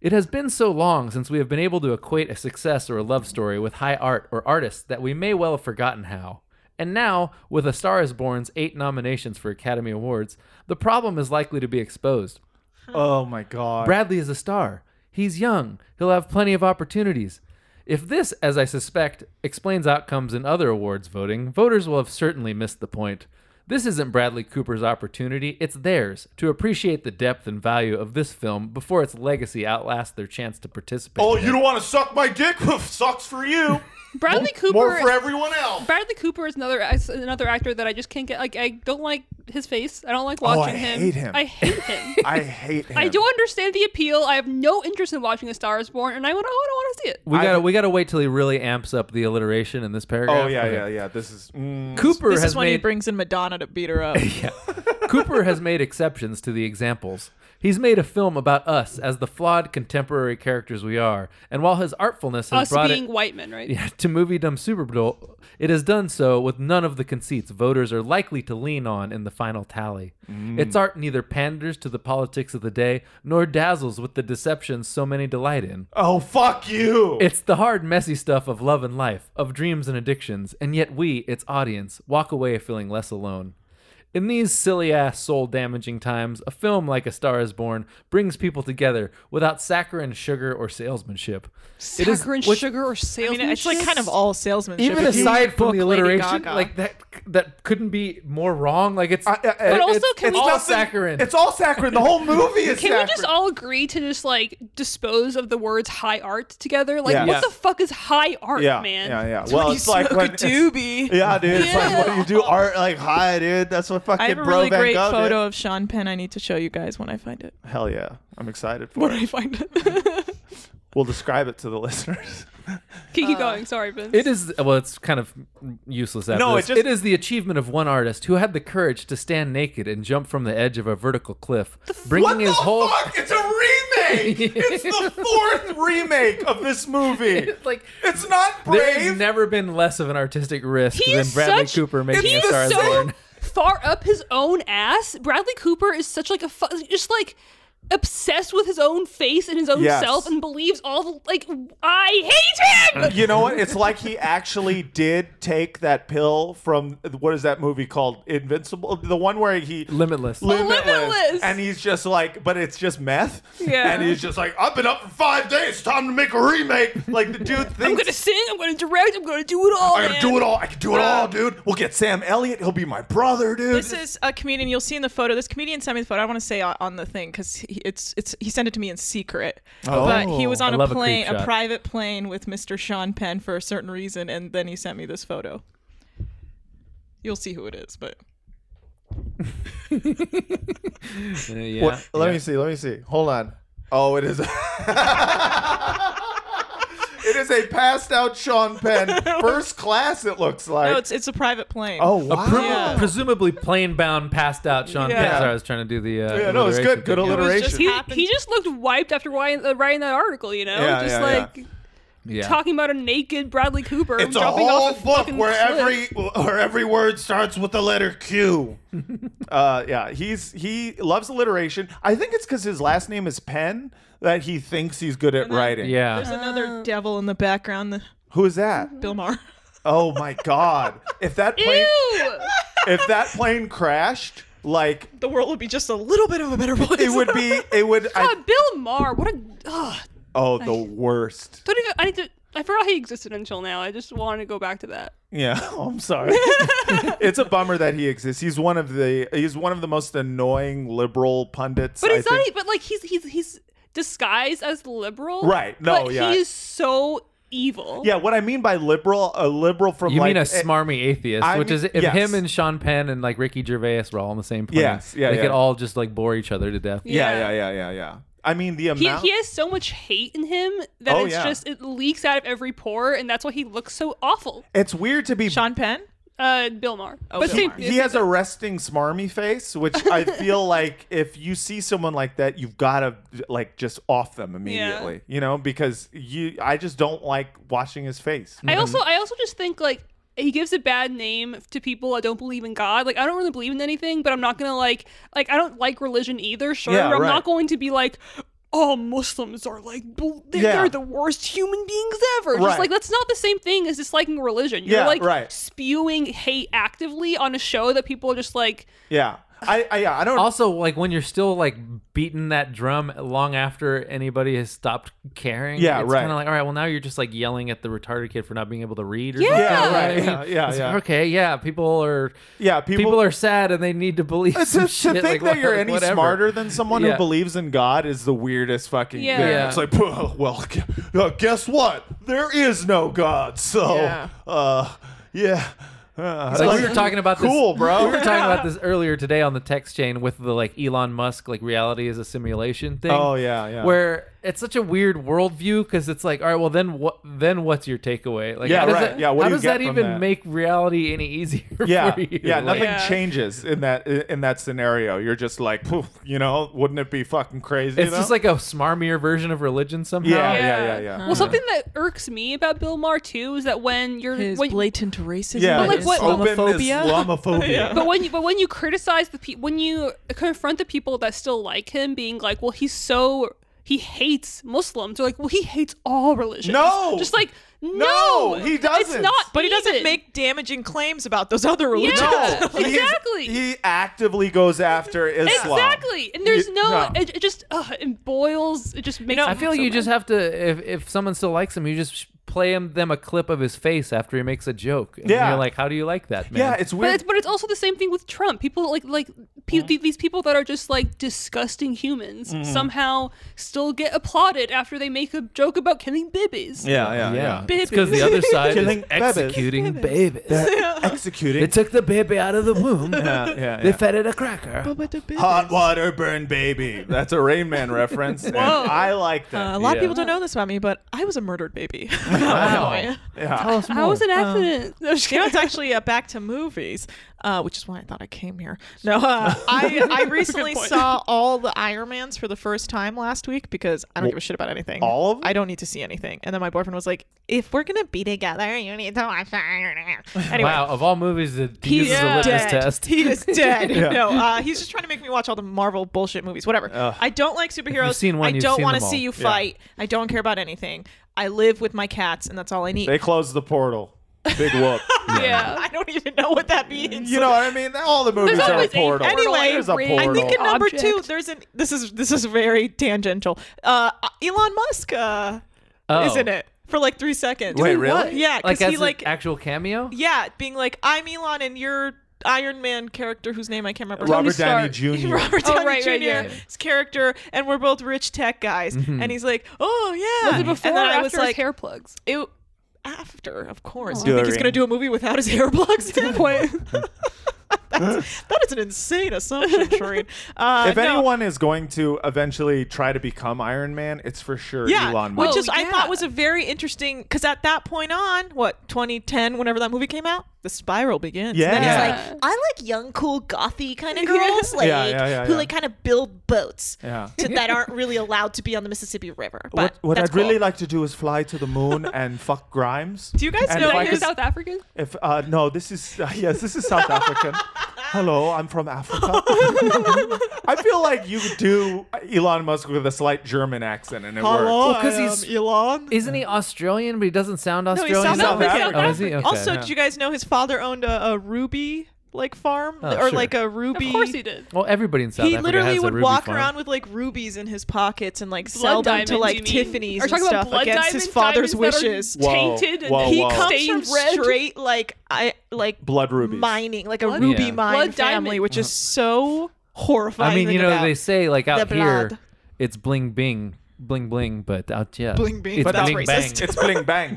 Speaker 1: It has been so long since we have been able to equate a success or a love story with high art or artists that we may well have forgotten how. And now, with A Star is Born's eight nominations for Academy Awards, the problem is likely to be exposed.
Speaker 2: Oh my god.
Speaker 1: Bradley is a star. He's young. He'll have plenty of opportunities. If this, as I suspect, explains outcomes in other awards voting, voters will have certainly missed the point. This isn't Bradley Cooper's opportunity, it's theirs to appreciate the depth and value of this film before its legacy outlasts their chance to participate.
Speaker 2: oh,
Speaker 1: in
Speaker 2: you
Speaker 1: it.
Speaker 2: don't want to suck my dick? Sucks for you.
Speaker 3: Bradley Cooper
Speaker 2: More for everyone else.
Speaker 3: Bradley Cooper is another is another actor that I just can't get. Like I don't like his face. I don't like
Speaker 2: I
Speaker 3: watching him.
Speaker 2: hate him.
Speaker 3: I hate him.
Speaker 2: I hate him.
Speaker 3: I don't understand the appeal. I have no interest in watching A Star Is Born, and I would. I don't want to see it.
Speaker 1: we
Speaker 2: I-
Speaker 1: gotta we gotta wait till he really amps up the alliteration in this paragraph.
Speaker 2: Oh yeah,
Speaker 1: Okay.
Speaker 2: yeah, yeah. This is mm,
Speaker 1: Cooper
Speaker 4: This
Speaker 1: has
Speaker 4: is when he
Speaker 1: made
Speaker 4: brings in Madonna to beat her up.
Speaker 1: Cooper has made exceptions to the examples. He's made a film about us as the flawed contemporary characters we are, and while his artfulness has
Speaker 3: Us
Speaker 1: brought
Speaker 3: being
Speaker 1: it
Speaker 3: white men, right?
Speaker 1: yeah, to moviedom Super Bowl, it has done so with none of the conceits voters are likely to lean on in the final tally. Its art neither panders to the politics of the day nor dazzles with the deceptions so many delight in.
Speaker 2: Oh fuck you.
Speaker 1: It's the hard, messy stuff of love and life, of dreams and addictions, and yet we, its audience, walk away feeling less alone. In these silly ass, soul damaging times, a film like A Star is Born brings people together without saccharine sugar or salesmanship. It is-
Speaker 3: Saccharine
Speaker 1: which-
Speaker 3: sugar or
Speaker 4: I
Speaker 3: salesmanship.
Speaker 4: mean, it's like kind of all salesmanship.
Speaker 1: even
Speaker 4: If you
Speaker 1: aside from
Speaker 4: book
Speaker 1: the
Speaker 4: Lady
Speaker 1: alliteration,
Speaker 4: Gaga-
Speaker 1: like that, that couldn't be more wrong. Like it's,
Speaker 2: I- I-
Speaker 1: it-
Speaker 3: also,
Speaker 1: it's-
Speaker 3: can
Speaker 1: it's
Speaker 3: we
Speaker 1: all
Speaker 3: just-
Speaker 1: saccharine.
Speaker 2: It's all saccharine. The whole movie is
Speaker 3: Can we
Speaker 2: saccharine.
Speaker 3: just all agree to just like dispose of the words high art together? Like,
Speaker 2: Yeah.
Speaker 3: what
Speaker 2: Yeah.
Speaker 3: the fuck is high art,
Speaker 2: yeah,
Speaker 3: man?
Speaker 2: yeah, yeah. Well, it's like
Speaker 4: smoke a
Speaker 2: when it's-
Speaker 4: doobie.
Speaker 2: Yeah, dude. It's like what you do art like hi, dude. That's what fucking
Speaker 4: I have a
Speaker 2: bro
Speaker 4: really
Speaker 2: Van
Speaker 4: great
Speaker 2: Gogh eh? did.
Speaker 4: photo of Sean Penn. I need to show you guys when I find it.
Speaker 2: Hell yeah, I'm excited for
Speaker 4: When
Speaker 2: it.
Speaker 4: I find it.
Speaker 2: We'll describe it to the listeners.
Speaker 3: Keep, keep going. Sorry, Vince.
Speaker 1: It is well. It's kind of useless. After
Speaker 2: No,
Speaker 1: this.
Speaker 2: it just-
Speaker 1: it is the achievement of one artist who had the courage to stand naked and jump from the edge of a vertical cliff, bringing
Speaker 2: what
Speaker 1: his
Speaker 2: the
Speaker 1: whole
Speaker 2: fuck? It's a remake. it's the fourth remake of this movie.
Speaker 1: like.
Speaker 2: It's not
Speaker 1: There has
Speaker 2: brave.
Speaker 1: never been less of an artistic risk
Speaker 3: He
Speaker 1: than
Speaker 3: is
Speaker 1: Bradley
Speaker 3: such-
Speaker 1: Cooper making
Speaker 3: he
Speaker 1: a
Speaker 3: is
Speaker 1: Star Is
Speaker 3: so
Speaker 1: Born.
Speaker 3: far up his own ass. Bradley Cooper is such like a fu- just like obsessed with his own face and his own
Speaker 2: Yes.
Speaker 3: self and believes all the like I hate him.
Speaker 2: Uh, you know what? It's like he actually did take that pill from what is that movie called? Invincible, the one where he
Speaker 1: Limitless.
Speaker 3: Limitless.
Speaker 2: and he's just like, but it's just meth.
Speaker 3: Yeah.
Speaker 2: and he's just like, I've been up for five days. Time to make a remake. Like the dude thinks.
Speaker 3: I'm gonna sing. I'm gonna direct. I'm gonna do it all.
Speaker 2: I gotta
Speaker 3: man.
Speaker 2: do it all. I can do it all, dude. We'll get Sam Elliott. He'll be my brother, dude.
Speaker 4: this is a comedian. You'll see in the photo. This comedian sent me the photo. I want to say on on the thing because it's it's he sent it to me in secret.
Speaker 2: Oh.
Speaker 4: but he was
Speaker 1: I
Speaker 4: on a
Speaker 1: love a creep
Speaker 4: plane, a,
Speaker 1: shot.
Speaker 4: private plane with Mr. Sean Penn for a certain reason, and then he sent me this photo. You'll see who it is, but
Speaker 1: Uh, yeah.
Speaker 2: What- Let me see. Let me see. Hold on. Oh, it is. it is a passed out Sean Penn first class. It looks like.
Speaker 4: no, oh, it's it's a private plane.
Speaker 2: oh wow.
Speaker 1: Pre-
Speaker 4: Yeah.
Speaker 1: Presumably plane bound, passed out Sean
Speaker 2: Yeah.
Speaker 1: Penn. Sorry, I was trying to do the. Uh,
Speaker 2: Yeah, no, it's
Speaker 1: alliteration
Speaker 2: good. Good
Speaker 1: thing.
Speaker 4: was
Speaker 2: alliteration.
Speaker 4: just-
Speaker 3: He,
Speaker 4: Happened.
Speaker 3: he just looked wiped after writing, uh, writing that article, you know,
Speaker 2: Yeah, yeah,
Speaker 3: just
Speaker 2: yeah.
Speaker 3: like
Speaker 1: Yeah.
Speaker 3: talking about a naked Bradley Cooper.
Speaker 2: It's a
Speaker 3: dropping
Speaker 2: whole
Speaker 3: off a
Speaker 2: book
Speaker 3: fucking
Speaker 2: where
Speaker 3: cliff.
Speaker 2: every where every word starts with the letter Q. uh, yeah, he's he loves alliteration. I think it's because his last
Speaker 3: Mm-hmm.
Speaker 2: name is Penn that he thinks he's good at writing.
Speaker 1: Yeah.
Speaker 4: Oh. There's another devil in the background. The
Speaker 2: Who is that?
Speaker 4: Bill Maher.
Speaker 2: Oh my god. If that plane
Speaker 3: Mm-hmm. Ew!
Speaker 2: if that plane crashed, like
Speaker 4: The world would be just a little bit of a better place.
Speaker 2: it would be it would I,
Speaker 3: God, Bill Maher. What a. Ugh,
Speaker 2: oh the worst.
Speaker 3: don't even. I need to. I forgot he existed until now. I just wanted to go back to that.
Speaker 2: Yeah, oh, I'm sorry. it's a bummer that he exists. He's one of the he's one of the most annoying liberal pundits.
Speaker 3: But
Speaker 2: I
Speaker 3: it's not.
Speaker 2: think.
Speaker 3: e- But like he's he's he's disguised as liberal.
Speaker 2: Right, no,
Speaker 3: But
Speaker 2: yeah.
Speaker 3: He is so evil.
Speaker 2: Yeah, what I mean by liberal, a liberal from
Speaker 1: You
Speaker 2: like
Speaker 1: mean a
Speaker 2: eh,
Speaker 1: smarmy atheist,
Speaker 2: I
Speaker 1: which
Speaker 2: mean-
Speaker 1: is if
Speaker 2: yes.
Speaker 1: him and Sean Penn and like Ricky Gervais were all on the same plane.
Speaker 2: Yes, yeah,
Speaker 1: they
Speaker 2: yeah.
Speaker 1: could all just like bore each other to death.
Speaker 2: Yeah, yeah, yeah, yeah, yeah. I mean the
Speaker 3: He,
Speaker 2: amount.
Speaker 3: he has so much hate in him that
Speaker 2: Oh,
Speaker 3: it's
Speaker 2: yeah.
Speaker 3: just it leaks out of every pore, and that's why he looks so awful.
Speaker 2: it's weird to be.
Speaker 4: Sean Penn.
Speaker 3: Uh, Bill Maher.
Speaker 4: Oh,
Speaker 3: but
Speaker 4: Bill
Speaker 3: same,
Speaker 4: Maher.
Speaker 2: he has a resting smarmy face, which I feel like if you see someone like that, you've got to like just off them immediately, you know, because you. I just don't like watching his face.
Speaker 3: I also I also just think like he gives a bad name to people that don't believe in God. Like I don't really believe in anything, but I'm not gonna like like I don't like religion either. Sure,
Speaker 2: Yeah,
Speaker 3: but I'm
Speaker 2: right.
Speaker 3: not going to be like. Oh, Muslims are like bl- they're,
Speaker 2: Yeah.
Speaker 3: they're the worst human beings ever.
Speaker 2: Right.
Speaker 3: Just like that's not the same thing as disliking religion. You're
Speaker 2: Yeah,
Speaker 3: like
Speaker 2: right.
Speaker 3: spewing hate actively on a show that people are just like
Speaker 2: Yeah, I. I yeah, I don't.
Speaker 1: Also, like when you're still like beating that drum long after anybody has stopped caring.
Speaker 2: Yeah,
Speaker 1: it's
Speaker 2: right.
Speaker 1: Kind of like all right, well now you're just like yelling at the retarded kid for not being able to read. Or
Speaker 3: Yeah.
Speaker 1: something.
Speaker 2: yeah,
Speaker 1: You know
Speaker 2: right.
Speaker 1: what I
Speaker 2: Yeah,
Speaker 1: mean?
Speaker 2: yeah,
Speaker 1: It's
Speaker 2: yeah.
Speaker 1: like, okay, yeah. People are
Speaker 2: yeah
Speaker 1: people,
Speaker 2: people,
Speaker 1: are sad and they need to believe
Speaker 2: To,
Speaker 1: some
Speaker 2: to
Speaker 1: shit.
Speaker 2: think
Speaker 1: like,
Speaker 2: that you're
Speaker 1: wha-
Speaker 2: any
Speaker 1: whatever.
Speaker 2: smarter than someone
Speaker 1: Yeah.
Speaker 2: who believes in God is the weirdest fucking
Speaker 3: Yeah.
Speaker 2: thing.
Speaker 1: Yeah.
Speaker 2: It's like, "Well, well, gu- uh, guess what? There is no God. So,
Speaker 4: Yeah.
Speaker 2: uh, yeah. Uh,
Speaker 1: It's like
Speaker 2: that's
Speaker 1: we were talking about this,
Speaker 2: cool, bro.
Speaker 1: We were talking about this earlier today on the text chain with the like Elon Musk like reality is a simulation thing.
Speaker 2: Oh, yeah, yeah.
Speaker 1: Where it's such a weird worldview because it's like, all right, well then what? Then what's your takeaway? Like,
Speaker 2: Yeah,
Speaker 1: how does
Speaker 2: right.
Speaker 1: That,
Speaker 2: Yeah, what
Speaker 1: how
Speaker 2: do you
Speaker 1: does
Speaker 2: get
Speaker 1: that
Speaker 2: from
Speaker 1: even
Speaker 2: that?
Speaker 1: make reality any easier?
Speaker 2: yeah,
Speaker 1: for you?
Speaker 2: yeah.
Speaker 1: Like,
Speaker 2: Nothing
Speaker 3: Yeah.
Speaker 2: changes in that in that scenario. You're just like, poof, you know, wouldn't it be fucking crazy?
Speaker 1: It's
Speaker 2: though?
Speaker 1: just like a smarmier version of religion somehow.
Speaker 2: yeah, yeah, yeah, Mm-hmm. yeah. yeah.
Speaker 3: Well, something that irks me about Bill Maher too is that when you're
Speaker 4: His
Speaker 3: when,
Speaker 4: blatant racism.
Speaker 2: yeah,
Speaker 3: But, like,
Speaker 4: and
Speaker 3: what-
Speaker 2: open
Speaker 4: Islamophobia.
Speaker 2: Islamophobia.
Speaker 3: but when you but when you criticize the people when you confront the people that still like him being like well he's so he hates muslims they're like well he hates all religions
Speaker 2: No!
Speaker 3: just like
Speaker 2: No,
Speaker 3: no,
Speaker 2: he doesn't.
Speaker 3: it's not
Speaker 4: But he doesn't
Speaker 3: even.
Speaker 4: make damaging claims about those other religions.
Speaker 3: Yeah.
Speaker 2: He is-
Speaker 3: Exactly.
Speaker 2: He actively goes after Islam.
Speaker 3: exactly and there's
Speaker 2: You-
Speaker 3: no,
Speaker 2: no.
Speaker 3: It, it just uh, it boils it just makes
Speaker 1: I feel like you just have to if if someone still likes him, you just play him them a clip of his face after he makes a joke. And
Speaker 2: Yeah.
Speaker 1: you're like, how do you like that, man?
Speaker 2: Yeah, it's
Speaker 3: but
Speaker 2: weird.
Speaker 3: it's, but it's also the same thing with Trump. People like like pe- th- these people that are just like disgusting humans
Speaker 2: Mm-hmm.
Speaker 3: somehow still get applauded after they make a joke about killing babies.
Speaker 2: yeah, yeah,
Speaker 1: yeah,
Speaker 2: yeah.
Speaker 1: because the other side
Speaker 2: Killing
Speaker 1: is
Speaker 2: babies.
Speaker 1: executing babies.
Speaker 2: Executing.
Speaker 1: They took the baby out of the womb.
Speaker 2: yeah, yeah,
Speaker 1: They
Speaker 2: yeah.
Speaker 1: fed it a cracker.
Speaker 2: Hot water burn baby. That's a Rain Man reference. and I like
Speaker 4: Uh,
Speaker 2: that.
Speaker 4: a lot
Speaker 1: Yeah.
Speaker 4: of people don't know this about me, but I was a murdered baby.
Speaker 1: Wow.
Speaker 2: yeah.
Speaker 3: How was an accident? No, I'm just
Speaker 4: You know,
Speaker 3: kidding.
Speaker 4: it's actually uh, back to movies, uh, which is why I thought I came here. No, uh, I, I recently
Speaker 3: point.
Speaker 4: saw all the Ironmans for the first time last week because I don't give a shit about anything.
Speaker 2: all of them?
Speaker 4: I don't need to see anything. And then my boyfriend was like, "If we're gonna be together, you need to watch the Iron Man." Anyway,
Speaker 1: Wow, of all movies, it
Speaker 4: he's
Speaker 1: uses a litmus
Speaker 4: dead.
Speaker 1: test.
Speaker 4: He is dead. No, uh, he's just trying to make me watch all the Marvel bullshit movies. Whatever. I don't like superheroes.
Speaker 1: you've seen one,
Speaker 4: I
Speaker 1: you've
Speaker 4: don't
Speaker 1: seen
Speaker 4: wanna
Speaker 1: them all.
Speaker 4: see you fight. I don't care about anything. I live with my cats, and that's all I need.
Speaker 2: They closed the portal. Big whoop.
Speaker 3: yeah.
Speaker 4: I don't even know what that means.
Speaker 2: you know what I mean? All the movies
Speaker 3: There's
Speaker 2: are a
Speaker 3: always a
Speaker 2: portal.
Speaker 3: portal,
Speaker 4: Anyway,
Speaker 2: there's a
Speaker 3: I
Speaker 2: portal.
Speaker 4: I think in number
Speaker 3: Object.
Speaker 4: two, there's an. This is this is very tangential. Uh, Elon Musk, uh,
Speaker 1: Oh.
Speaker 4: isn't it? For like three seconds.
Speaker 2: Wait, Doing really? what?
Speaker 4: Yeah, because
Speaker 1: Like as
Speaker 4: he like
Speaker 1: an actual cameo.
Speaker 4: yeah, being like I'm Elon and you're Iron Man character whose name I can't remember.
Speaker 2: Robert Downey
Speaker 3: Stark.
Speaker 2: Jr.
Speaker 4: Robert
Speaker 3: Oh,
Speaker 4: Downey
Speaker 3: right,
Speaker 4: Jr.
Speaker 3: right, yeah. Mm-hmm.
Speaker 4: character, and we're both rich tech guys, and he's like, oh yeah.
Speaker 3: Was it before
Speaker 4: and then
Speaker 3: or
Speaker 4: I
Speaker 3: after
Speaker 4: was
Speaker 3: his
Speaker 4: like,
Speaker 3: hair Oh. plugs?
Speaker 4: it, after, of course. You think he's
Speaker 2: During.
Speaker 4: gonna do a movie without his hair plugs in? That's, that is an insane assumption, Shireen. Uh,
Speaker 2: If
Speaker 4: no.
Speaker 2: anyone is going to eventually try to become Iron Man, it's for sure
Speaker 4: yeah,
Speaker 2: Elon
Speaker 4: which
Speaker 2: Musk.
Speaker 4: is I
Speaker 3: yeah.
Speaker 4: thought was a very interesting because at that point on, what 2010, whenever that movie came out, the spiral begins.
Speaker 2: Yeah.
Speaker 4: and then he's
Speaker 2: Yeah.
Speaker 4: like,
Speaker 5: I like young, cool, gothy kind of girls, like
Speaker 2: Yeah, yeah, yeah,
Speaker 5: who
Speaker 2: yeah.
Speaker 5: like kind of build boats
Speaker 2: Yeah.
Speaker 5: to, that aren't really allowed to be on the Mississippi River. But
Speaker 2: what what
Speaker 5: that's
Speaker 2: I'd really
Speaker 5: cool.
Speaker 2: like to do is fly to the moon and fuck Grimes.
Speaker 4: Do you guys
Speaker 2: And
Speaker 4: know
Speaker 2: if I
Speaker 3: Like
Speaker 2: could
Speaker 3: South African?
Speaker 2: If uh, no, this is uh, yes, this is South African. hello, I'm from Africa. I feel like you could do Elon Musk with a slight German accent and it works.
Speaker 1: Well, 'cause he's-
Speaker 4: Elon.
Speaker 1: Isn't he Australian? But he doesn't sound Australian.
Speaker 4: South
Speaker 2: South
Speaker 4: African.
Speaker 2: African.
Speaker 1: Oh, is he? Okay.
Speaker 4: Also, did you guys know his father owned a, a ruby like farm
Speaker 1: Oh,
Speaker 4: or
Speaker 1: sure.
Speaker 4: like a ruby?
Speaker 3: Of course he did.
Speaker 1: well, everybody in South
Speaker 4: He
Speaker 1: Africa
Speaker 4: literally
Speaker 1: has a
Speaker 4: would
Speaker 1: ruby
Speaker 4: walk
Speaker 1: farm.
Speaker 4: around with like rubies in his pockets and like
Speaker 3: Blood
Speaker 4: sell them
Speaker 3: diamonds,
Speaker 4: to
Speaker 3: you
Speaker 4: like
Speaker 3: mean?
Speaker 4: Tiffany's
Speaker 3: Are you
Speaker 4: and
Speaker 3: talking
Speaker 4: stuff
Speaker 3: about blood
Speaker 4: against
Speaker 3: diamonds,
Speaker 4: his father's
Speaker 3: diamonds that are
Speaker 4: wishes.
Speaker 2: Whoa,
Speaker 3: tainted and
Speaker 2: whoa,
Speaker 4: He
Speaker 2: whoa.
Speaker 4: comes
Speaker 3: stained
Speaker 4: from
Speaker 3: red.
Speaker 4: straight like I like
Speaker 2: Blood rubies.
Speaker 4: mining, like a
Speaker 3: Blood-
Speaker 4: ruby
Speaker 1: Yeah. Uh-huh.
Speaker 4: mine
Speaker 3: Blood
Speaker 4: family,
Speaker 3: diamond.
Speaker 4: which is so horrifying.
Speaker 1: I mean,
Speaker 4: to
Speaker 1: you
Speaker 4: think
Speaker 1: know,
Speaker 4: about.
Speaker 1: they say like out
Speaker 4: The
Speaker 1: here,
Speaker 4: blood.
Speaker 1: it's bling bing, bling bling, but out yeah,
Speaker 4: Bling bing,
Speaker 1: it's
Speaker 4: but that's
Speaker 1: bling bang.
Speaker 4: racist.
Speaker 2: It's bling bang.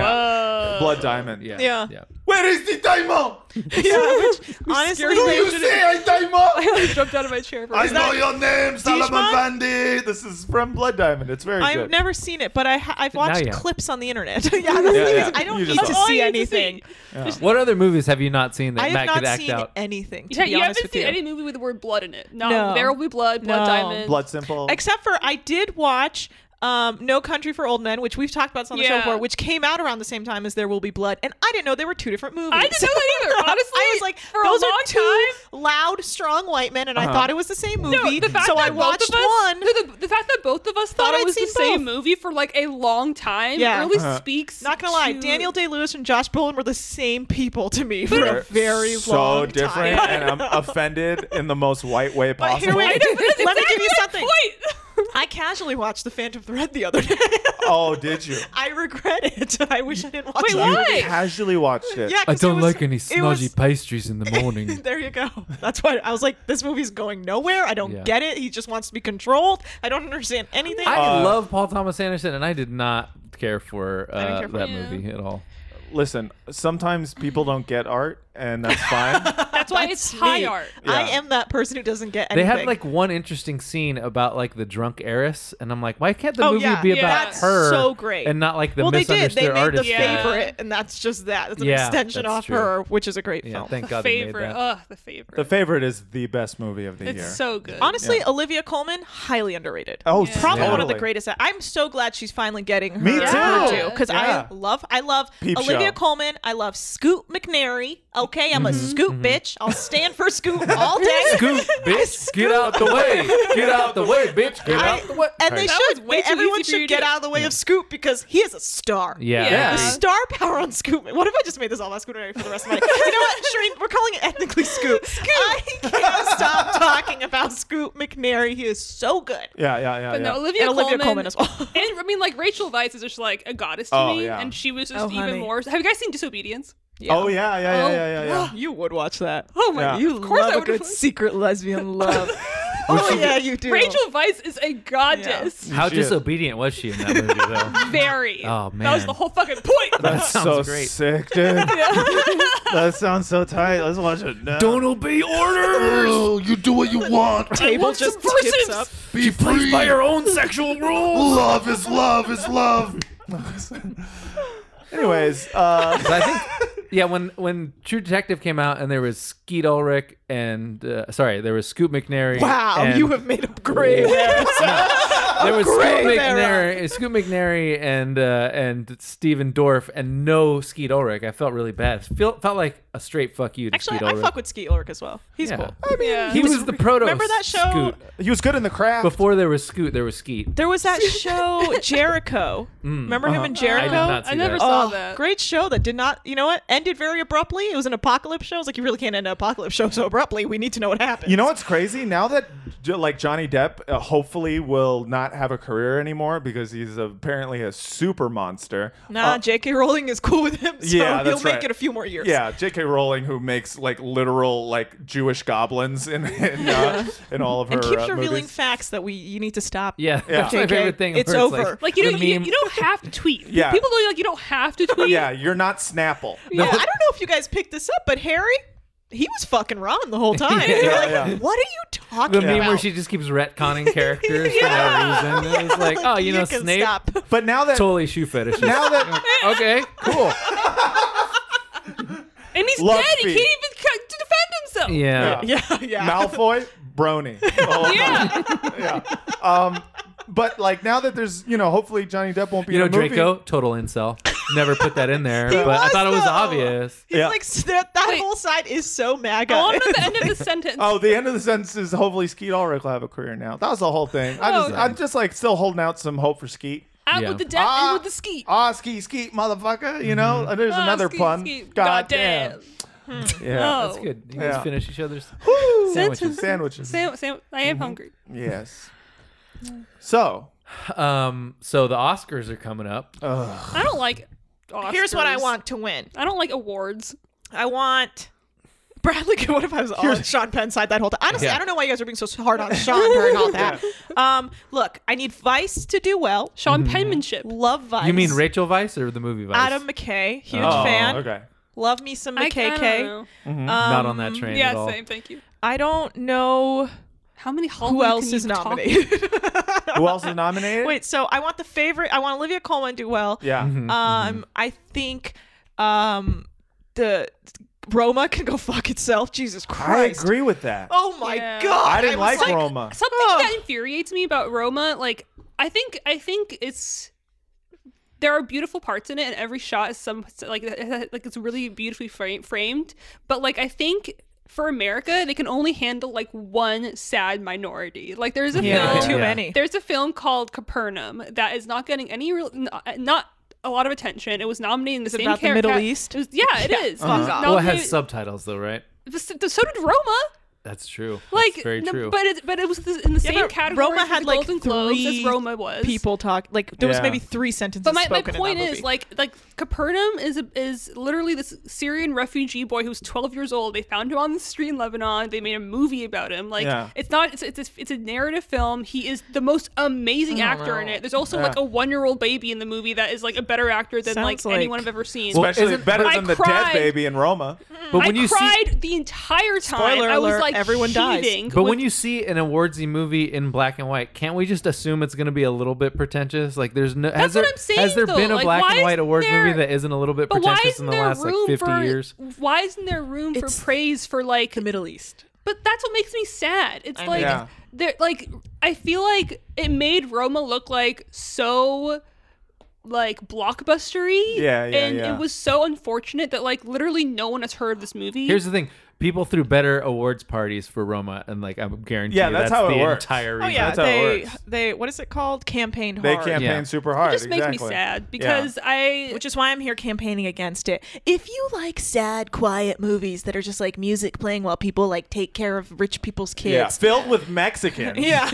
Speaker 2: Yeah. Blood diamond.
Speaker 1: Yeah,
Speaker 4: Yeah.
Speaker 2: Where is the diamond?
Speaker 4: yeah, which honestly,
Speaker 2: Do
Speaker 4: they
Speaker 2: you
Speaker 4: should-
Speaker 2: say I diamond?
Speaker 3: I jumped out of my chair. For a
Speaker 2: I
Speaker 3: second.
Speaker 2: know your name, Solomon
Speaker 4: Dijkman?
Speaker 2: Vandi. This is from Blood Diamond. It's very
Speaker 4: I've
Speaker 2: good.
Speaker 4: never seen it, but I ha- I've watched
Speaker 1: you have.
Speaker 4: clips on the internet. yeah, that's the
Speaker 2: Yeah,
Speaker 4: thing
Speaker 2: yeah.
Speaker 4: is, I don't
Speaker 2: You
Speaker 4: need
Speaker 2: just
Speaker 4: to
Speaker 2: saw it.
Speaker 4: see
Speaker 3: All you need to
Speaker 4: anything.
Speaker 1: What other movies have you not seen that
Speaker 4: I
Speaker 1: Matt
Speaker 4: have
Speaker 1: could
Speaker 4: not
Speaker 1: act
Speaker 4: seen
Speaker 1: out?
Speaker 4: anything. To
Speaker 3: Yeah,
Speaker 4: be
Speaker 3: you
Speaker 4: honest
Speaker 3: haven't
Speaker 4: with
Speaker 3: seen
Speaker 4: you.
Speaker 3: any movie with the word blood in it. No,
Speaker 4: No.
Speaker 3: there will be blood, blood
Speaker 4: No.
Speaker 3: diamond.
Speaker 2: Blood simple.
Speaker 4: except for I did watch um, No Country for Old Men, which we've talked about on the show
Speaker 3: Yeah.
Speaker 4: before, which came out around the same time as There Will Be Blood, and I didn't know there were two different movies.
Speaker 3: I didn't know that either. Honestly,
Speaker 4: I was like,
Speaker 3: for
Speaker 4: those
Speaker 3: a long
Speaker 4: are two
Speaker 3: time.
Speaker 4: loud, strong white men,
Speaker 1: Uh-huh.
Speaker 4: and I thought it was the same movie.
Speaker 3: No, the fact
Speaker 4: so
Speaker 3: that
Speaker 4: I watched
Speaker 3: both of us,
Speaker 4: one.
Speaker 3: no, the, the fact that both of us thought,
Speaker 4: Thought I'd
Speaker 3: it was the
Speaker 4: seen
Speaker 3: same
Speaker 4: both.
Speaker 3: movie for like a long time
Speaker 4: Yeah.
Speaker 3: really
Speaker 2: Uh-huh.
Speaker 3: speaks.
Speaker 4: Not gonna lie,
Speaker 3: to-
Speaker 4: Daniel Day Lewis and Josh Brolin were the same people to me for a
Speaker 2: They're
Speaker 4: very long
Speaker 2: so
Speaker 4: time.
Speaker 2: different, and I'm offended in the most white way
Speaker 4: But here
Speaker 2: possible.
Speaker 4: we-
Speaker 3: I know, but that's
Speaker 4: Let me give you
Speaker 3: exactly
Speaker 4: something.
Speaker 3: my point.
Speaker 4: I casually watched The Phantom Thread the other day.
Speaker 2: oh, did you?
Speaker 4: I regret it. I wish I didn't watch
Speaker 3: Wait,
Speaker 4: it.
Speaker 3: what? Why?
Speaker 2: You casually watched it.
Speaker 4: Yeah, 'cause it was- it was-
Speaker 1: pastries in the morning.
Speaker 4: there you go. That's why I was like, this movie's going nowhere. I don't
Speaker 1: Yeah.
Speaker 4: get it. He just wants to be controlled. I don't understand anything.
Speaker 1: I
Speaker 2: Uh,
Speaker 1: love Paul Thomas Anderson, and I did not care for, uh,
Speaker 4: care for
Speaker 1: that
Speaker 3: it.
Speaker 1: movie at all.
Speaker 2: Listen, sometimes people don't get art, and that's fine.
Speaker 3: That's why it's high
Speaker 4: me.
Speaker 3: art.
Speaker 4: I
Speaker 2: Yeah.
Speaker 4: am that person who doesn't get
Speaker 1: They
Speaker 4: anything.
Speaker 1: had like one interesting scene about like the drunk heiress, and I'm like, why can't the
Speaker 4: Oh,
Speaker 1: movie
Speaker 4: yeah.
Speaker 1: be
Speaker 4: Yeah.
Speaker 1: about
Speaker 4: That's
Speaker 1: her?
Speaker 4: so great.
Speaker 1: And not like the
Speaker 4: well, they did.
Speaker 1: misunderstood
Speaker 4: They made the
Speaker 1: artist.
Speaker 3: Yeah.
Speaker 1: thing.
Speaker 4: favorite, and that's just that. It's an
Speaker 1: Yeah,
Speaker 4: extension
Speaker 1: that's
Speaker 4: off
Speaker 1: true.
Speaker 4: her, which is a great
Speaker 1: Yeah,
Speaker 4: film.
Speaker 1: thank God they made
Speaker 3: Favorite.
Speaker 1: that.
Speaker 3: Ugh, the favorite.
Speaker 2: the favorite is the best movie of the
Speaker 3: it's
Speaker 2: year.
Speaker 3: so good.
Speaker 4: Honestly, Olivia Coleman, highly underrated.
Speaker 2: oh,
Speaker 3: Yeah.
Speaker 4: Probably one of the
Speaker 2: totally.
Speaker 4: greatest. I'm so glad she's finally getting her
Speaker 2: Me too.
Speaker 4: due because
Speaker 2: Yeah.
Speaker 4: I love, I love
Speaker 2: Peep
Speaker 4: Olivia
Speaker 2: show. Mm-hmm,
Speaker 4: Coleman. I love Scoot McNairy. Okay, I'm a Scoot bitch. I'll stand for Scoot all day.
Speaker 1: Scoot, bitch, get out the way. Get out the way, bitch. Get
Speaker 4: I-
Speaker 1: out the way.
Speaker 4: and they
Speaker 1: Right.
Speaker 3: That
Speaker 4: should.
Speaker 3: was way
Speaker 4: They-
Speaker 3: too
Speaker 4: everyone
Speaker 3: easy for you
Speaker 4: should
Speaker 3: to
Speaker 4: get
Speaker 3: do.
Speaker 4: out of the way of Scoop because he is a star.
Speaker 1: Yeah.
Speaker 3: Yeah.
Speaker 4: The
Speaker 1: agreed.
Speaker 4: star power on Scoop. What if I just made this all about Scoop for the rest of my life? You know what, Shereen? We're calling it ethnically Scoop. Scoop. I can't stop talking about Scoop McNairy. He is so good.
Speaker 2: Yeah, yeah,
Speaker 1: Oh,
Speaker 2: yeah.
Speaker 3: But
Speaker 2: yeah.
Speaker 3: no, Olivia,
Speaker 4: And Olivia
Speaker 3: Coleman,
Speaker 4: Colman as well.
Speaker 3: and I mean, like Rachel Weisz is just like a goddess to
Speaker 2: Oh,
Speaker 3: me,
Speaker 2: yeah.
Speaker 3: and she was just
Speaker 4: Oh,
Speaker 3: even
Speaker 4: honey.
Speaker 3: more. Have you guys seen Disobedience?
Speaker 2: Oh yeah, yeah, yeah,
Speaker 3: Oh,
Speaker 2: yeah, yeah. yeah.
Speaker 4: You would watch that.
Speaker 3: Oh my!
Speaker 2: Yeah.
Speaker 3: god!
Speaker 4: You
Speaker 3: of course
Speaker 4: love
Speaker 3: I
Speaker 4: a
Speaker 3: would
Speaker 4: good secret lesbian love. oh yeah, you do.
Speaker 3: Rachel Weisz is a goddess.
Speaker 1: How
Speaker 2: Shit.
Speaker 1: disobedient was she in that movie, though?
Speaker 3: Very.
Speaker 1: Oh,
Speaker 3: That was
Speaker 1: man.
Speaker 3: the whole fucking point.
Speaker 1: That
Speaker 2: That's
Speaker 1: sounds
Speaker 2: so
Speaker 1: great.
Speaker 2: sick, dude. that sounds so tight. Let's watch it now.
Speaker 1: Don't obey orders.
Speaker 6: You do what you want.
Speaker 4: Table just tips up.
Speaker 6: Be free.
Speaker 1: By your own sexual rules.
Speaker 6: Love is love is love.
Speaker 2: Anyways, uh,
Speaker 1: I think, yeah, when when True Detective came out and there was Skeet Ulrich and uh, sorry, there was Scoot McNairy.
Speaker 4: Wow,
Speaker 1: and-
Speaker 4: you have made a great.
Speaker 2: Oh,
Speaker 1: there was Scoot
Speaker 4: grave error.
Speaker 1: McNairy, Scoot McNairy and uh, and Steven Dorff and no Skeet Ulrich. I felt really bad. Felt felt like a straight fuck you to
Speaker 4: Actually,
Speaker 1: Skeet
Speaker 4: I
Speaker 1: Ulrich.
Speaker 4: fuck with Skeet Ulrich as well. He's
Speaker 1: Yeah.
Speaker 4: cool.
Speaker 2: I mean,
Speaker 3: Yeah.
Speaker 1: he was the proto.
Speaker 4: Remember that show?
Speaker 1: Scoot.
Speaker 2: he was good in the craft.
Speaker 1: Before there was Scoot, there was Skeet.
Speaker 4: There was that show Jericho.
Speaker 2: Mm,
Speaker 4: Remember him
Speaker 2: uh-huh.
Speaker 4: in Jericho?
Speaker 1: I did not see
Speaker 3: I never
Speaker 1: that.
Speaker 3: saw
Speaker 4: Oh,
Speaker 3: that.
Speaker 4: Great show that did not, you know what, ended very abruptly. It was an apocalypse show. I was like, you really can't end an apocalypse show so abruptly. We need to know what happened.
Speaker 2: You know what's crazy? Now that j- like Johnny Depp uh, hopefully will not have a career anymore because he's apparently a super monster.
Speaker 4: Nah,
Speaker 2: Uh,
Speaker 4: J.K. Rowling is cool with him, so
Speaker 2: Yeah,
Speaker 4: he'll
Speaker 2: that's
Speaker 4: make
Speaker 2: right.
Speaker 4: it a few more years.
Speaker 2: yeah, J.K. Rowling who makes like literal like Jewish goblins in in, uh, in all of her
Speaker 4: And keeps
Speaker 2: uh,
Speaker 4: revealing
Speaker 2: movies.
Speaker 4: facts that we you need to stop.
Speaker 1: Yeah,
Speaker 2: Yeah.
Speaker 1: that's my
Speaker 4: JK,
Speaker 1: favorite thing.
Speaker 4: it's
Speaker 1: where
Speaker 4: over.
Speaker 1: Like,
Speaker 3: Like you
Speaker 1: the
Speaker 3: don't, you,
Speaker 1: meme-
Speaker 3: you don't have to tweet.
Speaker 2: Yeah.
Speaker 3: People go like you don't have to tweet.
Speaker 2: yeah, you're not Snapple.
Speaker 4: Yeah, I don't know if you guys picked this up, but Harry, he was fucking Ron the whole time.
Speaker 1: Yeah,
Speaker 4: You're like,
Speaker 2: yeah.
Speaker 4: what are you talking
Speaker 1: the
Speaker 4: about?
Speaker 1: meme where she just keeps retconning characters for no reason. It was like, oh, you, know,
Speaker 4: can
Speaker 1: Snape
Speaker 4: stop.
Speaker 2: But now that
Speaker 1: totally shoe fetish.
Speaker 2: now that
Speaker 1: okay, cool.
Speaker 3: And he's
Speaker 2: Love
Speaker 3: dead. He
Speaker 2: feet.
Speaker 3: can't even c- to defend himself.
Speaker 1: Yeah.
Speaker 2: Yeah.
Speaker 4: Yeah, yeah.
Speaker 2: Malfoy brony. Oh,
Speaker 3: Yeah.
Speaker 2: Um, but like now that there's you know hopefully Johnny Depp won't be
Speaker 1: You
Speaker 2: in
Speaker 1: know
Speaker 2: a movie.
Speaker 1: Draco, total incel. never put that in there, but I
Speaker 4: was,
Speaker 1: thought it was
Speaker 4: though.
Speaker 1: obvious.
Speaker 4: He's
Speaker 2: Yeah.
Speaker 4: like s- that, that
Speaker 3: Wait.
Speaker 4: whole side is so MAGA.
Speaker 3: I want to know the end of the sentence.
Speaker 2: Oh, the end of the sentence is hopefully Skeet Ulrich will have a career now. That was the whole thing. I
Speaker 3: Oh,
Speaker 2: just,
Speaker 3: okay.
Speaker 2: I'm just like still holding out some hope for Skeet.
Speaker 3: Out
Speaker 1: Yeah. oh,
Speaker 3: with the death
Speaker 2: Ah.
Speaker 3: and with the skeet.
Speaker 2: Ah, Skeet, Skeet, motherfucker. You know, Uh, there's
Speaker 3: Ah,
Speaker 2: another
Speaker 3: skeet,
Speaker 2: pun.
Speaker 3: skeet.
Speaker 2: God
Speaker 3: Goddamn.
Speaker 2: damn. Yeah.
Speaker 3: Oh.
Speaker 1: That's good. You
Speaker 2: Yeah.
Speaker 1: guys finish each other's
Speaker 3: Sentence.
Speaker 1: sandwiches.
Speaker 2: Sandwiches.
Speaker 3: Sam, Sam, I am hungry.
Speaker 2: yes. So,
Speaker 1: Um, so the Oscars are coming up.
Speaker 2: Oh.
Speaker 3: I don't like. Oscars.
Speaker 4: Here's what I want to win.
Speaker 3: I don't like awards.
Speaker 4: I want Bradley. What if I was on Sean Penn's side that whole time? Honestly,
Speaker 1: Yeah.
Speaker 4: I don't know why you guys are being so hard on Sean during all that. Um, look, I need Vice to do well.
Speaker 3: Sean Penmanship.
Speaker 4: Love Vice.
Speaker 1: You mean Rachel Vice or the movie Vice?
Speaker 4: Adam McKay, huge
Speaker 1: Oh,
Speaker 4: fan.
Speaker 2: okay.
Speaker 4: Love me some
Speaker 3: I- I don't
Speaker 4: McKay.
Speaker 3: know.
Speaker 4: Um,
Speaker 1: Not
Speaker 3: um,
Speaker 1: on that train at
Speaker 3: Yeah,
Speaker 1: all.
Speaker 3: same. Thank you.
Speaker 4: I don't know
Speaker 3: How many Hollywood
Speaker 4: who else
Speaker 3: can
Speaker 4: is
Speaker 3: you talk-
Speaker 4: nominated.
Speaker 2: Who else is nominated?
Speaker 4: Wait, so I want the favorite. I want Olivia Colman do well.
Speaker 2: Yeah.
Speaker 1: Mm-hmm.
Speaker 2: Mm-hmm.
Speaker 4: Um, I think um, the Roma can go fuck itself. Jesus
Speaker 2: I
Speaker 4: Christ.
Speaker 2: agree with that.
Speaker 4: Oh my
Speaker 3: Yeah.
Speaker 4: god.
Speaker 2: I didn't
Speaker 4: was
Speaker 2: like, Roma.
Speaker 3: Something that infuriates me about Roma, like I think I think it's there are beautiful parts in it, and every shot is some like like it's really beautifully frame, framed. But like I think for America, they can only handle like one sad minority. Like there's a
Speaker 4: Yeah,
Speaker 3: film,
Speaker 4: too
Speaker 1: Yeah.
Speaker 4: many.
Speaker 3: there's a film called Capernaum that is not getting any real not. not a lot of attention. It was nominated in the
Speaker 4: it
Speaker 3: same
Speaker 4: about the
Speaker 3: cat-
Speaker 4: Middle
Speaker 3: cat-
Speaker 4: East?
Speaker 3: It was, yeah, it is. It
Speaker 1: Uh, well, it
Speaker 3: was
Speaker 1: has
Speaker 3: nominated-
Speaker 1: subtitles though, right?
Speaker 3: so- so did Roma
Speaker 1: That's true.
Speaker 3: like
Speaker 1: That's very
Speaker 3: no,
Speaker 1: true.
Speaker 3: but it but it was the, in the
Speaker 4: Yeah,
Speaker 3: same
Speaker 4: but
Speaker 3: category
Speaker 4: Roma
Speaker 3: for
Speaker 4: had
Speaker 3: the
Speaker 4: like
Speaker 3: Golden Globes
Speaker 4: three
Speaker 3: as Roma was.
Speaker 4: people talk. Like there was
Speaker 2: Yeah.
Speaker 4: maybe three sentences.
Speaker 3: but my, my
Speaker 4: spoken in
Speaker 3: point
Speaker 4: that
Speaker 3: is
Speaker 4: movie.
Speaker 3: like like Capernaum is a, is literally this Syrian refugee boy who's 12 years old. They found him on the street in Lebanon. They made a movie about him. Like
Speaker 2: Yeah.
Speaker 3: it's not it's it's a, it's a narrative film. He is the most amazing
Speaker 4: Oh,
Speaker 3: actor in it. There's also like
Speaker 2: Yeah.
Speaker 3: a one year old baby in the movie that is like a better actor than like,
Speaker 4: Sounds like-
Speaker 3: anyone I've ever seen.
Speaker 1: Well,
Speaker 2: Especially
Speaker 1: isn't-
Speaker 2: better
Speaker 3: but I
Speaker 2: than the dead
Speaker 3: cried.
Speaker 2: baby in Roma.
Speaker 1: But when
Speaker 3: I
Speaker 1: you see
Speaker 3: cried the entire time.
Speaker 4: Spoiler
Speaker 3: I was
Speaker 4: alert,
Speaker 3: like
Speaker 4: everyone dies.
Speaker 3: heaving
Speaker 1: But
Speaker 3: with-
Speaker 1: when you see an awardsy movie in black and white, can't we just assume it's going to be a little bit pretentious? Like, there's no has
Speaker 3: That's
Speaker 1: there
Speaker 3: what I'm saying,
Speaker 1: has there been a
Speaker 3: though. Like,
Speaker 1: black
Speaker 3: why
Speaker 1: and white
Speaker 3: isn't
Speaker 1: awards
Speaker 3: there-
Speaker 1: movie that isn't a little bit
Speaker 3: but why
Speaker 1: pretentious
Speaker 3: isn't
Speaker 1: in the
Speaker 3: there
Speaker 1: last like
Speaker 3: room
Speaker 1: 50
Speaker 3: for
Speaker 1: years?
Speaker 3: why isn't there room for
Speaker 4: It's-
Speaker 3: praise for like
Speaker 4: the Middle East.
Speaker 3: But that's what makes me sad. It's like
Speaker 2: Yeah.
Speaker 3: there like I feel like it made Roma look like so like blockbustery.
Speaker 2: Yeah, yeah,
Speaker 3: And
Speaker 2: yeah.
Speaker 3: it was so unfortunate that like literally no one has heard of this movie.
Speaker 1: Here's the thing: people threw better awards parties for Roma, and like I'm guaranteed.
Speaker 2: Yeah, that's how it
Speaker 1: the
Speaker 2: works.
Speaker 1: entire
Speaker 4: Oh
Speaker 1: reason.
Speaker 4: yeah,
Speaker 2: That's how it
Speaker 4: they
Speaker 2: works.
Speaker 4: they what is it called? Campaigned
Speaker 2: They
Speaker 4: hard.
Speaker 2: campaign
Speaker 1: Yeah.
Speaker 2: super hard.
Speaker 3: it just makes me
Speaker 2: exactly.
Speaker 3: sad
Speaker 2: Yeah.
Speaker 3: because I
Speaker 4: Which is why I'm here campaigning against it.
Speaker 5: If you like sad, quiet movies that are just like music playing while people like take care of rich people's
Speaker 2: Yeah,
Speaker 5: kids,
Speaker 2: filled with Mexicans.
Speaker 4: Yeah.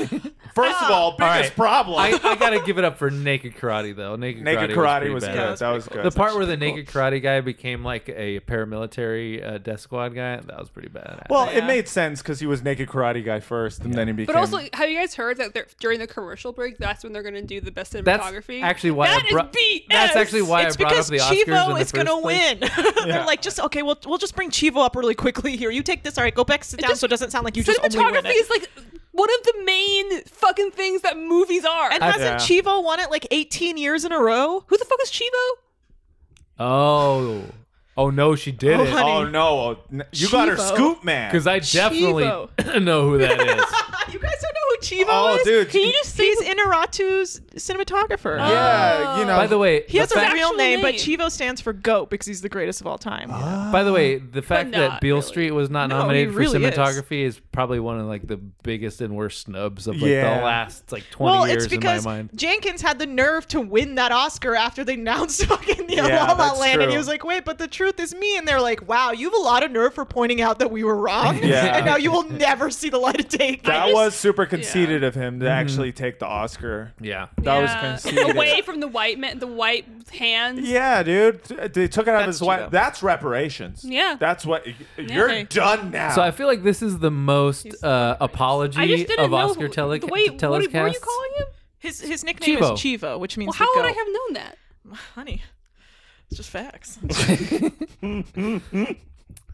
Speaker 2: First of all, biggest
Speaker 1: right.
Speaker 2: problem.
Speaker 1: I, I gotta give it up for Naked Karate though. Naked,
Speaker 2: naked
Speaker 1: karate,
Speaker 2: karate was,
Speaker 1: pretty
Speaker 2: good.
Speaker 1: badass.
Speaker 2: that was good.
Speaker 1: The part where the naked karate guy became like a paramilitary uh, death squad guy, that was pretty bad.
Speaker 2: well, it made sense because he was naked karate guy first, and then he became.
Speaker 3: But also, have you guys heard that they're- during the commercial break, that's when they're going to do the best
Speaker 1: that's
Speaker 3: cinematography?
Speaker 1: actually why
Speaker 3: That
Speaker 1: I
Speaker 3: is
Speaker 1: brought.
Speaker 3: BS!
Speaker 1: That's actually why
Speaker 4: it's
Speaker 1: I brought up
Speaker 4: because
Speaker 1: the Oscars in
Speaker 4: Chivo
Speaker 1: the
Speaker 4: is
Speaker 1: going
Speaker 4: gonna
Speaker 1: to
Speaker 4: win. They're
Speaker 2: Yeah.
Speaker 4: like, just okay, we'll we'll just bring Chivo up really quickly here. You take this, all right? Go back, sit down,
Speaker 3: just-
Speaker 4: so it doesn't sound like you just only win
Speaker 3: cinematography
Speaker 4: it.
Speaker 3: is like one of the main fucking things that movies are.
Speaker 4: And
Speaker 3: And
Speaker 4: hasn't
Speaker 2: Yeah.
Speaker 4: Chivo won it like 18 years in a row?
Speaker 3: who the fuck is Chivo?
Speaker 1: Oh, oh no, she did
Speaker 4: Oh,
Speaker 1: it.
Speaker 4: honey.
Speaker 2: oh no, oh, n- you got her
Speaker 4: Chivo.
Speaker 2: scoop man.
Speaker 1: Because I definitely know who that is.
Speaker 4: you guys don't know who Chivo
Speaker 2: oh
Speaker 4: is?
Speaker 2: dude,
Speaker 4: He just he's Inaratu's cinematographer.
Speaker 2: yeah, you know.
Speaker 1: By the way,
Speaker 4: He has
Speaker 1: the
Speaker 4: a
Speaker 1: fact-
Speaker 4: real
Speaker 3: actual
Speaker 4: name, but
Speaker 3: name.
Speaker 4: Chivo stands for GOAT because he's the greatest of all time.
Speaker 1: by the way, the fact
Speaker 3: not
Speaker 1: that Beale
Speaker 3: really.
Speaker 1: Street was not
Speaker 4: No, he
Speaker 1: nominated for
Speaker 4: really is.
Speaker 1: cinematography is. probably one of like the biggest and worst snubs of like
Speaker 2: Yeah.
Speaker 1: the last like twenty
Speaker 4: Well,
Speaker 1: years
Speaker 4: it's because
Speaker 1: in my mind.
Speaker 4: Jenkins had the nerve to win that Oscar after they announced fucking the
Speaker 2: Yeah,
Speaker 4: La La
Speaker 2: that's
Speaker 4: Land, and he
Speaker 2: true.
Speaker 4: was like, "Wait, but the truth is me." And they're like, "Wow, you have a lot of nerve for pointing out that we were wrong,
Speaker 2: Yeah.
Speaker 4: and now you will never see the light of day."
Speaker 2: that was super conceited of
Speaker 1: Mm-hmm.
Speaker 2: him to actually take the Oscar.
Speaker 1: Yeah.
Speaker 2: That was
Speaker 3: Yeah.
Speaker 2: conceited.
Speaker 3: Away from the white man, the white hands.
Speaker 2: Yeah, dude, T- they took it out of
Speaker 4: That's
Speaker 2: his wife.
Speaker 4: Chivo.
Speaker 2: That's reparations.
Speaker 3: Yeah.
Speaker 2: that's what y- you're
Speaker 3: Okay.
Speaker 2: done now.
Speaker 1: So I feel like this is the most uh,
Speaker 3: I
Speaker 1: apology
Speaker 3: just didn't
Speaker 1: of
Speaker 3: know.
Speaker 1: Oscar
Speaker 3: who-
Speaker 1: tele-
Speaker 3: the- wait, what, what were you
Speaker 1: telecasts.
Speaker 3: calling him?
Speaker 4: His his nickname
Speaker 1: Chivo.
Speaker 4: is Chivo, which means
Speaker 3: Well, how
Speaker 4: the
Speaker 3: would I
Speaker 4: goat.
Speaker 3: have known that?
Speaker 4: honey? It's just facts.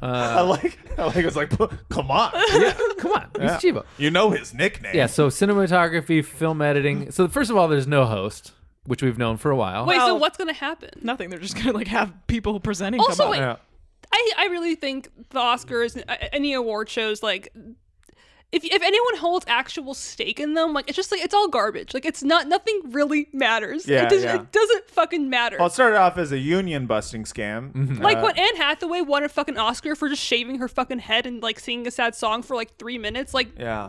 Speaker 2: I like, I like. It's like, come on,
Speaker 1: Come on,
Speaker 2: Yeah.
Speaker 1: it's Chivo.
Speaker 2: you know his nickname.
Speaker 1: Yeah. So cinematography, film editing. So first of all, there's no host, which we've known for a while.
Speaker 3: Wait, so
Speaker 4: Well-
Speaker 3: what's gonna happen?
Speaker 4: Nothing. They're just gonna like have people presenting.
Speaker 3: Also,
Speaker 4: come up.
Speaker 3: wait.
Speaker 2: Yeah.
Speaker 3: I I really think the Oscars, and uh, any award shows, like if if anyone holds actual stake in them, like it's just like it's all garbage. Like it's not nothing really matters.
Speaker 2: Yeah,
Speaker 3: it, does,
Speaker 2: yeah.
Speaker 3: it doesn't fucking matter.
Speaker 2: Well, it started off as a union busting scam.
Speaker 1: Mm-hmm.
Speaker 3: like
Speaker 2: Uh,
Speaker 3: when Anne Hathaway won a fucking Oscar for just shaving her fucking head and like singing a sad song for like three minutes, like
Speaker 2: Yeah.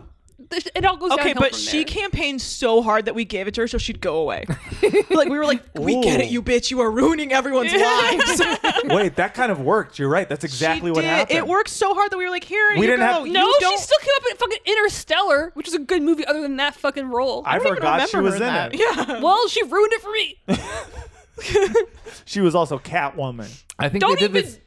Speaker 3: th- it all goes
Speaker 4: Okay,
Speaker 3: downhill
Speaker 4: but
Speaker 3: from
Speaker 4: she
Speaker 3: there.
Speaker 4: campaigned so hard that we gave it to her so she'd go away. like we were like, we get it, you bitch. You are ruining everyone's lives.
Speaker 2: Wait, that kind of worked. You're right. That's exactly
Speaker 4: She
Speaker 2: what
Speaker 4: did.
Speaker 2: happened.
Speaker 4: It worked so hard that we were like, here
Speaker 2: We
Speaker 4: you
Speaker 2: didn't
Speaker 4: go.
Speaker 2: have-
Speaker 4: You
Speaker 3: No, she
Speaker 4: don't-
Speaker 3: still came up in fucking Interstellar, which is a good movie other than that fucking role.
Speaker 2: I,
Speaker 4: even
Speaker 2: forgot she
Speaker 4: remember
Speaker 2: was
Speaker 4: her
Speaker 2: in
Speaker 4: that.
Speaker 2: it.
Speaker 3: well, she ruined it for me.
Speaker 2: She was also Catwoman.
Speaker 1: I think
Speaker 3: Don't
Speaker 1: they did
Speaker 3: even-
Speaker 1: this.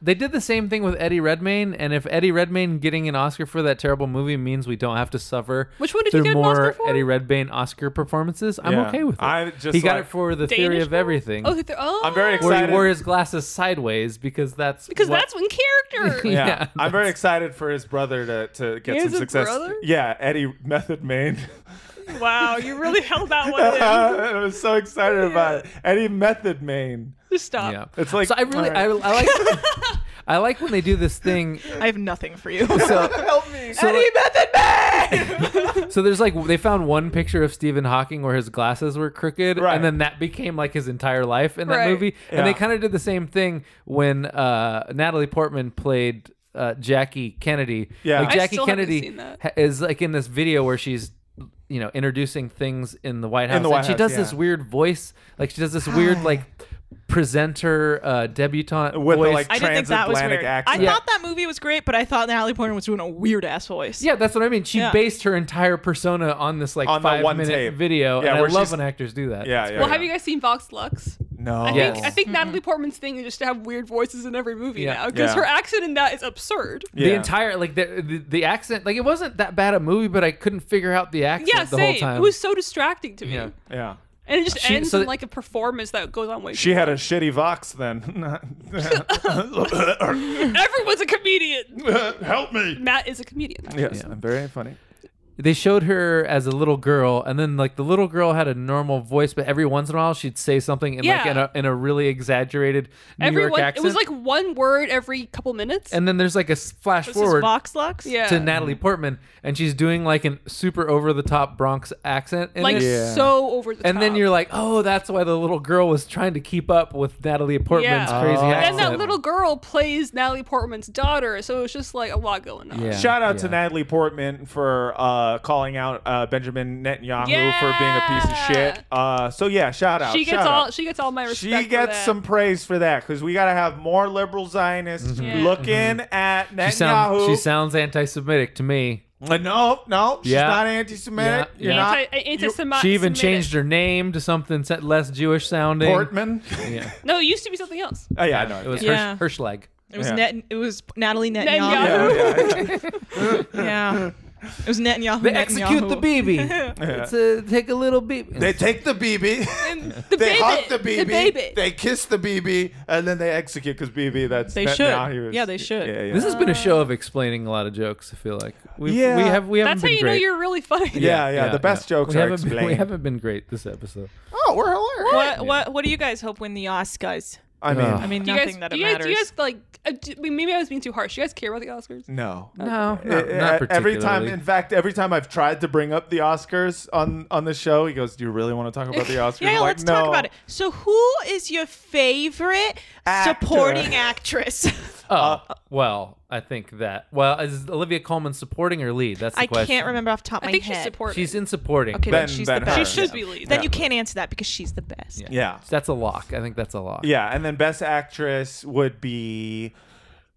Speaker 1: They did the same thing with Eddie Redmayne, and if Eddie Redmayne getting an Oscar for that terrible movie means we don't have to suffer
Speaker 3: Which one did he
Speaker 1: through
Speaker 3: get an
Speaker 1: more
Speaker 3: Oscar for?
Speaker 1: Eddie Redmayne Oscar performances, I'm
Speaker 2: Yeah.
Speaker 1: okay with it.
Speaker 2: I just
Speaker 1: he got
Speaker 2: like-
Speaker 1: it for The Theory
Speaker 3: Danish
Speaker 1: of
Speaker 3: one?
Speaker 1: Everything,
Speaker 3: Oh, th- oh.
Speaker 2: I'm very excited.
Speaker 1: where he wore his glasses sideways because that's
Speaker 3: because
Speaker 1: what-
Speaker 3: that's when character.
Speaker 2: Yeah.
Speaker 1: Yeah,
Speaker 2: I'm very excited for his brother to, to get
Speaker 3: He
Speaker 2: some
Speaker 3: has a
Speaker 2: success.
Speaker 3: brother?
Speaker 2: Yeah, Eddie Method Man.
Speaker 3: Wow, you really held that one in.
Speaker 2: I was so excited
Speaker 3: Oh,
Speaker 2: about it. Eddie Method Man.
Speaker 3: Just stop.
Speaker 1: Yeah,
Speaker 2: It's like-
Speaker 1: so. I really, I, I
Speaker 2: alright.
Speaker 1: like, I like when they do this thing.
Speaker 4: I have nothing for you.
Speaker 1: So,
Speaker 4: Help me.
Speaker 1: so-
Speaker 4: Eddie Method Man!
Speaker 1: so there's like they found one picture of Stephen Hawking where his glasses were crooked,
Speaker 2: Right.
Speaker 1: and then that became like his entire life in that
Speaker 3: Right.
Speaker 1: movie. And
Speaker 2: Yeah.
Speaker 1: they kind of did the same thing when uh, Natalie Portman played. Uh, Jackie Kennedy.
Speaker 2: Yeah.
Speaker 1: like
Speaker 2: I
Speaker 1: Jackie
Speaker 3: still haven't
Speaker 1: Kennedy
Speaker 3: seen that.
Speaker 1: ha- is like in this video where she's, you know, introducing things in the White House.
Speaker 2: the White
Speaker 1: and she
Speaker 2: House,
Speaker 1: does
Speaker 2: yeah.
Speaker 1: this weird voice, like she does this weird like presenter uh, debutante
Speaker 2: With the,
Speaker 1: voice.
Speaker 2: like
Speaker 4: I didn't think that was
Speaker 2: transatlantic
Speaker 4: weird.
Speaker 2: accent.
Speaker 4: I thought that movie was great, but I thought Natalie Portman was doing a weird ass voice.
Speaker 1: Yeah, that's what I mean. She
Speaker 4: Yeah.
Speaker 1: based her entire persona on this like
Speaker 2: On that
Speaker 1: five
Speaker 2: one
Speaker 1: minute
Speaker 2: tape.
Speaker 1: video,
Speaker 2: Yeah,
Speaker 1: and I
Speaker 2: where
Speaker 1: love
Speaker 2: she's-
Speaker 1: when actors do that.
Speaker 2: yeah, yeah.
Speaker 3: Well, have you guys seen Vox Lux?
Speaker 2: No.
Speaker 3: I
Speaker 1: Yes.
Speaker 3: think I think Natalie Portman's thing is just to have weird voices in every movie
Speaker 1: Yeah.
Speaker 3: now because
Speaker 2: Yeah.
Speaker 3: her accent in that is absurd.
Speaker 1: The entire like the, the the accent like it wasn't that bad a movie, but I couldn't figure out the accent
Speaker 3: Yeah,
Speaker 1: the
Speaker 3: same.
Speaker 1: whole time.
Speaker 3: It was so distracting to me,
Speaker 1: Yeah.
Speaker 2: Yeah.
Speaker 3: and it just
Speaker 1: She-
Speaker 3: ends
Speaker 1: so-
Speaker 3: in like a performance that goes on way.
Speaker 2: She
Speaker 3: too
Speaker 2: had a
Speaker 3: long.
Speaker 2: shitty vox then.
Speaker 3: Everyone's a comedian.
Speaker 6: Help me.
Speaker 3: Matt is a comedian.
Speaker 2: yes, I'm very funny.
Speaker 1: they showed her as a little girl, and then like the little girl had a normal voice, but every once in a while she'd say something in like
Speaker 3: Yeah.
Speaker 1: in a, in a really exaggerated New York
Speaker 3: Everyone,
Speaker 1: accent.
Speaker 3: it was like one word every couple minutes.
Speaker 1: and then there's like a s- flash
Speaker 4: This is
Speaker 1: forward.
Speaker 4: Vox Lux?
Speaker 3: yeah,
Speaker 1: to Natalie Portman, and she's doing like an super over the top Bronx accent, in
Speaker 3: like
Speaker 1: it.
Speaker 2: Yeah.
Speaker 3: so over the top.
Speaker 1: And then you're like, oh, that's why the little girl was trying to keep up with Natalie Portman's
Speaker 3: Yeah.
Speaker 1: crazy
Speaker 2: Oh.
Speaker 3: And
Speaker 1: accent.
Speaker 3: that little girl plays Natalie Portman's daughter, so it's just like a lot going on.
Speaker 1: Yeah.
Speaker 2: Shout out to
Speaker 1: yeah.
Speaker 2: Natalie Portman for uh, calling out uh, Benjamin Netanyahu for being a piece of
Speaker 3: Yeah.
Speaker 2: shit. Uh, so yeah, shout out.
Speaker 3: She gets
Speaker 2: shout
Speaker 3: all
Speaker 2: out.
Speaker 3: she gets all my respect.
Speaker 2: She
Speaker 3: for
Speaker 2: gets
Speaker 3: that.
Speaker 2: some praise for that because we gotta have more liberal Zionists
Speaker 3: Yeah.
Speaker 2: looking at Netanyahu.
Speaker 1: Mm-hmm. She sounds, she sounds anti-Semitic to me.
Speaker 2: Uh, no, no, she's
Speaker 1: Yeah.
Speaker 2: not anti-Semitic.
Speaker 1: Yeah,
Speaker 2: You're
Speaker 1: yeah.
Speaker 2: not
Speaker 3: Anti- anti-Semitic.
Speaker 1: She even changed her name to something se- less Jewish sounding.
Speaker 2: Portman.
Speaker 1: Yeah,
Speaker 3: No, it used to be something else.
Speaker 2: oh yeah, I know.
Speaker 1: it was
Speaker 4: Yeah.
Speaker 1: Hirsch- Hirschleg.
Speaker 4: It was
Speaker 2: Yeah.
Speaker 4: Net it was Natalie
Speaker 3: Netanyahu.
Speaker 4: Netanyahu.
Speaker 2: Yeah, yeah.
Speaker 4: Yeah. It was Netanyahu.
Speaker 1: They
Speaker 4: Netanyahu.
Speaker 1: execute the BB. It's a take a little BB.
Speaker 6: They take the BB. They
Speaker 3: The baby,
Speaker 6: hug the
Speaker 3: The
Speaker 6: BB.
Speaker 3: baby.
Speaker 6: They kiss the BB.
Speaker 2: and then they execute because BB. That's
Speaker 4: They
Speaker 2: that,
Speaker 4: should.
Speaker 2: now he was-
Speaker 4: Yeah, they should.
Speaker 2: Yeah, yeah.
Speaker 1: this has been
Speaker 3: Uh.
Speaker 1: a show of explaining a lot of jokes. I feel like we
Speaker 2: Yeah.
Speaker 1: we have we haven't
Speaker 3: That's how
Speaker 1: been
Speaker 3: you
Speaker 1: great.
Speaker 3: know you're really funny.
Speaker 2: yeah, yeah, The best
Speaker 1: yeah.
Speaker 2: jokes
Speaker 1: we
Speaker 2: are
Speaker 1: haven't been-
Speaker 2: explained.
Speaker 1: we haven't been great this episode.
Speaker 2: oh, we're hilarious.
Speaker 4: What what what do you guys hope win the Oscars?
Speaker 2: I mean,
Speaker 1: Ugh.
Speaker 4: I mean
Speaker 3: Do you
Speaker 4: nothing
Speaker 3: guys,
Speaker 4: that it
Speaker 3: do you guys,
Speaker 4: matters.
Speaker 3: do you guys like? Uh, do, I mean, maybe I was being too harsh. Do you guys care about the Oscars?
Speaker 2: no.
Speaker 1: No,
Speaker 2: Uh,
Speaker 1: not, not
Speaker 2: uh, every
Speaker 1: particularly.
Speaker 2: time, in fact, every time I've tried to bring up the Oscars on on the show, he goes, "Do you really want to talk about the Oscars?"
Speaker 4: yeah,
Speaker 2: I'm like,
Speaker 4: let's talk
Speaker 2: "No."
Speaker 4: about it. So who is your favorite
Speaker 2: Actor.
Speaker 4: supporting actress?
Speaker 1: Oh, well, I think that. Well, is Olivia Coleman supporting or lead? That's the
Speaker 4: I
Speaker 1: question.
Speaker 4: can't remember off the top
Speaker 3: I
Speaker 4: of my
Speaker 3: think she's
Speaker 4: head.
Speaker 3: supporting.
Speaker 1: She's in supporting.
Speaker 4: Okay,
Speaker 2: Then-
Speaker 4: then, she's
Speaker 2: then
Speaker 4: the
Speaker 2: her.
Speaker 4: best.
Speaker 3: she should be lead.
Speaker 4: Then you can't answer that because she's the best.
Speaker 1: Yeah.
Speaker 2: Yeah,
Speaker 1: That's a lock. I think that's a lock.
Speaker 2: yeah, and then Best Actress would be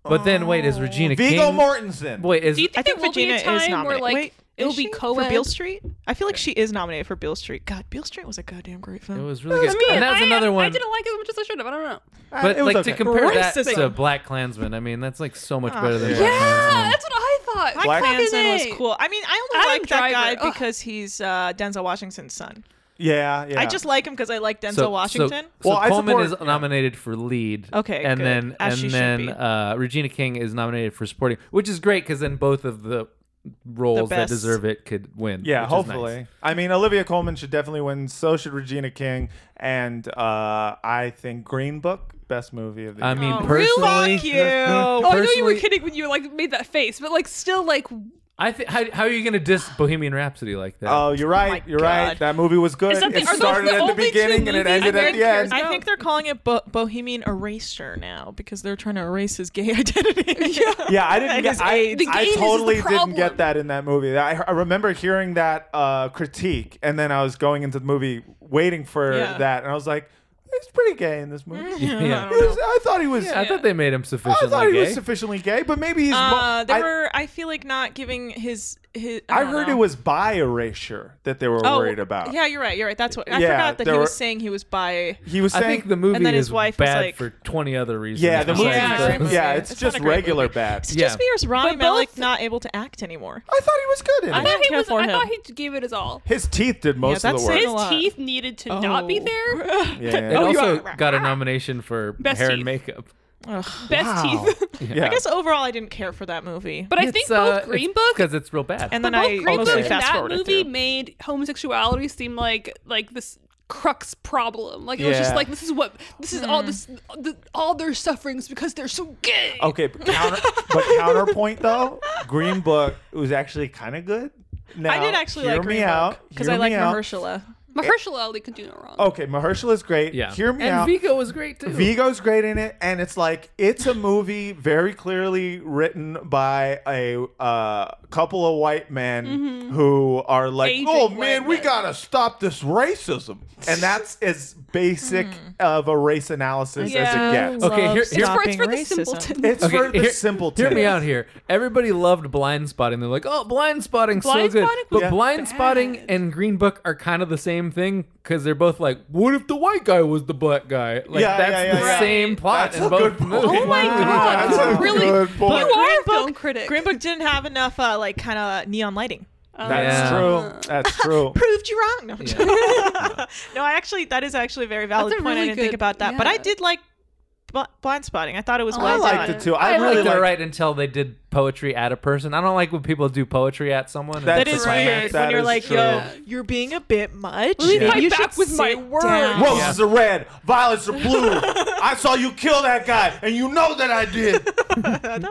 Speaker 1: But then wait, is Regina
Speaker 2: Viggo
Speaker 1: King?
Speaker 2: Mortensen.
Speaker 1: Wait, is
Speaker 3: Do you
Speaker 4: I
Speaker 3: think
Speaker 4: think
Speaker 3: there will be
Speaker 4: Regina
Speaker 3: a
Speaker 4: is
Speaker 3: time where
Speaker 4: nominated.
Speaker 3: like
Speaker 4: Wait,
Speaker 3: it'll
Speaker 4: is
Speaker 3: be
Speaker 4: she?
Speaker 3: co-ed?
Speaker 4: for Beale Street. I feel like she is nominated for Beale Street. God, Beale Street was a goddamn great film.
Speaker 1: it was really good.
Speaker 3: Good.
Speaker 1: And that was
Speaker 3: I-
Speaker 1: another
Speaker 3: I
Speaker 1: one.
Speaker 3: didn't like it as much as I should have. I don't know.
Speaker 1: But
Speaker 2: it was
Speaker 1: like
Speaker 2: okay.
Speaker 1: to compare that
Speaker 4: Racism.
Speaker 1: to Black Klansman, I mean, that's like so much better than
Speaker 2: Yeah.
Speaker 1: Black
Speaker 3: Yeah,
Speaker 1: Klansman.
Speaker 3: that's what I thought.
Speaker 4: Black
Speaker 3: Fucking
Speaker 4: Klansman was
Speaker 3: A.
Speaker 4: cool. I mean, I only
Speaker 3: Adam
Speaker 4: like that guy
Speaker 3: Driver, ugh.
Speaker 4: because he's uh, Denzel Washington's son.
Speaker 2: yeah, yeah.
Speaker 4: I just like him because I like Denzel Washington.
Speaker 1: So,
Speaker 2: Well, I
Speaker 1: Coleman
Speaker 2: support-
Speaker 1: is nominated for lead.
Speaker 4: Okay,
Speaker 1: and
Speaker 4: good.
Speaker 1: then
Speaker 4: As she
Speaker 1: and
Speaker 4: should
Speaker 1: then
Speaker 4: be.
Speaker 1: uh, Regina King is nominated for supporting, which is great because then both of the roles that
Speaker 4: best.
Speaker 1: deserve it could win.
Speaker 2: yeah,
Speaker 1: which is
Speaker 2: hopefully.
Speaker 1: nice.
Speaker 2: I mean, Olivia Coleman should definitely win. So should Regina King, and uh, I think Green Book, best movie of the
Speaker 1: I
Speaker 2: year.
Speaker 1: mean,
Speaker 4: Oh,
Speaker 1: personally,
Speaker 4: fuck
Speaker 3: Oh,
Speaker 4: you.
Speaker 3: I know you were
Speaker 1: Personally-
Speaker 3: kidding when you like made that face, but like still like
Speaker 1: I think how, how are you going to diss Bohemian Rhapsody like that?
Speaker 2: Oh, you're right. you're right. That movie was good.
Speaker 3: Is that the-
Speaker 2: it
Speaker 3: are those
Speaker 2: started
Speaker 3: the
Speaker 2: at the
Speaker 3: only two
Speaker 2: beginning and it
Speaker 3: movies
Speaker 2: ended
Speaker 3: that
Speaker 2: at the end.
Speaker 3: cares
Speaker 4: I think they're calling it bo- Bohemian Erasure now because they're trying to erase his gay identity. yeah.
Speaker 2: Yeah, I didn't
Speaker 4: And
Speaker 2: get.
Speaker 4: his
Speaker 2: I,
Speaker 4: age.
Speaker 3: The
Speaker 2: I
Speaker 3: gayness is the
Speaker 2: totally didn't
Speaker 3: problem.
Speaker 2: get that in that movie. I, I remember hearing that uh, critique, and then I was going into the movie waiting for
Speaker 4: Yeah. Mm-hmm.
Speaker 2: that, and I was like, "It's pretty gay in this movie."
Speaker 1: yeah.
Speaker 2: It was- I thought he was.
Speaker 1: I thought they made him
Speaker 2: Oh, I
Speaker 1: sufficiently
Speaker 2: thought he
Speaker 1: gay.
Speaker 2: was sufficiently gay, but maybe he's. mo-
Speaker 4: Uh, they
Speaker 2: I,
Speaker 4: were. I feel like not giving his. his I,
Speaker 2: I
Speaker 4: don't
Speaker 2: heard
Speaker 4: know.
Speaker 2: it was bi erasure that they were
Speaker 4: Oh,
Speaker 2: worried about.
Speaker 4: Yeah, you're right. You're right. That's what I
Speaker 2: Yeah,
Speaker 4: forgot that he
Speaker 2: there
Speaker 4: was
Speaker 2: were-
Speaker 4: saying he was by.
Speaker 2: he was
Speaker 1: I
Speaker 2: saying
Speaker 1: think the movie
Speaker 4: And then his
Speaker 1: is
Speaker 4: wife was
Speaker 1: bad
Speaker 4: like-
Speaker 1: for 20 other reasons.
Speaker 2: Yeah, the movie.
Speaker 1: besides
Speaker 4: Yeah,
Speaker 2: Yeah,
Speaker 1: those.
Speaker 4: it's a great movie.
Speaker 2: it's,
Speaker 4: It's not
Speaker 2: just
Speaker 4: a great
Speaker 2: regular
Speaker 4: movie.
Speaker 2: bad.
Speaker 4: It's
Speaker 1: Yeah.
Speaker 4: just me or is Rami
Speaker 3: But both-
Speaker 4: Malek not able to act anymore?
Speaker 2: I thought he was good in
Speaker 4: I
Speaker 2: it.
Speaker 3: I thought he
Speaker 4: care
Speaker 3: was.
Speaker 4: for
Speaker 3: I thought
Speaker 4: him.
Speaker 3: he gave it his all.
Speaker 2: His teeth did most
Speaker 4: Yeah,
Speaker 2: of the
Speaker 4: that's
Speaker 2: work.
Speaker 4: it.
Speaker 3: His
Speaker 4: a lot.
Speaker 3: teeth needed to not be
Speaker 4: Oh.
Speaker 3: there.
Speaker 2: Yeah, yeah.
Speaker 1: It also
Speaker 4: are-
Speaker 1: got a nomination for
Speaker 3: Best
Speaker 1: hair and
Speaker 3: teeth.
Speaker 1: makeup.
Speaker 3: Best teeth.
Speaker 2: Yeah.
Speaker 4: I guess overall I didn't care for that movie.
Speaker 3: But I think both Green Book
Speaker 1: because uh, it's real bad.
Speaker 4: and
Speaker 3: But
Speaker 4: then
Speaker 3: both
Speaker 4: I
Speaker 3: Green
Speaker 4: mostly
Speaker 3: Book and
Speaker 4: fast
Speaker 3: that
Speaker 4: forwarded
Speaker 3: movie
Speaker 4: through.
Speaker 3: made homosexuality seem like like this crux problem. Like it was just
Speaker 2: Yeah.
Speaker 3: like this is what this is all this the, all their sufferings because they're so gay.
Speaker 2: Okay, but, counter, but counterpoint though, Green Book was actually kind of good. Now,
Speaker 4: I did actually
Speaker 2: hear
Speaker 4: like Green
Speaker 2: me out
Speaker 4: because
Speaker 2: hear
Speaker 4: I
Speaker 2: me
Speaker 4: like
Speaker 2: out.
Speaker 4: Mahershala.
Speaker 3: Mahershala Ali could do no wrong.
Speaker 2: Okay, Mahershala is great.
Speaker 1: yeah.
Speaker 2: hear me
Speaker 1: and
Speaker 2: out.
Speaker 1: Vigo was great too.
Speaker 2: Vigo's great in it, and it's like it's a movie very clearly written by a uh, couple of white men who are like,
Speaker 3: Mm-hmm. Aging
Speaker 2: "Oh
Speaker 3: white
Speaker 2: man, we
Speaker 3: men."
Speaker 2: gotta stop this racism," and that's as basic of a race analysis
Speaker 3: Mm-hmm. Yeah.
Speaker 2: as it gets.
Speaker 1: Okay, here- here-
Speaker 3: It's for the simpleton.
Speaker 2: It's
Speaker 1: Okay,
Speaker 2: for the
Speaker 1: hear-
Speaker 2: simpleton.
Speaker 1: Hear me out here. Everybody loved blind spotting. They're like, oh, blind spotting's
Speaker 3: Blind
Speaker 1: so good.
Speaker 3: Spotting
Speaker 1: but
Speaker 3: was
Speaker 1: blind
Speaker 3: bad.
Speaker 1: spotting and Green Book are kind of the same thing because they're both like, what if the white guy was the black guy? Like,
Speaker 2: Yeah,
Speaker 1: that's
Speaker 2: yeah, yeah,
Speaker 1: the
Speaker 2: yeah.
Speaker 1: same plot
Speaker 2: That's
Speaker 1: in
Speaker 2: a
Speaker 1: both
Speaker 2: good point.
Speaker 1: movies.
Speaker 3: Oh my
Speaker 2: Wow.
Speaker 3: god,
Speaker 2: That's
Speaker 3: that's
Speaker 2: a
Speaker 3: really
Speaker 2: good
Speaker 3: you
Speaker 2: point.
Speaker 3: are a
Speaker 4: Green
Speaker 3: film
Speaker 4: Book-
Speaker 3: critic.
Speaker 4: Green Book didn't have enough uh, like kind of neon lighting.
Speaker 2: That's
Speaker 1: Yeah.
Speaker 2: true. That's true.
Speaker 4: Proved you wrong. No, I'm joking. no, I actually that is actually a very valid
Speaker 3: a
Speaker 4: point. I
Speaker 3: really
Speaker 4: didn't think
Speaker 3: good-
Speaker 4: about that, but I
Speaker 3: yeah.
Speaker 4: did like bl- blind spotting. I thought it was
Speaker 3: Oh,
Speaker 2: I
Speaker 4: well
Speaker 3: like
Speaker 2: liked
Speaker 4: done.
Speaker 2: it too.
Speaker 1: I,
Speaker 2: I, really
Speaker 1: liked
Speaker 2: liked
Speaker 1: it right until they did poetry at a person. I don't like when people do poetry at someone.
Speaker 2: That
Speaker 4: That
Speaker 2: That's
Speaker 4: is
Speaker 2: a fact.
Speaker 4: weird
Speaker 2: That
Speaker 4: when you're
Speaker 2: is
Speaker 4: like,
Speaker 2: true.
Speaker 4: yo, you're being a bit
Speaker 3: Let
Speaker 4: much.
Speaker 3: me
Speaker 4: Maybe
Speaker 3: fight
Speaker 4: you
Speaker 3: back
Speaker 4: should
Speaker 3: with my
Speaker 4: sit
Speaker 3: words.
Speaker 4: down."
Speaker 6: Roses are red, violets are blue. I saw you kill that guy, and you know that I did.
Speaker 4: And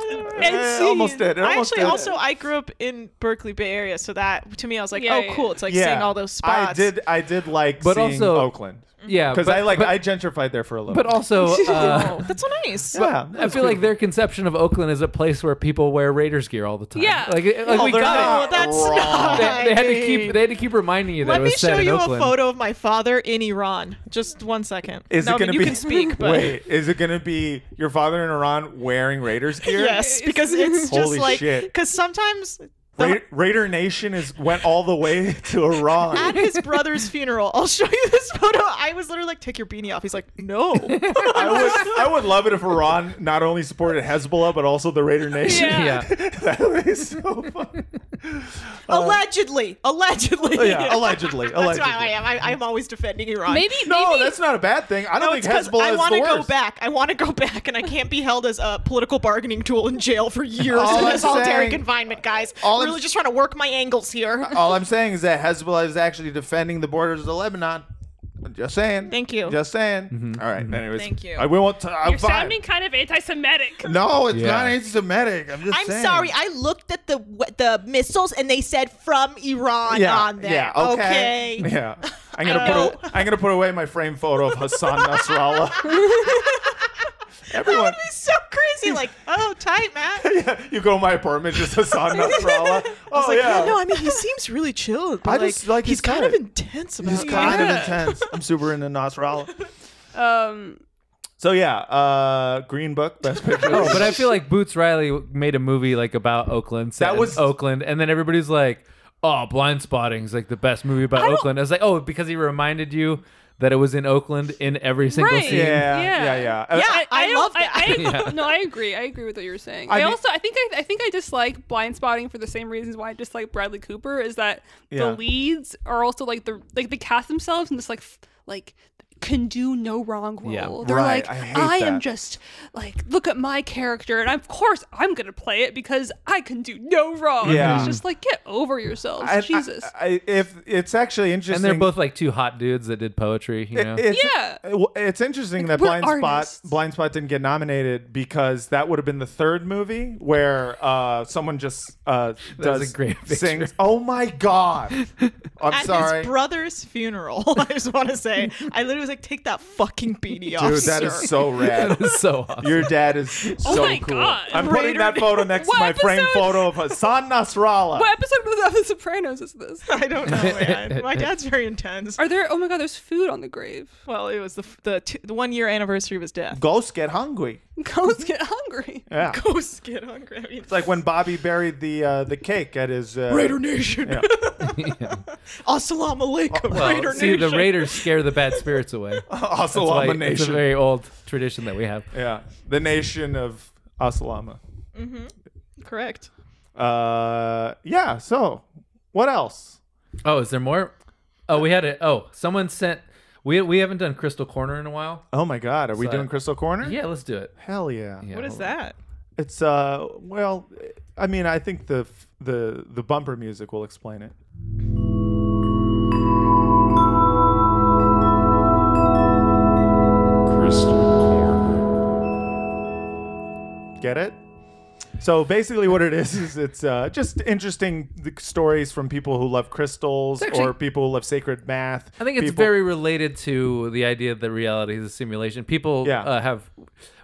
Speaker 2: Eh,
Speaker 4: see,
Speaker 2: almost did. It
Speaker 4: I
Speaker 2: almost
Speaker 4: actually
Speaker 2: did.
Speaker 4: also I grew up in Berkeley Bay Area, so that to me I was like,
Speaker 3: Yeah,
Speaker 4: oh
Speaker 3: yeah,
Speaker 4: cool,
Speaker 3: yeah.
Speaker 4: it's like
Speaker 2: yeah.
Speaker 4: seeing all those spots.
Speaker 2: I did. I did like
Speaker 1: But
Speaker 2: seeing
Speaker 1: also-
Speaker 2: Oakland
Speaker 1: yeah,
Speaker 2: because
Speaker 1: but-
Speaker 2: I like
Speaker 1: but,
Speaker 2: I gentrified there for a little.
Speaker 1: but
Speaker 2: bit.
Speaker 1: also, uh,
Speaker 4: Oh, that's so nice.
Speaker 2: yeah,
Speaker 1: I feel like their conception of Oakland is a place where people wear Raiders gear all the time.
Speaker 3: Yeah.
Speaker 1: like, it- like
Speaker 2: Oh,
Speaker 1: we
Speaker 2: they're
Speaker 1: got
Speaker 4: No,
Speaker 2: not
Speaker 1: it.
Speaker 4: that's
Speaker 2: wrong.
Speaker 4: not.
Speaker 1: They, they had to
Speaker 4: I
Speaker 1: keep
Speaker 4: mean-
Speaker 1: they had to keep reminding you that
Speaker 4: Let
Speaker 1: it
Speaker 4: me
Speaker 1: was
Speaker 4: show
Speaker 1: set in
Speaker 4: you
Speaker 1: Oakland.
Speaker 4: a photo of my father in Iran. Just one second.
Speaker 2: Is
Speaker 4: no,
Speaker 2: it
Speaker 4: I
Speaker 2: going to
Speaker 4: mean, you
Speaker 2: be?
Speaker 4: can speak, but
Speaker 2: Wait, is it going to be your father in Iran wearing Raiders gear?
Speaker 4: yes, because it's
Speaker 2: Holy
Speaker 4: just like
Speaker 2: shit.
Speaker 4: because sometimes
Speaker 2: Ra- Raider Nation is went all the way to Iran.
Speaker 4: at his brother's funeral, I'll show you this photo. I was literally like, "Take your beanie off." He's like, "No."
Speaker 2: I would, I would love it if Iran not only supported Hezbollah but also the Raider Nation.
Speaker 1: Yeah.
Speaker 2: that would be so fun.
Speaker 4: allegedly, allegedly.
Speaker 2: Oh, yeah, allegedly,
Speaker 4: That's
Speaker 2: allegedly.
Speaker 4: why I am. I, I'm always defending Iran.
Speaker 3: Maybe
Speaker 2: No,
Speaker 3: maybe
Speaker 2: Oh, that's not a bad thing. I don't think
Speaker 4: it's because
Speaker 2: Hezbollah
Speaker 4: I
Speaker 2: is
Speaker 4: want
Speaker 2: the
Speaker 4: to go
Speaker 2: worst.
Speaker 4: back. I want to go back, and I can't be held as a political bargaining tool in jail for years
Speaker 2: All
Speaker 4: in
Speaker 2: I'm
Speaker 4: solitary
Speaker 2: saying-
Speaker 4: confinement, guys.
Speaker 2: all I'm-
Speaker 4: really just trying to work my angles here.
Speaker 2: All I'm saying is that Hezbollah is actually defending the borders of Lebanon. Just saying.
Speaker 4: Thank you.
Speaker 2: Just saying. All right. Anyways.
Speaker 4: Thank you.
Speaker 2: I won't. T- I'm
Speaker 3: you're
Speaker 2: fine.
Speaker 3: sounding kind of anti-Semitic.
Speaker 2: No, it's
Speaker 1: Yeah.
Speaker 2: not anti-Semitic. I'm just
Speaker 4: I'm
Speaker 2: saying.
Speaker 4: sorry. I looked at the the missiles, and they said from Iran
Speaker 2: yeah.
Speaker 4: on there. Oh.
Speaker 2: Yeah. Okay. Yeah. I'm gonna put. A, I'm gonna put away my frame photo of Hassan Nasrallah. Everyone,
Speaker 4: It's so crazy. Like, oh, tight, Matt.
Speaker 2: you go to my apartment, just Hassan Nasrallah. Oh yeah.
Speaker 4: No, I mean he seems really chill. But
Speaker 2: I
Speaker 4: like,
Speaker 2: just like
Speaker 4: he's
Speaker 2: his
Speaker 4: kind
Speaker 2: cut.
Speaker 4: of intense about
Speaker 2: He's
Speaker 4: it.
Speaker 2: kind of intense. I'm super into Nasrallah.
Speaker 3: Um,
Speaker 2: So yeah, uh, Green Book, Best Picture.
Speaker 1: No, Oh, but I feel like Boots Riley made a movie like about Oakland. Set
Speaker 2: That
Speaker 1: in
Speaker 2: was-
Speaker 1: Oakland, and then everybody's like, "Oh, Blind Spotting's like the best movie about Oakland." I was like, "Oh, because he reminded you that it was in Oakland in every single
Speaker 3: Right.
Speaker 1: scene."
Speaker 2: yeah,
Speaker 3: Yeah.
Speaker 2: yeah, yeah. Uh,
Speaker 4: Yeah, I
Speaker 3: don't-
Speaker 4: love that.
Speaker 3: I, I- No, I agree. I agree with what you're saying.
Speaker 2: I
Speaker 3: I,
Speaker 2: mean-
Speaker 3: also I think I, I think I dislike blind spotting for the same reasons why I dislike Bradley Cooper is that
Speaker 2: Yeah.
Speaker 3: the leads are also like the like they cast themselves in this like f- like can do no wrong role.
Speaker 1: Yeah.
Speaker 3: They're
Speaker 2: Right,
Speaker 3: like,
Speaker 2: I hate
Speaker 3: am
Speaker 2: that.
Speaker 3: just like, look at my character, and of course I'm gonna play it because I can do no wrong.
Speaker 2: Yeah.
Speaker 3: It's just like get over
Speaker 4: Oh,
Speaker 3: yourselves,
Speaker 2: I- I-
Speaker 3: Jesus.
Speaker 2: I, if it's actually
Speaker 1: And
Speaker 2: interesting,
Speaker 1: they're both like two hot dudes that did poetry, you know?
Speaker 2: It- it's,
Speaker 3: Yeah.
Speaker 2: it- w- it's interesting that
Speaker 3: we're
Speaker 2: Blind
Speaker 3: artists.
Speaker 2: Spot Blind Spot didn't get nominated because that would have been the third movie where uh, someone just uh,
Speaker 1: That's
Speaker 2: does
Speaker 1: a great picture.
Speaker 2: sings. Oh my god! I'm
Speaker 4: At
Speaker 2: sorry,
Speaker 4: his brother's funeral, I just want to say, I literally was like, "Take that fucking beanie off,
Speaker 2: dude. That
Speaker 4: sir."
Speaker 2: is so rad.
Speaker 1: so awesome.
Speaker 2: Your dad is so
Speaker 3: Oh my
Speaker 2: cool.
Speaker 3: God.
Speaker 2: I'm putting that photo next to
Speaker 3: What
Speaker 2: my frame
Speaker 3: episode?
Speaker 2: photo of Hassan Nasrallah.
Speaker 3: what episode of The Sopranos is this?
Speaker 4: I don't know, man. My dad's very intense.
Speaker 3: Are there? Oh my God, there's food on the grave.
Speaker 4: Well, it was the f- the, two, the one year anniversary was death.
Speaker 2: Ghosts get hungry.
Speaker 3: Ghosts get hungry.
Speaker 2: Yeah.
Speaker 4: Ghosts get hungry. I mean,
Speaker 2: It's like when Bobby buried the uh, the cake at his uh,
Speaker 4: Raider Nation.
Speaker 2: Yeah.
Speaker 4: Assalamu alaikum,
Speaker 1: Well,
Speaker 4: Raider
Speaker 1: see,
Speaker 4: Nation.
Speaker 1: the Raiders scare the bad spirits away. That's why
Speaker 2: Asalama
Speaker 1: it's a
Speaker 2: Nation.
Speaker 1: very old tradition that we have.
Speaker 2: yeah, the nation of Asalama.
Speaker 4: Correct.
Speaker 2: Uh, yeah. So, what else?
Speaker 1: Oh, is there more? Oh, we had it. Oh, someone sent. We, we haven't done Crystal Corner in a while.
Speaker 2: Oh my God, are we
Speaker 1: So-
Speaker 2: doing Crystal Corner?
Speaker 1: Yeah, let's do it.
Speaker 2: Hell yeah.
Speaker 1: Yeah,
Speaker 4: What is
Speaker 1: hold on.
Speaker 4: that?
Speaker 2: It's uh, well, I mean, I think the f- the the bumper music will explain it. Get it? So basically, what it is is it's uh, just interesting th- stories from people who love crystals
Speaker 1: actually-
Speaker 2: or people who love sacred math.
Speaker 1: I think it's
Speaker 2: people-
Speaker 1: very related to the idea that reality is a simulation. People
Speaker 2: Yeah.
Speaker 1: uh, have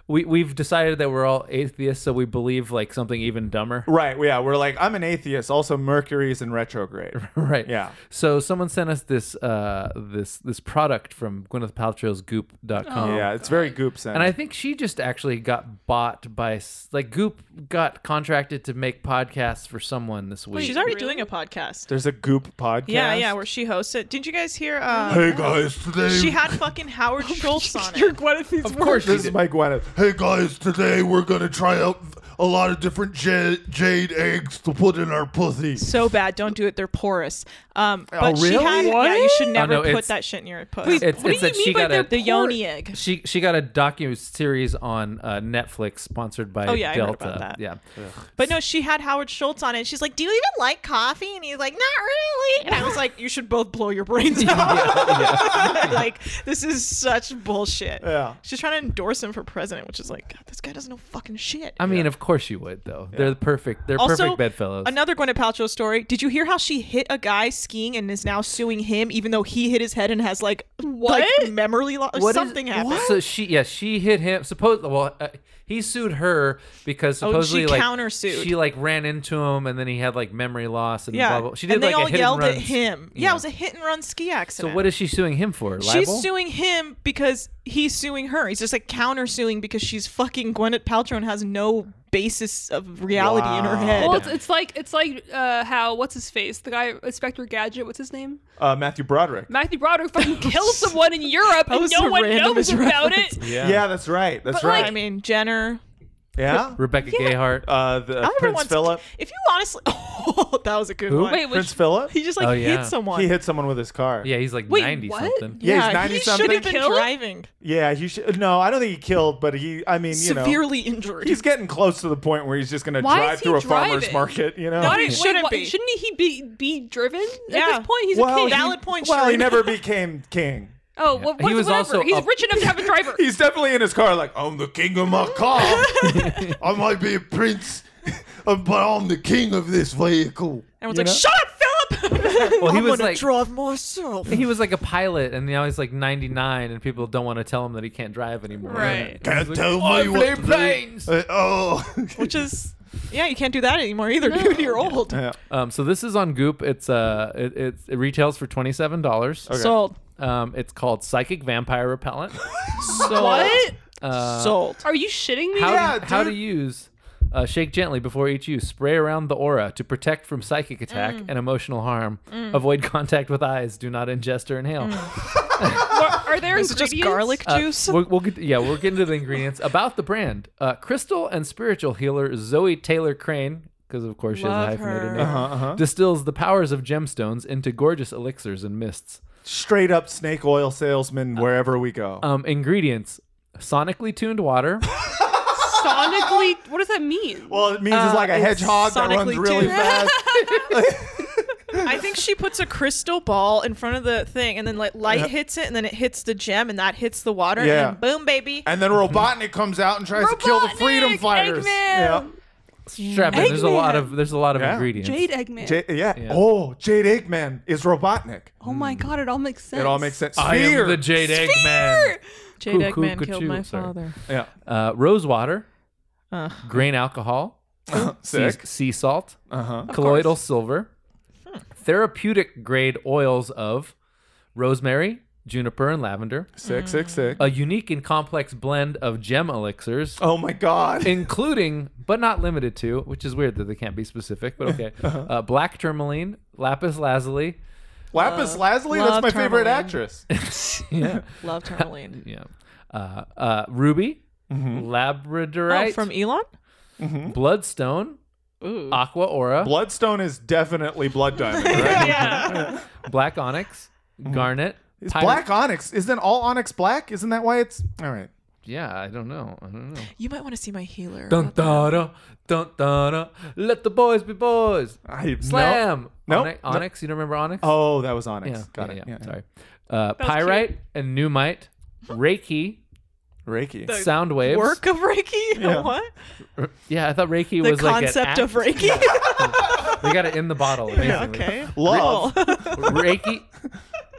Speaker 1: we we've decided that we're all atheists, so we believe like something even dumber.
Speaker 2: right. Yeah, we're like, I'm an atheist. Also, Mercury's in retrograde.
Speaker 1: Right.
Speaker 2: Yeah.
Speaker 1: So someone sent us this uh this this product from Gwyneth Paltrow's Goop.com.
Speaker 2: Oh. yeah, it's very goop sense.
Speaker 1: Oh. And I think she just actually got bought by s- like Goop got contracted to make podcasts for someone this week.
Speaker 4: She's already doing a podcast.
Speaker 2: There's a goop podcast.
Speaker 4: Yeah, yeah, where she hosts it. Didn't you guys hear? Um,
Speaker 6: Hey guys, today
Speaker 4: She had fucking Howard Schultz on
Speaker 3: You're
Speaker 4: it.
Speaker 3: Gwyneth these
Speaker 1: of course, she
Speaker 2: This is
Speaker 1: did.
Speaker 2: my Gwyneth.
Speaker 6: Hey guys, today we're gonna try out a
Speaker 9: Oh,
Speaker 6: lot of different jade, jade eggs to put in our pussy.
Speaker 4: So bad. Don't do it. They're porous. Um,
Speaker 3: Oh,
Speaker 4: but she
Speaker 2: really?
Speaker 4: had. Yeah, you should never
Speaker 1: Oh, no,
Speaker 4: put
Speaker 1: it's-
Speaker 4: that shit in your puss.
Speaker 1: it's, it's
Speaker 3: What do you
Speaker 1: that
Speaker 3: mean
Speaker 1: she
Speaker 3: by
Speaker 1: got
Speaker 3: they're
Speaker 1: a
Speaker 4: the
Speaker 3: porous?
Speaker 4: yoni egg.
Speaker 1: She she got a docu series on uh, Netflix sponsored by
Speaker 4: Oh, yeah, I heard
Speaker 1: Delta.
Speaker 4: about that.
Speaker 1: Yeah.
Speaker 4: But no, she had Howard Schultz on it. And she's like, "Do you even like coffee?" And he's like, "Not really." And I was like, "You should both blow your brains out." like this is such bullshit.
Speaker 2: Yeah.
Speaker 4: She's trying to endorse him for president, which is like, God, this guy doesn't know fucking shit.
Speaker 1: I mean, of course you would though. They're the perfect. They're
Speaker 4: also,
Speaker 1: perfect bedfellows.
Speaker 4: another Gwyneth Paltrow story. Did you hear how she hit a guy skiing and is now suing him, even though he hit his head and has like
Speaker 3: What?
Speaker 4: like memory loss?
Speaker 1: What is-
Speaker 4: Something happened.
Speaker 1: So she, yeah, she hit him. Suppose well, uh, he sued her because
Speaker 4: Oh, and she
Speaker 1: supposedly like
Speaker 4: countersued.
Speaker 1: She like ran into him, and then he had like memory loss and
Speaker 4: Yeah,
Speaker 1: blah blah. She did
Speaker 4: and they
Speaker 1: like
Speaker 4: all
Speaker 1: a hit
Speaker 4: yelled
Speaker 1: and
Speaker 4: at
Speaker 1: run.
Speaker 4: him. Yeah. it was a hit and run ski
Speaker 1: so
Speaker 4: accident.
Speaker 1: what is she suing him for? Libel?
Speaker 4: She's suing him because he's suing her. He's just like counter suing because she's fucking Gwyneth Paltrow and has no basis of reality in her
Speaker 2: Wow.
Speaker 4: head.
Speaker 3: Well, it's, it's like it's like uh, how what's his face? The guy Inspector Gadget. What's his name?
Speaker 2: Uh, Matthew Broderick.
Speaker 3: Matthew Broderick fucking killed someone in Europe, and
Speaker 4: was
Speaker 3: no
Speaker 4: the
Speaker 3: one knows
Speaker 4: randomest
Speaker 3: about
Speaker 4: reference.
Speaker 3: it.
Speaker 2: Yeah. that's right. That's
Speaker 3: But,
Speaker 2: right.
Speaker 4: I mean, Jenner.
Speaker 2: yeah.
Speaker 1: Rebecca Gayhart.
Speaker 2: Uh, the
Speaker 4: I remember
Speaker 2: Prince
Speaker 4: once-
Speaker 2: Philip.
Speaker 4: If you honestly, oh, that was a good
Speaker 3: Wait,
Speaker 4: one.
Speaker 2: Prince
Speaker 3: which
Speaker 2: Philip.
Speaker 4: he just like
Speaker 1: Oh,
Speaker 4: hit
Speaker 1: yeah.
Speaker 4: someone.
Speaker 2: He hit someone with his car.
Speaker 1: yeah, he's like
Speaker 3: Wait,
Speaker 1: ninety
Speaker 3: what?
Speaker 1: something.
Speaker 2: Yeah, he's
Speaker 4: he
Speaker 2: 90
Speaker 4: should
Speaker 2: something.
Speaker 4: have been
Speaker 3: Killed?
Speaker 4: driving.
Speaker 2: Yeah, he should. No, I don't think he killed, but he. I mean, you know,
Speaker 4: Severely injured.
Speaker 2: he's getting close to the point where he's just gonna
Speaker 3: Why
Speaker 2: drive
Speaker 3: is he
Speaker 2: through a farmer's
Speaker 3: driving?
Speaker 2: market. You know.
Speaker 4: Not
Speaker 3: Wait,
Speaker 4: He
Speaker 3: wait,
Speaker 4: shouldn't
Speaker 3: what-
Speaker 4: be.
Speaker 3: Shouldn't he be be driven
Speaker 4: Yeah.
Speaker 3: at this point? He's
Speaker 2: well,
Speaker 3: a king.
Speaker 2: he-
Speaker 4: Valid point,
Speaker 2: Well, he
Speaker 4: Shereen.
Speaker 2: never became king.
Speaker 3: Oh, well,
Speaker 1: He was
Speaker 3: whatever.
Speaker 1: also
Speaker 3: he's
Speaker 1: up-
Speaker 3: rich enough to have a driver.
Speaker 2: He's definitely in his car, like,
Speaker 6: I'm the king of my car. I might be a prince, uh, but I'm the king of this vehicle.
Speaker 4: Everyone's
Speaker 2: you
Speaker 4: like,
Speaker 2: know?
Speaker 4: "Shut up, Philip."
Speaker 1: Well, he was
Speaker 4: gonna
Speaker 1: like
Speaker 4: drive myself.
Speaker 1: he was like a pilot, and now he's like ninety nine, and people don't want to tell him that he can't drive anymore. "Oh,
Speaker 3: Right.
Speaker 6: Can't tell me
Speaker 1: I
Speaker 6: what
Speaker 1: play
Speaker 6: to do.
Speaker 1: planes.
Speaker 6: Uh, oh,
Speaker 4: Which is, yeah, you can't do that anymore either, dude. You're old.
Speaker 1: Um, so this is on Goop. It's uh, it, it, it retails for twenty seven dollars.
Speaker 4: Sold.
Speaker 1: Um, it's called Psychic Vampire Repellent.
Speaker 4: Sold.
Speaker 3: What?
Speaker 4: Sold.
Speaker 3: Are you shitting me?
Speaker 1: How,
Speaker 2: Yeah,
Speaker 1: to, how to
Speaker 2: dude.
Speaker 1: use uh, shake gently before each use. Spray around the aura to protect from psychic attack and emotional harm. Avoid contact with eyes. Do not ingest or inhale.
Speaker 3: Are, are there
Speaker 4: Is it just
Speaker 3: ingredients?
Speaker 4: garlic
Speaker 1: Uh,
Speaker 4: juice?
Speaker 1: we'll, we'll get, yeah, we'll get into the ingredients. About the brand, uh, crystal and spiritual healer Zoe Taylor Crane, because of course she has
Speaker 4: Love
Speaker 1: a hyphenated
Speaker 4: her.
Speaker 1: name, distills the powers of gemstones into gorgeous elixirs and mists.
Speaker 2: straight up snake oil salesman wherever we go.
Speaker 1: Um, ingredients: sonically tuned water.
Speaker 3: Sonically, what does that mean?
Speaker 2: well, it means it's like a
Speaker 4: it's
Speaker 2: hedgehog that runs
Speaker 4: sonically
Speaker 2: really
Speaker 4: tuned.
Speaker 2: fast.
Speaker 4: I think she puts a crystal ball in front of the thing, and then like light hits it, and then it hits the gem, and that hits the water,
Speaker 2: Yeah.
Speaker 4: and then boom, baby.
Speaker 2: And then Robotnik comes out and tries to kill the freedom
Speaker 3: Robotnik,
Speaker 2: fighters.
Speaker 3: Eggman.
Speaker 1: Strap in. There's a lot of there's a lot of
Speaker 2: Yeah.
Speaker 1: ingredients.
Speaker 3: Jade Eggman.
Speaker 2: Yeah. J- yeah.
Speaker 1: Yeah.
Speaker 2: Oh, Jade Eggman is Robotnik.
Speaker 3: oh my god, it all makes sense.
Speaker 2: It all makes sense.
Speaker 1: I am
Speaker 2: Sphere.
Speaker 1: the Jade Eggman.
Speaker 4: Jade
Speaker 1: Coo- coo-
Speaker 4: Eggman
Speaker 1: coo-
Speaker 4: killed
Speaker 1: choo.
Speaker 4: my
Speaker 1: Sorry.
Speaker 4: father.
Speaker 2: Yeah.
Speaker 1: Uh, rose water,
Speaker 4: Uh.
Speaker 1: grain alcohol, sea,
Speaker 2: Sick.
Speaker 1: sea salt,
Speaker 2: Uh-huh.
Speaker 1: colloidal silver,
Speaker 4: Hmm.
Speaker 1: therapeutic grade oils of rosemary, juniper, and lavender,
Speaker 2: Sick, sick, sick.
Speaker 1: a unique and complex blend of gem elixirs,
Speaker 2: Oh my
Speaker 1: Uh,
Speaker 2: god.
Speaker 1: including but not limited to, which is weird that they can't be specific, but okay,
Speaker 2: Uh-huh.
Speaker 1: uh, black tourmaline, lapis lazuli,
Speaker 2: Lapis Lazuli, that's
Speaker 4: love
Speaker 2: my favorite
Speaker 4: tourmaline.
Speaker 2: actress.
Speaker 1: yeah,
Speaker 4: Love tourmaline.
Speaker 1: yeah, uh, uh, ruby,
Speaker 2: Mm-hmm.
Speaker 1: labradorite,
Speaker 4: Oh, from Elon.
Speaker 1: bloodstone,
Speaker 4: Ooh.
Speaker 1: aqua aura,
Speaker 2: Bloodstone is definitely blood diamond, right?
Speaker 1: black onyx, garnet.
Speaker 2: Mm-hmm. Is
Speaker 1: pyro-
Speaker 2: black onyx. Isn't all onyx black? Isn't that why it's all right?
Speaker 1: Yeah, I don't know. I don't know.
Speaker 4: You might want to see my healer.
Speaker 1: Dun da da, dun da da. Let the boys be boys.
Speaker 2: I
Speaker 1: Slam.
Speaker 2: Nope.
Speaker 1: Ony-
Speaker 2: Nope.
Speaker 1: Onyx. You don't remember Onyx?
Speaker 2: No. Oh, that was onyx.
Speaker 1: yeah.
Speaker 2: Got
Speaker 1: yeah,
Speaker 2: it.
Speaker 1: Yeah,
Speaker 2: Yeah, yeah.
Speaker 1: Sorry. Uh, pyrite and pneumite, Reiki,
Speaker 2: Reiki.
Speaker 1: sound waves.
Speaker 4: Work of Reiki. What?
Speaker 1: Yeah, I thought Reiki
Speaker 4: The
Speaker 1: was like an
Speaker 4: concept
Speaker 1: act.
Speaker 4: of Reiki.
Speaker 1: They got it in the bottle. Basically.
Speaker 4: okay.
Speaker 2: Love.
Speaker 1: Reiki.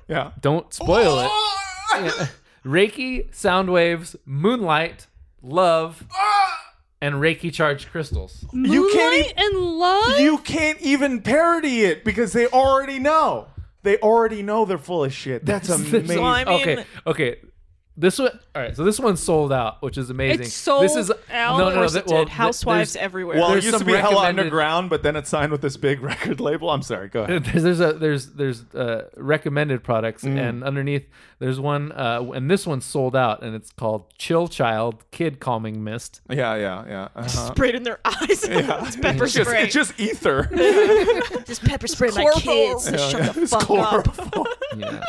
Speaker 2: yeah. Oh!
Speaker 1: Don't spoil it. Yeah. Reiki, sound waves, moonlight, love, and Reiki charged crystals.
Speaker 2: You can't e-,
Speaker 3: Moonlight and love.
Speaker 2: You can't even parody it because they already know. They already know they're full of shit. That's amazing.
Speaker 4: Well, I mean-
Speaker 1: okay, okay. This one, all right. So this one's sold out, which is amazing.
Speaker 3: It's sold
Speaker 1: this is,
Speaker 3: out?
Speaker 1: No, no,
Speaker 4: Of
Speaker 1: no.
Speaker 4: course
Speaker 1: That,
Speaker 4: it
Speaker 1: well,
Speaker 4: did. Housewives
Speaker 1: everywhere.
Speaker 4: everywhere.
Speaker 2: well, it
Speaker 1: There's
Speaker 2: used to
Speaker 1: some
Speaker 2: be Hella
Speaker 1: recommended-
Speaker 2: Underground, but then it signed with this big record label. I'm sorry. Go ahead.
Speaker 1: There's, there's a there's there's uh, recommended products,
Speaker 2: Mm.
Speaker 1: and underneath there's one, uh, and this one's sold out, and it's called Chill Child Kid Calming Mist.
Speaker 2: Yeah, yeah, yeah. Uh-huh.
Speaker 4: Sprayed in their eyes. it's pepper
Speaker 2: It's just,
Speaker 4: spray.
Speaker 2: it's just ether.
Speaker 5: Just pepper spray my
Speaker 4: Chloroform.
Speaker 5: kids.
Speaker 2: Yeah,
Speaker 5: Shut
Speaker 2: yeah.
Speaker 5: the
Speaker 2: It's
Speaker 5: fuck up.
Speaker 2: chloroform.
Speaker 1: Yeah.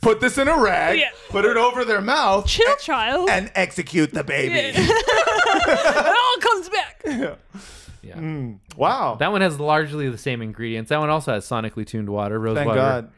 Speaker 2: Put this in a rag.
Speaker 3: Yeah.
Speaker 2: Put it over their mouth
Speaker 3: Chill, child.
Speaker 2: and execute the baby.
Speaker 3: it all comes back.
Speaker 1: Yeah.
Speaker 2: Wow.
Speaker 1: That one has largely the same ingredients. That one also has sonically tuned water, rose
Speaker 2: Thank
Speaker 1: water,
Speaker 2: God.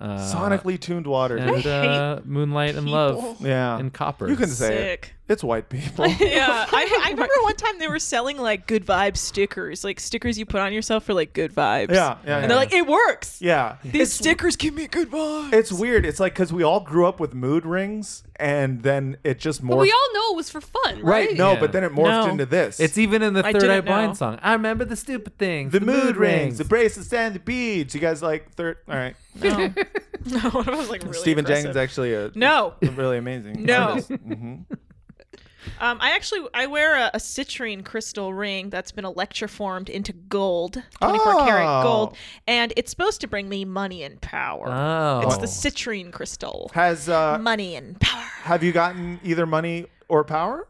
Speaker 1: uh,
Speaker 2: Sonically tuned water.
Speaker 1: and uh, moonlight and love,
Speaker 2: yeah.
Speaker 1: and copper.
Speaker 2: You can say it.
Speaker 4: Sick.
Speaker 2: It's white people.
Speaker 4: Yeah, I, I remember one time they were selling like good vibe stickers, like stickers you put on yourself for like good vibes.
Speaker 2: Yeah, yeah,
Speaker 4: and
Speaker 2: yeah.
Speaker 4: they're like, it works.
Speaker 2: yeah.
Speaker 4: These stickers give me good vibes.
Speaker 2: It's weird. It's like because we all grew up with mood rings, and then it just morphed.
Speaker 3: But we all know it was for fun, right?
Speaker 2: No,
Speaker 1: Yeah.
Speaker 2: but then it morphed
Speaker 4: No.
Speaker 2: into this.
Speaker 1: It's even in the
Speaker 4: I
Speaker 1: Third Eye
Speaker 4: didn't know.
Speaker 1: Blind song. I remember the stupid things.
Speaker 2: the, mood, rings, the bracelets, and the beads. You guys like third? All right.
Speaker 4: no, I was like really
Speaker 2: Stephen
Speaker 4: impressive.
Speaker 2: Jenkins actually a
Speaker 4: No.
Speaker 2: a really amazing.
Speaker 4: No.
Speaker 2: artist.
Speaker 4: Um, I actually I wear a, a citrine crystal ring that's been electroformed into gold, 24
Speaker 2: Oh.
Speaker 4: karat gold, and it's supposed to bring me money and power.
Speaker 1: Oh.
Speaker 4: It's the citrine crystal.
Speaker 2: Has uh,
Speaker 4: Money and power.
Speaker 2: have you gotten either money or power?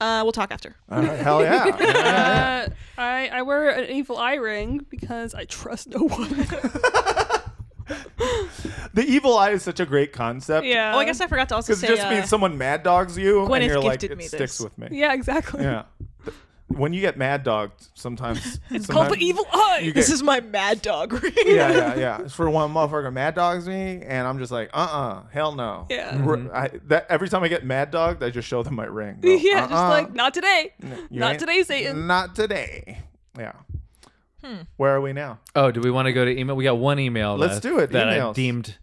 Speaker 4: Uh, we'll talk after.
Speaker 2: All right, hell yeah.
Speaker 3: Uh, I, I wear an evil eye ring because I trust no one.
Speaker 2: the evil eye is such a great concept.
Speaker 3: yeah.
Speaker 4: Oh, I guess I forgot to also
Speaker 2: Because
Speaker 4: say
Speaker 2: Uh, it just
Speaker 4: uh,
Speaker 2: means someone mad dogs you,
Speaker 4: Gwyneth
Speaker 2: and you're like,
Speaker 4: gifted
Speaker 2: it
Speaker 4: me
Speaker 2: sticks
Speaker 4: this.
Speaker 2: with me.
Speaker 3: Yeah, exactly.
Speaker 2: Yeah. When you get mad dogged, sometimes it's
Speaker 3: Called the evil eye.
Speaker 2: You get-
Speaker 4: this is my mad dog ring.
Speaker 2: yeah, yeah, yeah. It's for one motherfucker mad dogs me, and I'm just like, uh, uh hell no.
Speaker 3: Yeah.
Speaker 2: R- I, that every time I get mad dogged, I just show them my ring. Go,
Speaker 3: yeah, just
Speaker 2: "Uh-uh,
Speaker 3: like not today,
Speaker 2: you
Speaker 3: not
Speaker 2: ain't-
Speaker 3: today, Satan. Hmm.
Speaker 2: Not today. Yeah. Where are we now?
Speaker 1: Oh, do we want to go to email? We got one email.
Speaker 2: Let's
Speaker 1: left
Speaker 2: do it,
Speaker 1: That I
Speaker 2: emails.
Speaker 1: deemed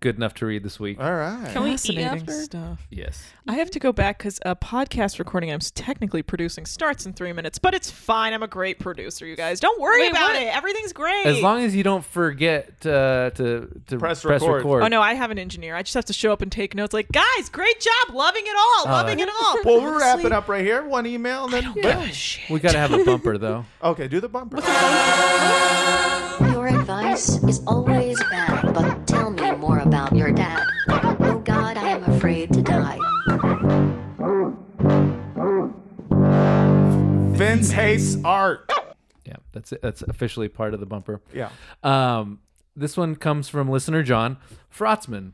Speaker 1: good enough to read this week.
Speaker 2: All right.
Speaker 3: Can we eat
Speaker 4: Fascinating
Speaker 3: after?
Speaker 4: stuff.
Speaker 1: Yes.
Speaker 4: I have to go back because a podcast recording I'm technically producing starts in three minutes, but it's fine. I'm a great producer, you guys. Don't worry
Speaker 3: Wait,
Speaker 4: about
Speaker 3: what?
Speaker 4: it. Everything's great.
Speaker 1: As long as you don't forget uh, to to
Speaker 2: Press record.
Speaker 4: oh no, I have an engineer. I just have to show up and take notes. Like, guys, great job, loving it all, loving it all.
Speaker 2: Uh, well, we're wrapping up right here. One email, and then
Speaker 4: Oh, shit.
Speaker 1: We gotta have a bumper though.
Speaker 2: okay, do the bumper.
Speaker 10: Your advice is always bad, but tell me more about your dad. Oh god, I am afraid to die.
Speaker 2: Vince hates art.
Speaker 1: Yeah, that's it. That's officially part of the bumper.
Speaker 2: Yeah.
Speaker 1: Um, This one comes from listener John Frotzman.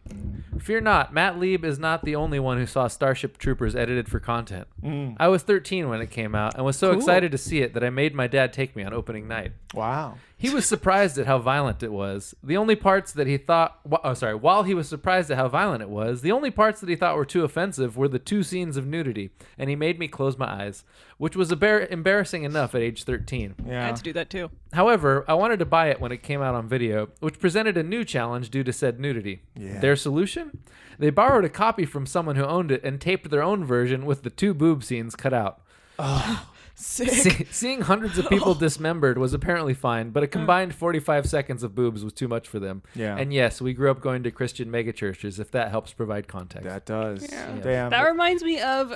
Speaker 1: Fear not, Matt Lieb is not the only one who saw Starship Troopers edited for content.
Speaker 2: Mm.
Speaker 1: I was 13 when it came out and was so excited to see it that I made my dad take me on opening night.
Speaker 2: Wow.
Speaker 1: He was surprised at how violent it was. The only parts that he thought, wh- oh, sorry, while he was surprised at how violent it was, the only parts that he thought were too offensive were the two scenes of nudity, and he made me close my eyes, which was embar- embarrassing enough at age 13.
Speaker 4: I
Speaker 2: Yeah.
Speaker 4: had to do that too.
Speaker 1: However, I wanted to buy it when it came out on video, which presented a new challenge due to said nudity. Their solution? They borrowed a copy from someone who owned it and taped their own version with the two boob scenes cut out.
Speaker 4: Sick.
Speaker 1: See- seeing hundreds of people dismembered was apparently fine, but a combined 45 seconds of boobs was too much for them.
Speaker 2: Yeah.
Speaker 1: And yes, we grew up going to Christian megachurches, if that helps provide context.
Speaker 2: That does.
Speaker 3: Yeah.
Speaker 2: Damn.
Speaker 3: That reminds me of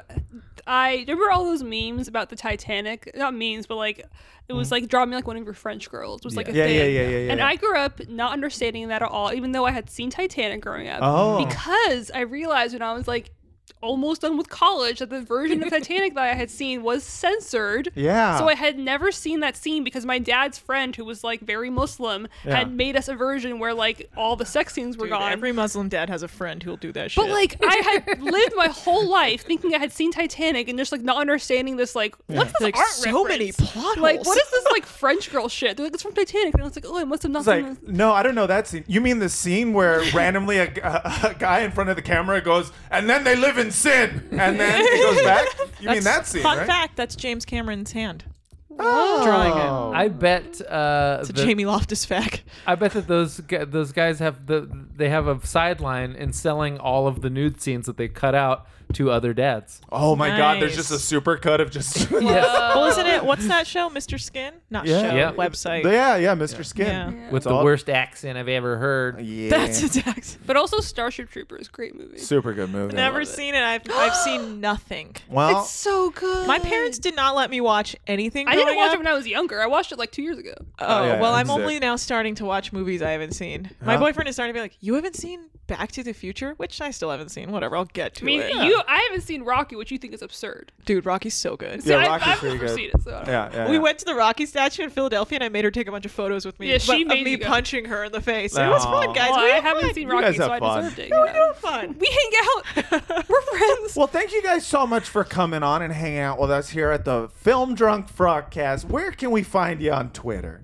Speaker 3: I remember all those memes about the Titanic. Not memes, but like it was like draw me like one of your French girls was like a
Speaker 2: Mm. Yeah,
Speaker 3: thing.
Speaker 2: yeah, yeah, yeah, yeah,
Speaker 3: And
Speaker 2: yeah.
Speaker 3: I grew up not understanding that at all, even though I had seen Titanic growing up.
Speaker 2: Oh.
Speaker 3: Because I realized when I was like almost done with college that the version of Titanic that I had seen was censored.
Speaker 2: Yeah.
Speaker 3: So I had never seen that scene because my dad's friend, who was like very Muslim,
Speaker 2: Yeah.
Speaker 3: had made us a version where like all the sex scenes were
Speaker 4: Dude,
Speaker 3: gone.
Speaker 4: every Muslim dad has a friend who'll do that shit.
Speaker 3: But like I had lived my whole life thinking I had seen Titanic and just like not understanding this like what's this
Speaker 4: Like,
Speaker 3: art
Speaker 4: so many
Speaker 3: reference?
Speaker 4: plot
Speaker 3: Like
Speaker 4: holes.
Speaker 3: what is this like French girl shit? They're like it's from Titanic and I was like oh I must have not
Speaker 2: It's
Speaker 3: seen
Speaker 2: like,
Speaker 3: this.
Speaker 2: no, I don't know that scene. You mean the scene where randomly a, a, a guy in front of the camera goes, and then they live in sin, and then it goes back? You mean that
Speaker 4: That's-
Speaker 2: scene,
Speaker 4: Fun
Speaker 2: right?
Speaker 4: fact: that's James Cameron's hand.
Speaker 2: Oh.
Speaker 4: Drawing it.
Speaker 1: I bet uh,
Speaker 4: It's a
Speaker 1: the-
Speaker 4: Jamie Loftus fact.
Speaker 1: I bet that those gu- those guys have the they have a sideline in selling all of the nude scenes that they cut out to other dads.
Speaker 2: Oh my God, there's just a
Speaker 4: Nice.
Speaker 2: super cut of just.
Speaker 4: Oh,
Speaker 3: Uh,
Speaker 4: Well, isn't it? What's that show? Mr. Skin? Not show.
Speaker 1: Yeah.
Speaker 4: Website.
Speaker 2: Yeah, yeah, Mr. Skin.
Speaker 4: Yeah.
Speaker 1: with
Speaker 2: It's
Speaker 1: the
Speaker 2: all-
Speaker 1: worst accent I've ever heard.
Speaker 2: Yeah.
Speaker 4: That's exact.
Speaker 3: But also Starship Troopers, great movie.
Speaker 2: super good movie.
Speaker 4: Never
Speaker 3: it.
Speaker 4: seen it. I've I've seen nothing.
Speaker 2: well,
Speaker 3: it's so good.
Speaker 4: My parents did not let me watch anything.
Speaker 3: I didn't
Speaker 4: growing
Speaker 3: watch
Speaker 4: up.
Speaker 3: it when I was younger. I watched it like two years ago.
Speaker 4: Oh,
Speaker 2: yeah,
Speaker 4: well,
Speaker 2: yeah,
Speaker 4: I'm
Speaker 2: that's
Speaker 4: only
Speaker 2: it.
Speaker 4: now starting to watch movies I haven't seen. My
Speaker 2: Huh?
Speaker 4: boyfriend is starting to be like, "You haven't seen Back to the Future," which I still haven't seen. Whatever, I'll get to
Speaker 3: I mean,
Speaker 4: it.
Speaker 3: you I haven't seen Rocky, which you think is absurd.
Speaker 4: Dude, Rocky's so good.
Speaker 3: See,
Speaker 2: Yeah,
Speaker 3: I,
Speaker 2: Rocky's
Speaker 3: I've
Speaker 2: pretty
Speaker 3: never
Speaker 2: good.
Speaker 3: seen it, so I don't know.
Speaker 2: yeah, yeah.
Speaker 4: We
Speaker 2: yeah.
Speaker 4: went to the Rocky statue in Philadelphia, and I made her take a bunch of photos with me.
Speaker 3: Yeah, she
Speaker 4: of
Speaker 3: made
Speaker 4: me
Speaker 3: you go.
Speaker 4: punching her in the face. It was
Speaker 2: Aw.
Speaker 4: fun, guys.
Speaker 3: Well,
Speaker 4: we
Speaker 3: I
Speaker 4: had
Speaker 3: haven't
Speaker 4: fun.
Speaker 3: seen
Speaker 2: guys
Speaker 3: Rocky,
Speaker 2: have
Speaker 3: so I
Speaker 2: fun.
Speaker 3: deserved it.
Speaker 4: No,
Speaker 3: you
Speaker 4: we
Speaker 3: know?
Speaker 4: were fun.
Speaker 3: We hang out. We're friends.
Speaker 2: Well, thank you guys so much for coming on and hanging out with us here at the Film Drunk Frogcast. Where can we find you on Twitter?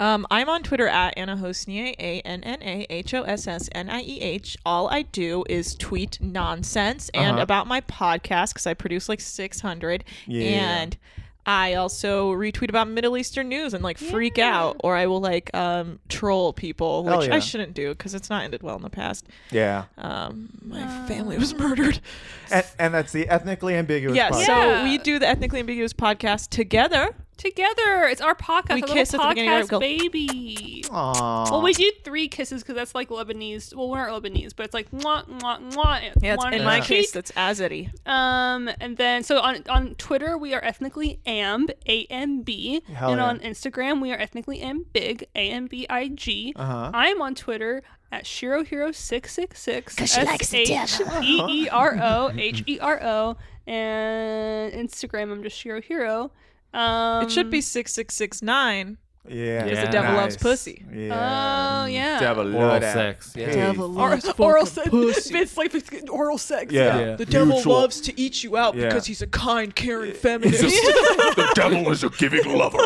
Speaker 4: Um, I'm on Twitter at Anna Hosnier, A N N A H O S S N I E H. All I do is tweet nonsense
Speaker 2: Uh-huh.
Speaker 4: and about my podcast because I produce like 600. And I also retweet about Middle Eastern news and like freak out, or I will like um, troll people,
Speaker 2: Hell
Speaker 4: which
Speaker 2: yeah.
Speaker 4: I shouldn't do because it's not ended well in the past.
Speaker 2: Yeah.
Speaker 4: Um, my family was murdered.
Speaker 2: And, and that's the ethnically ambiguous
Speaker 4: Yeah,
Speaker 2: podcast.
Speaker 4: so
Speaker 3: Yeah.
Speaker 4: we do the Ethnically Ambiguous podcast together.
Speaker 3: Together, it's our podcast.
Speaker 4: We
Speaker 3: our
Speaker 4: kiss at
Speaker 3: little
Speaker 4: the beginning,
Speaker 3: podcast,
Speaker 4: right? Go-
Speaker 3: baby.
Speaker 2: Aw.
Speaker 3: Well, we do three kisses because that's like Lebanese. Well, we're not Lebanese, but it's like mwah, mwah, mwah.
Speaker 4: Yeah,
Speaker 3: one
Speaker 4: in
Speaker 3: on
Speaker 4: my
Speaker 3: each
Speaker 4: case,
Speaker 3: cheek.
Speaker 4: that's Azadi.
Speaker 3: Um, and then so on on Twitter we are ethnically amb a m b,
Speaker 2: Hell
Speaker 3: and
Speaker 2: yeah.
Speaker 3: on Instagram we are ethnically ambig a m b i g.
Speaker 2: Uh-huh.
Speaker 3: I'm on Twitter at shirohero six six six
Speaker 10: she likes the devil.
Speaker 3: e e r o h e r o, and Instagram I'm just shirohero. Um,
Speaker 4: It should be 6669.
Speaker 2: yeah.
Speaker 1: Because the
Speaker 4: devil loves pussy.
Speaker 2: Yeah.
Speaker 3: Oh yeah.
Speaker 2: devil
Speaker 1: Oral
Speaker 2: love that.
Speaker 1: sex, yeah.
Speaker 2: Hey.
Speaker 5: Devil
Speaker 3: Or-
Speaker 5: loves
Speaker 3: oral
Speaker 5: fucking
Speaker 3: sex.
Speaker 5: pussy.
Speaker 3: It's like it's oral sex.
Speaker 2: Yeah.
Speaker 4: The devil
Speaker 6: Mutual.
Speaker 4: loves to eat you out
Speaker 2: Yeah.
Speaker 4: because he's a kind, caring feminist.
Speaker 6: the devil is a giving lover.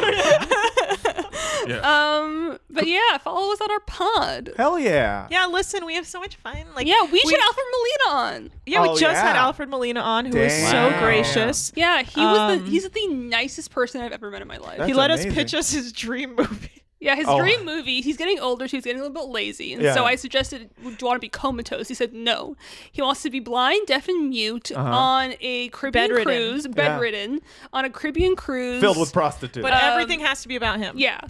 Speaker 3: Um, but yeah, follow us on our pod.
Speaker 2: Hell yeah.
Speaker 4: yeah, listen, we have so much fun. Like,
Speaker 3: Yeah, we should Alfred Molina on.
Speaker 4: Yeah, we
Speaker 2: Oh,
Speaker 4: just had
Speaker 2: yeah.
Speaker 4: Alfred Molina on, who was
Speaker 2: Damn.
Speaker 4: so gracious.
Speaker 3: Yeah, he was
Speaker 4: Um,
Speaker 3: the he's the nicest person I've ever met in my life.
Speaker 2: That's
Speaker 4: he let
Speaker 2: amazing.
Speaker 4: us pitch us his dream movie.
Speaker 3: yeah, his
Speaker 2: Oh.
Speaker 3: dream movie. He's getting older, so he's getting a little bit lazy, and
Speaker 2: Yeah.
Speaker 3: so I suggested, "Do you want to be comatose?" He said no. He wants to be blind, deaf, and mute
Speaker 2: Uh-huh.
Speaker 3: on a Caribbean
Speaker 4: Bedridden.
Speaker 3: cruise, bedridden on a Caribbean cruise
Speaker 2: Filled with prostitutes.
Speaker 3: But
Speaker 4: But uh,
Speaker 3: Um,
Speaker 4: everything has to be about him.
Speaker 3: Yeah.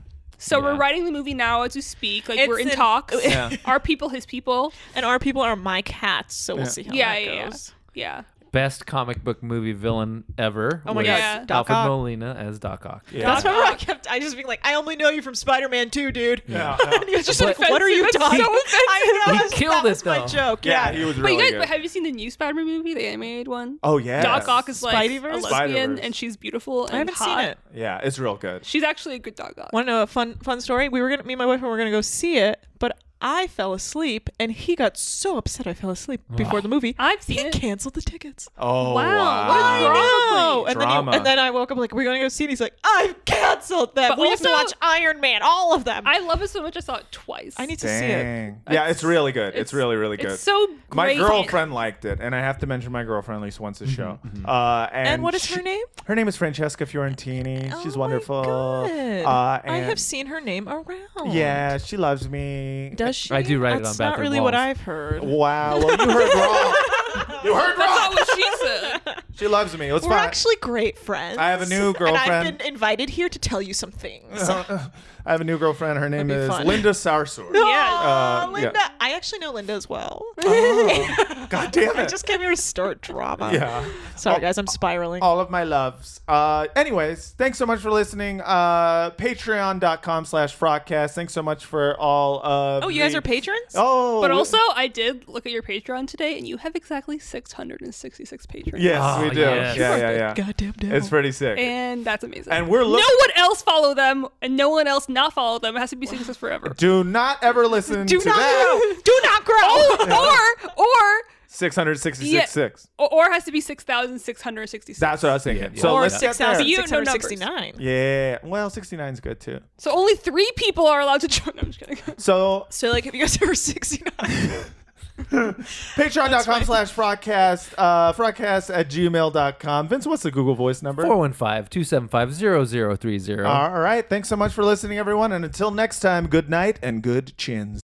Speaker 3: So we're writing the movie now as we speak. Like
Speaker 4: It's
Speaker 3: we're in
Speaker 4: an-
Speaker 3: talks.
Speaker 4: Yeah.
Speaker 3: Our people, his people.
Speaker 4: And our people are my cats, so we'll see how
Speaker 3: Yeah,
Speaker 4: that
Speaker 3: yeah, yeah.
Speaker 4: goes.
Speaker 3: Yeah.
Speaker 1: best comic book movie villain ever.
Speaker 4: Oh my
Speaker 1: was
Speaker 4: God, Yeah. Doc
Speaker 1: Alfred
Speaker 4: Ock.
Speaker 1: Molina as Doc Ock.
Speaker 4: That's why I kept. I just being like, I only know you from Spider Man 2, dude.
Speaker 2: Yeah,
Speaker 4: And he was just like, what are you
Speaker 3: That's
Speaker 4: talking?
Speaker 3: so offensive.
Speaker 4: I know.
Speaker 1: He
Speaker 4: that's-
Speaker 1: killed
Speaker 4: that
Speaker 1: it,
Speaker 4: was my
Speaker 1: though.
Speaker 4: joke.
Speaker 2: yeah,
Speaker 4: Yeah.
Speaker 2: he was
Speaker 3: But
Speaker 2: really
Speaker 3: you guys,
Speaker 2: good.
Speaker 3: but have you seen the new Spider-Man movie, the animated one?
Speaker 2: oh yeah,
Speaker 3: Doc Ock is like a
Speaker 4: Spideyverse?
Speaker 2: Spider-Verse.
Speaker 3: lesbian, and she's beautiful and
Speaker 4: I haven't
Speaker 3: hot.
Speaker 4: seen it.
Speaker 2: yeah, it's real good.
Speaker 3: She's actually a good Doc Ock.
Speaker 4: Want to know a fun fun story? We were gonna me and my boyfriend were gonna go see it, but I fell asleep, and he got so upset I fell asleep before the movie.
Speaker 3: I've seen
Speaker 4: he
Speaker 3: it.
Speaker 4: canceled the tickets.
Speaker 2: Oh wow,
Speaker 3: Wow, what a drama
Speaker 4: No,
Speaker 3: queen.
Speaker 4: and then,
Speaker 2: Drama.
Speaker 4: he, and then I woke up like we're gonna go see, it. and he's like, I've canceled them.
Speaker 3: But
Speaker 4: we have to
Speaker 3: also-
Speaker 4: watch Iron Man, all of them.
Speaker 3: I
Speaker 4: I,
Speaker 3: love it so much. I saw it twice.
Speaker 4: need to see it.
Speaker 2: Dang. Yeah, it's really good. It's, really, really good.
Speaker 3: It's so great.
Speaker 2: my girlfriend liked it, and I have to mention my girlfriend at least once a show. Uh, and,
Speaker 4: And what is
Speaker 2: she-
Speaker 4: her name?
Speaker 2: Her name is Francesca Fiorentini. She's
Speaker 4: Oh my
Speaker 2: wonderful.
Speaker 4: God.
Speaker 2: Uh,
Speaker 4: I
Speaker 2: and-
Speaker 4: have seen her name around.
Speaker 2: Yeah, she loves me.
Speaker 4: Does she?
Speaker 1: I do write it on
Speaker 4: That's not
Speaker 1: bathroom
Speaker 4: really what
Speaker 1: walls.
Speaker 4: I've heard.
Speaker 2: Wow. Well, you heard wrong. you heard
Speaker 3: That's
Speaker 2: wrong.
Speaker 3: not what she said.
Speaker 2: She loves me. It's
Speaker 4: We're
Speaker 2: fine.
Speaker 4: actually great friends.
Speaker 2: I have a new
Speaker 4: And I've
Speaker 2: girlfriend.
Speaker 4: been invited here to tell you some things.
Speaker 2: I have a new girlfriend. Her name
Speaker 4: That'd be
Speaker 2: is
Speaker 4: fun.
Speaker 2: Linda Sarsour.
Speaker 4: Yes.
Speaker 2: Uh, yeah.
Speaker 4: Linda. I actually know Linda as well.
Speaker 2: God damn
Speaker 4: I
Speaker 2: it.
Speaker 4: just came here to start drama.
Speaker 2: yeah. Oh.
Speaker 4: Sorry, guys. I'm spiraling.
Speaker 2: all of my loves uh anyways thanks so much for listening uh patreon.com slash frogcast thanks so much for all of
Speaker 4: oh, you guys
Speaker 2: the-
Speaker 4: are patrons?
Speaker 2: oh
Speaker 3: But also, I did look at your Patreon today, and you have exactly 666 patrons.
Speaker 2: yes
Speaker 1: Oh,
Speaker 2: we do
Speaker 1: yes.
Speaker 2: yeah yeah yeah
Speaker 4: Goddamn devil.
Speaker 2: it's pretty sick
Speaker 3: And that's amazing.
Speaker 2: And we're look-
Speaker 3: No one else follow them, and no one else not follow them. It has to be 666 forever.
Speaker 2: do not ever listen
Speaker 4: Do
Speaker 2: to
Speaker 4: not
Speaker 2: that
Speaker 4: grow. Do not grow.
Speaker 3: or,
Speaker 2: Oh.
Speaker 3: or,
Speaker 2: 6666
Speaker 3: or, or has to be 6,666.
Speaker 2: that's what i was thinking so
Speaker 4: or
Speaker 2: let's get there.
Speaker 3: thousand- You know numbers.
Speaker 4: 6,669.
Speaker 2: yeah well 69 is good too
Speaker 3: So only three people are allowed to join. No, I'm just kidding.
Speaker 2: so
Speaker 4: So, like, have you guys ever 69?
Speaker 2: patreon.com slash frogcast uh frogcast at gmail.com vince what's the google voice number
Speaker 1: 415-275-0030.
Speaker 2: All right. Thanks so much for listening, everyone. And until next time, good night and good chins.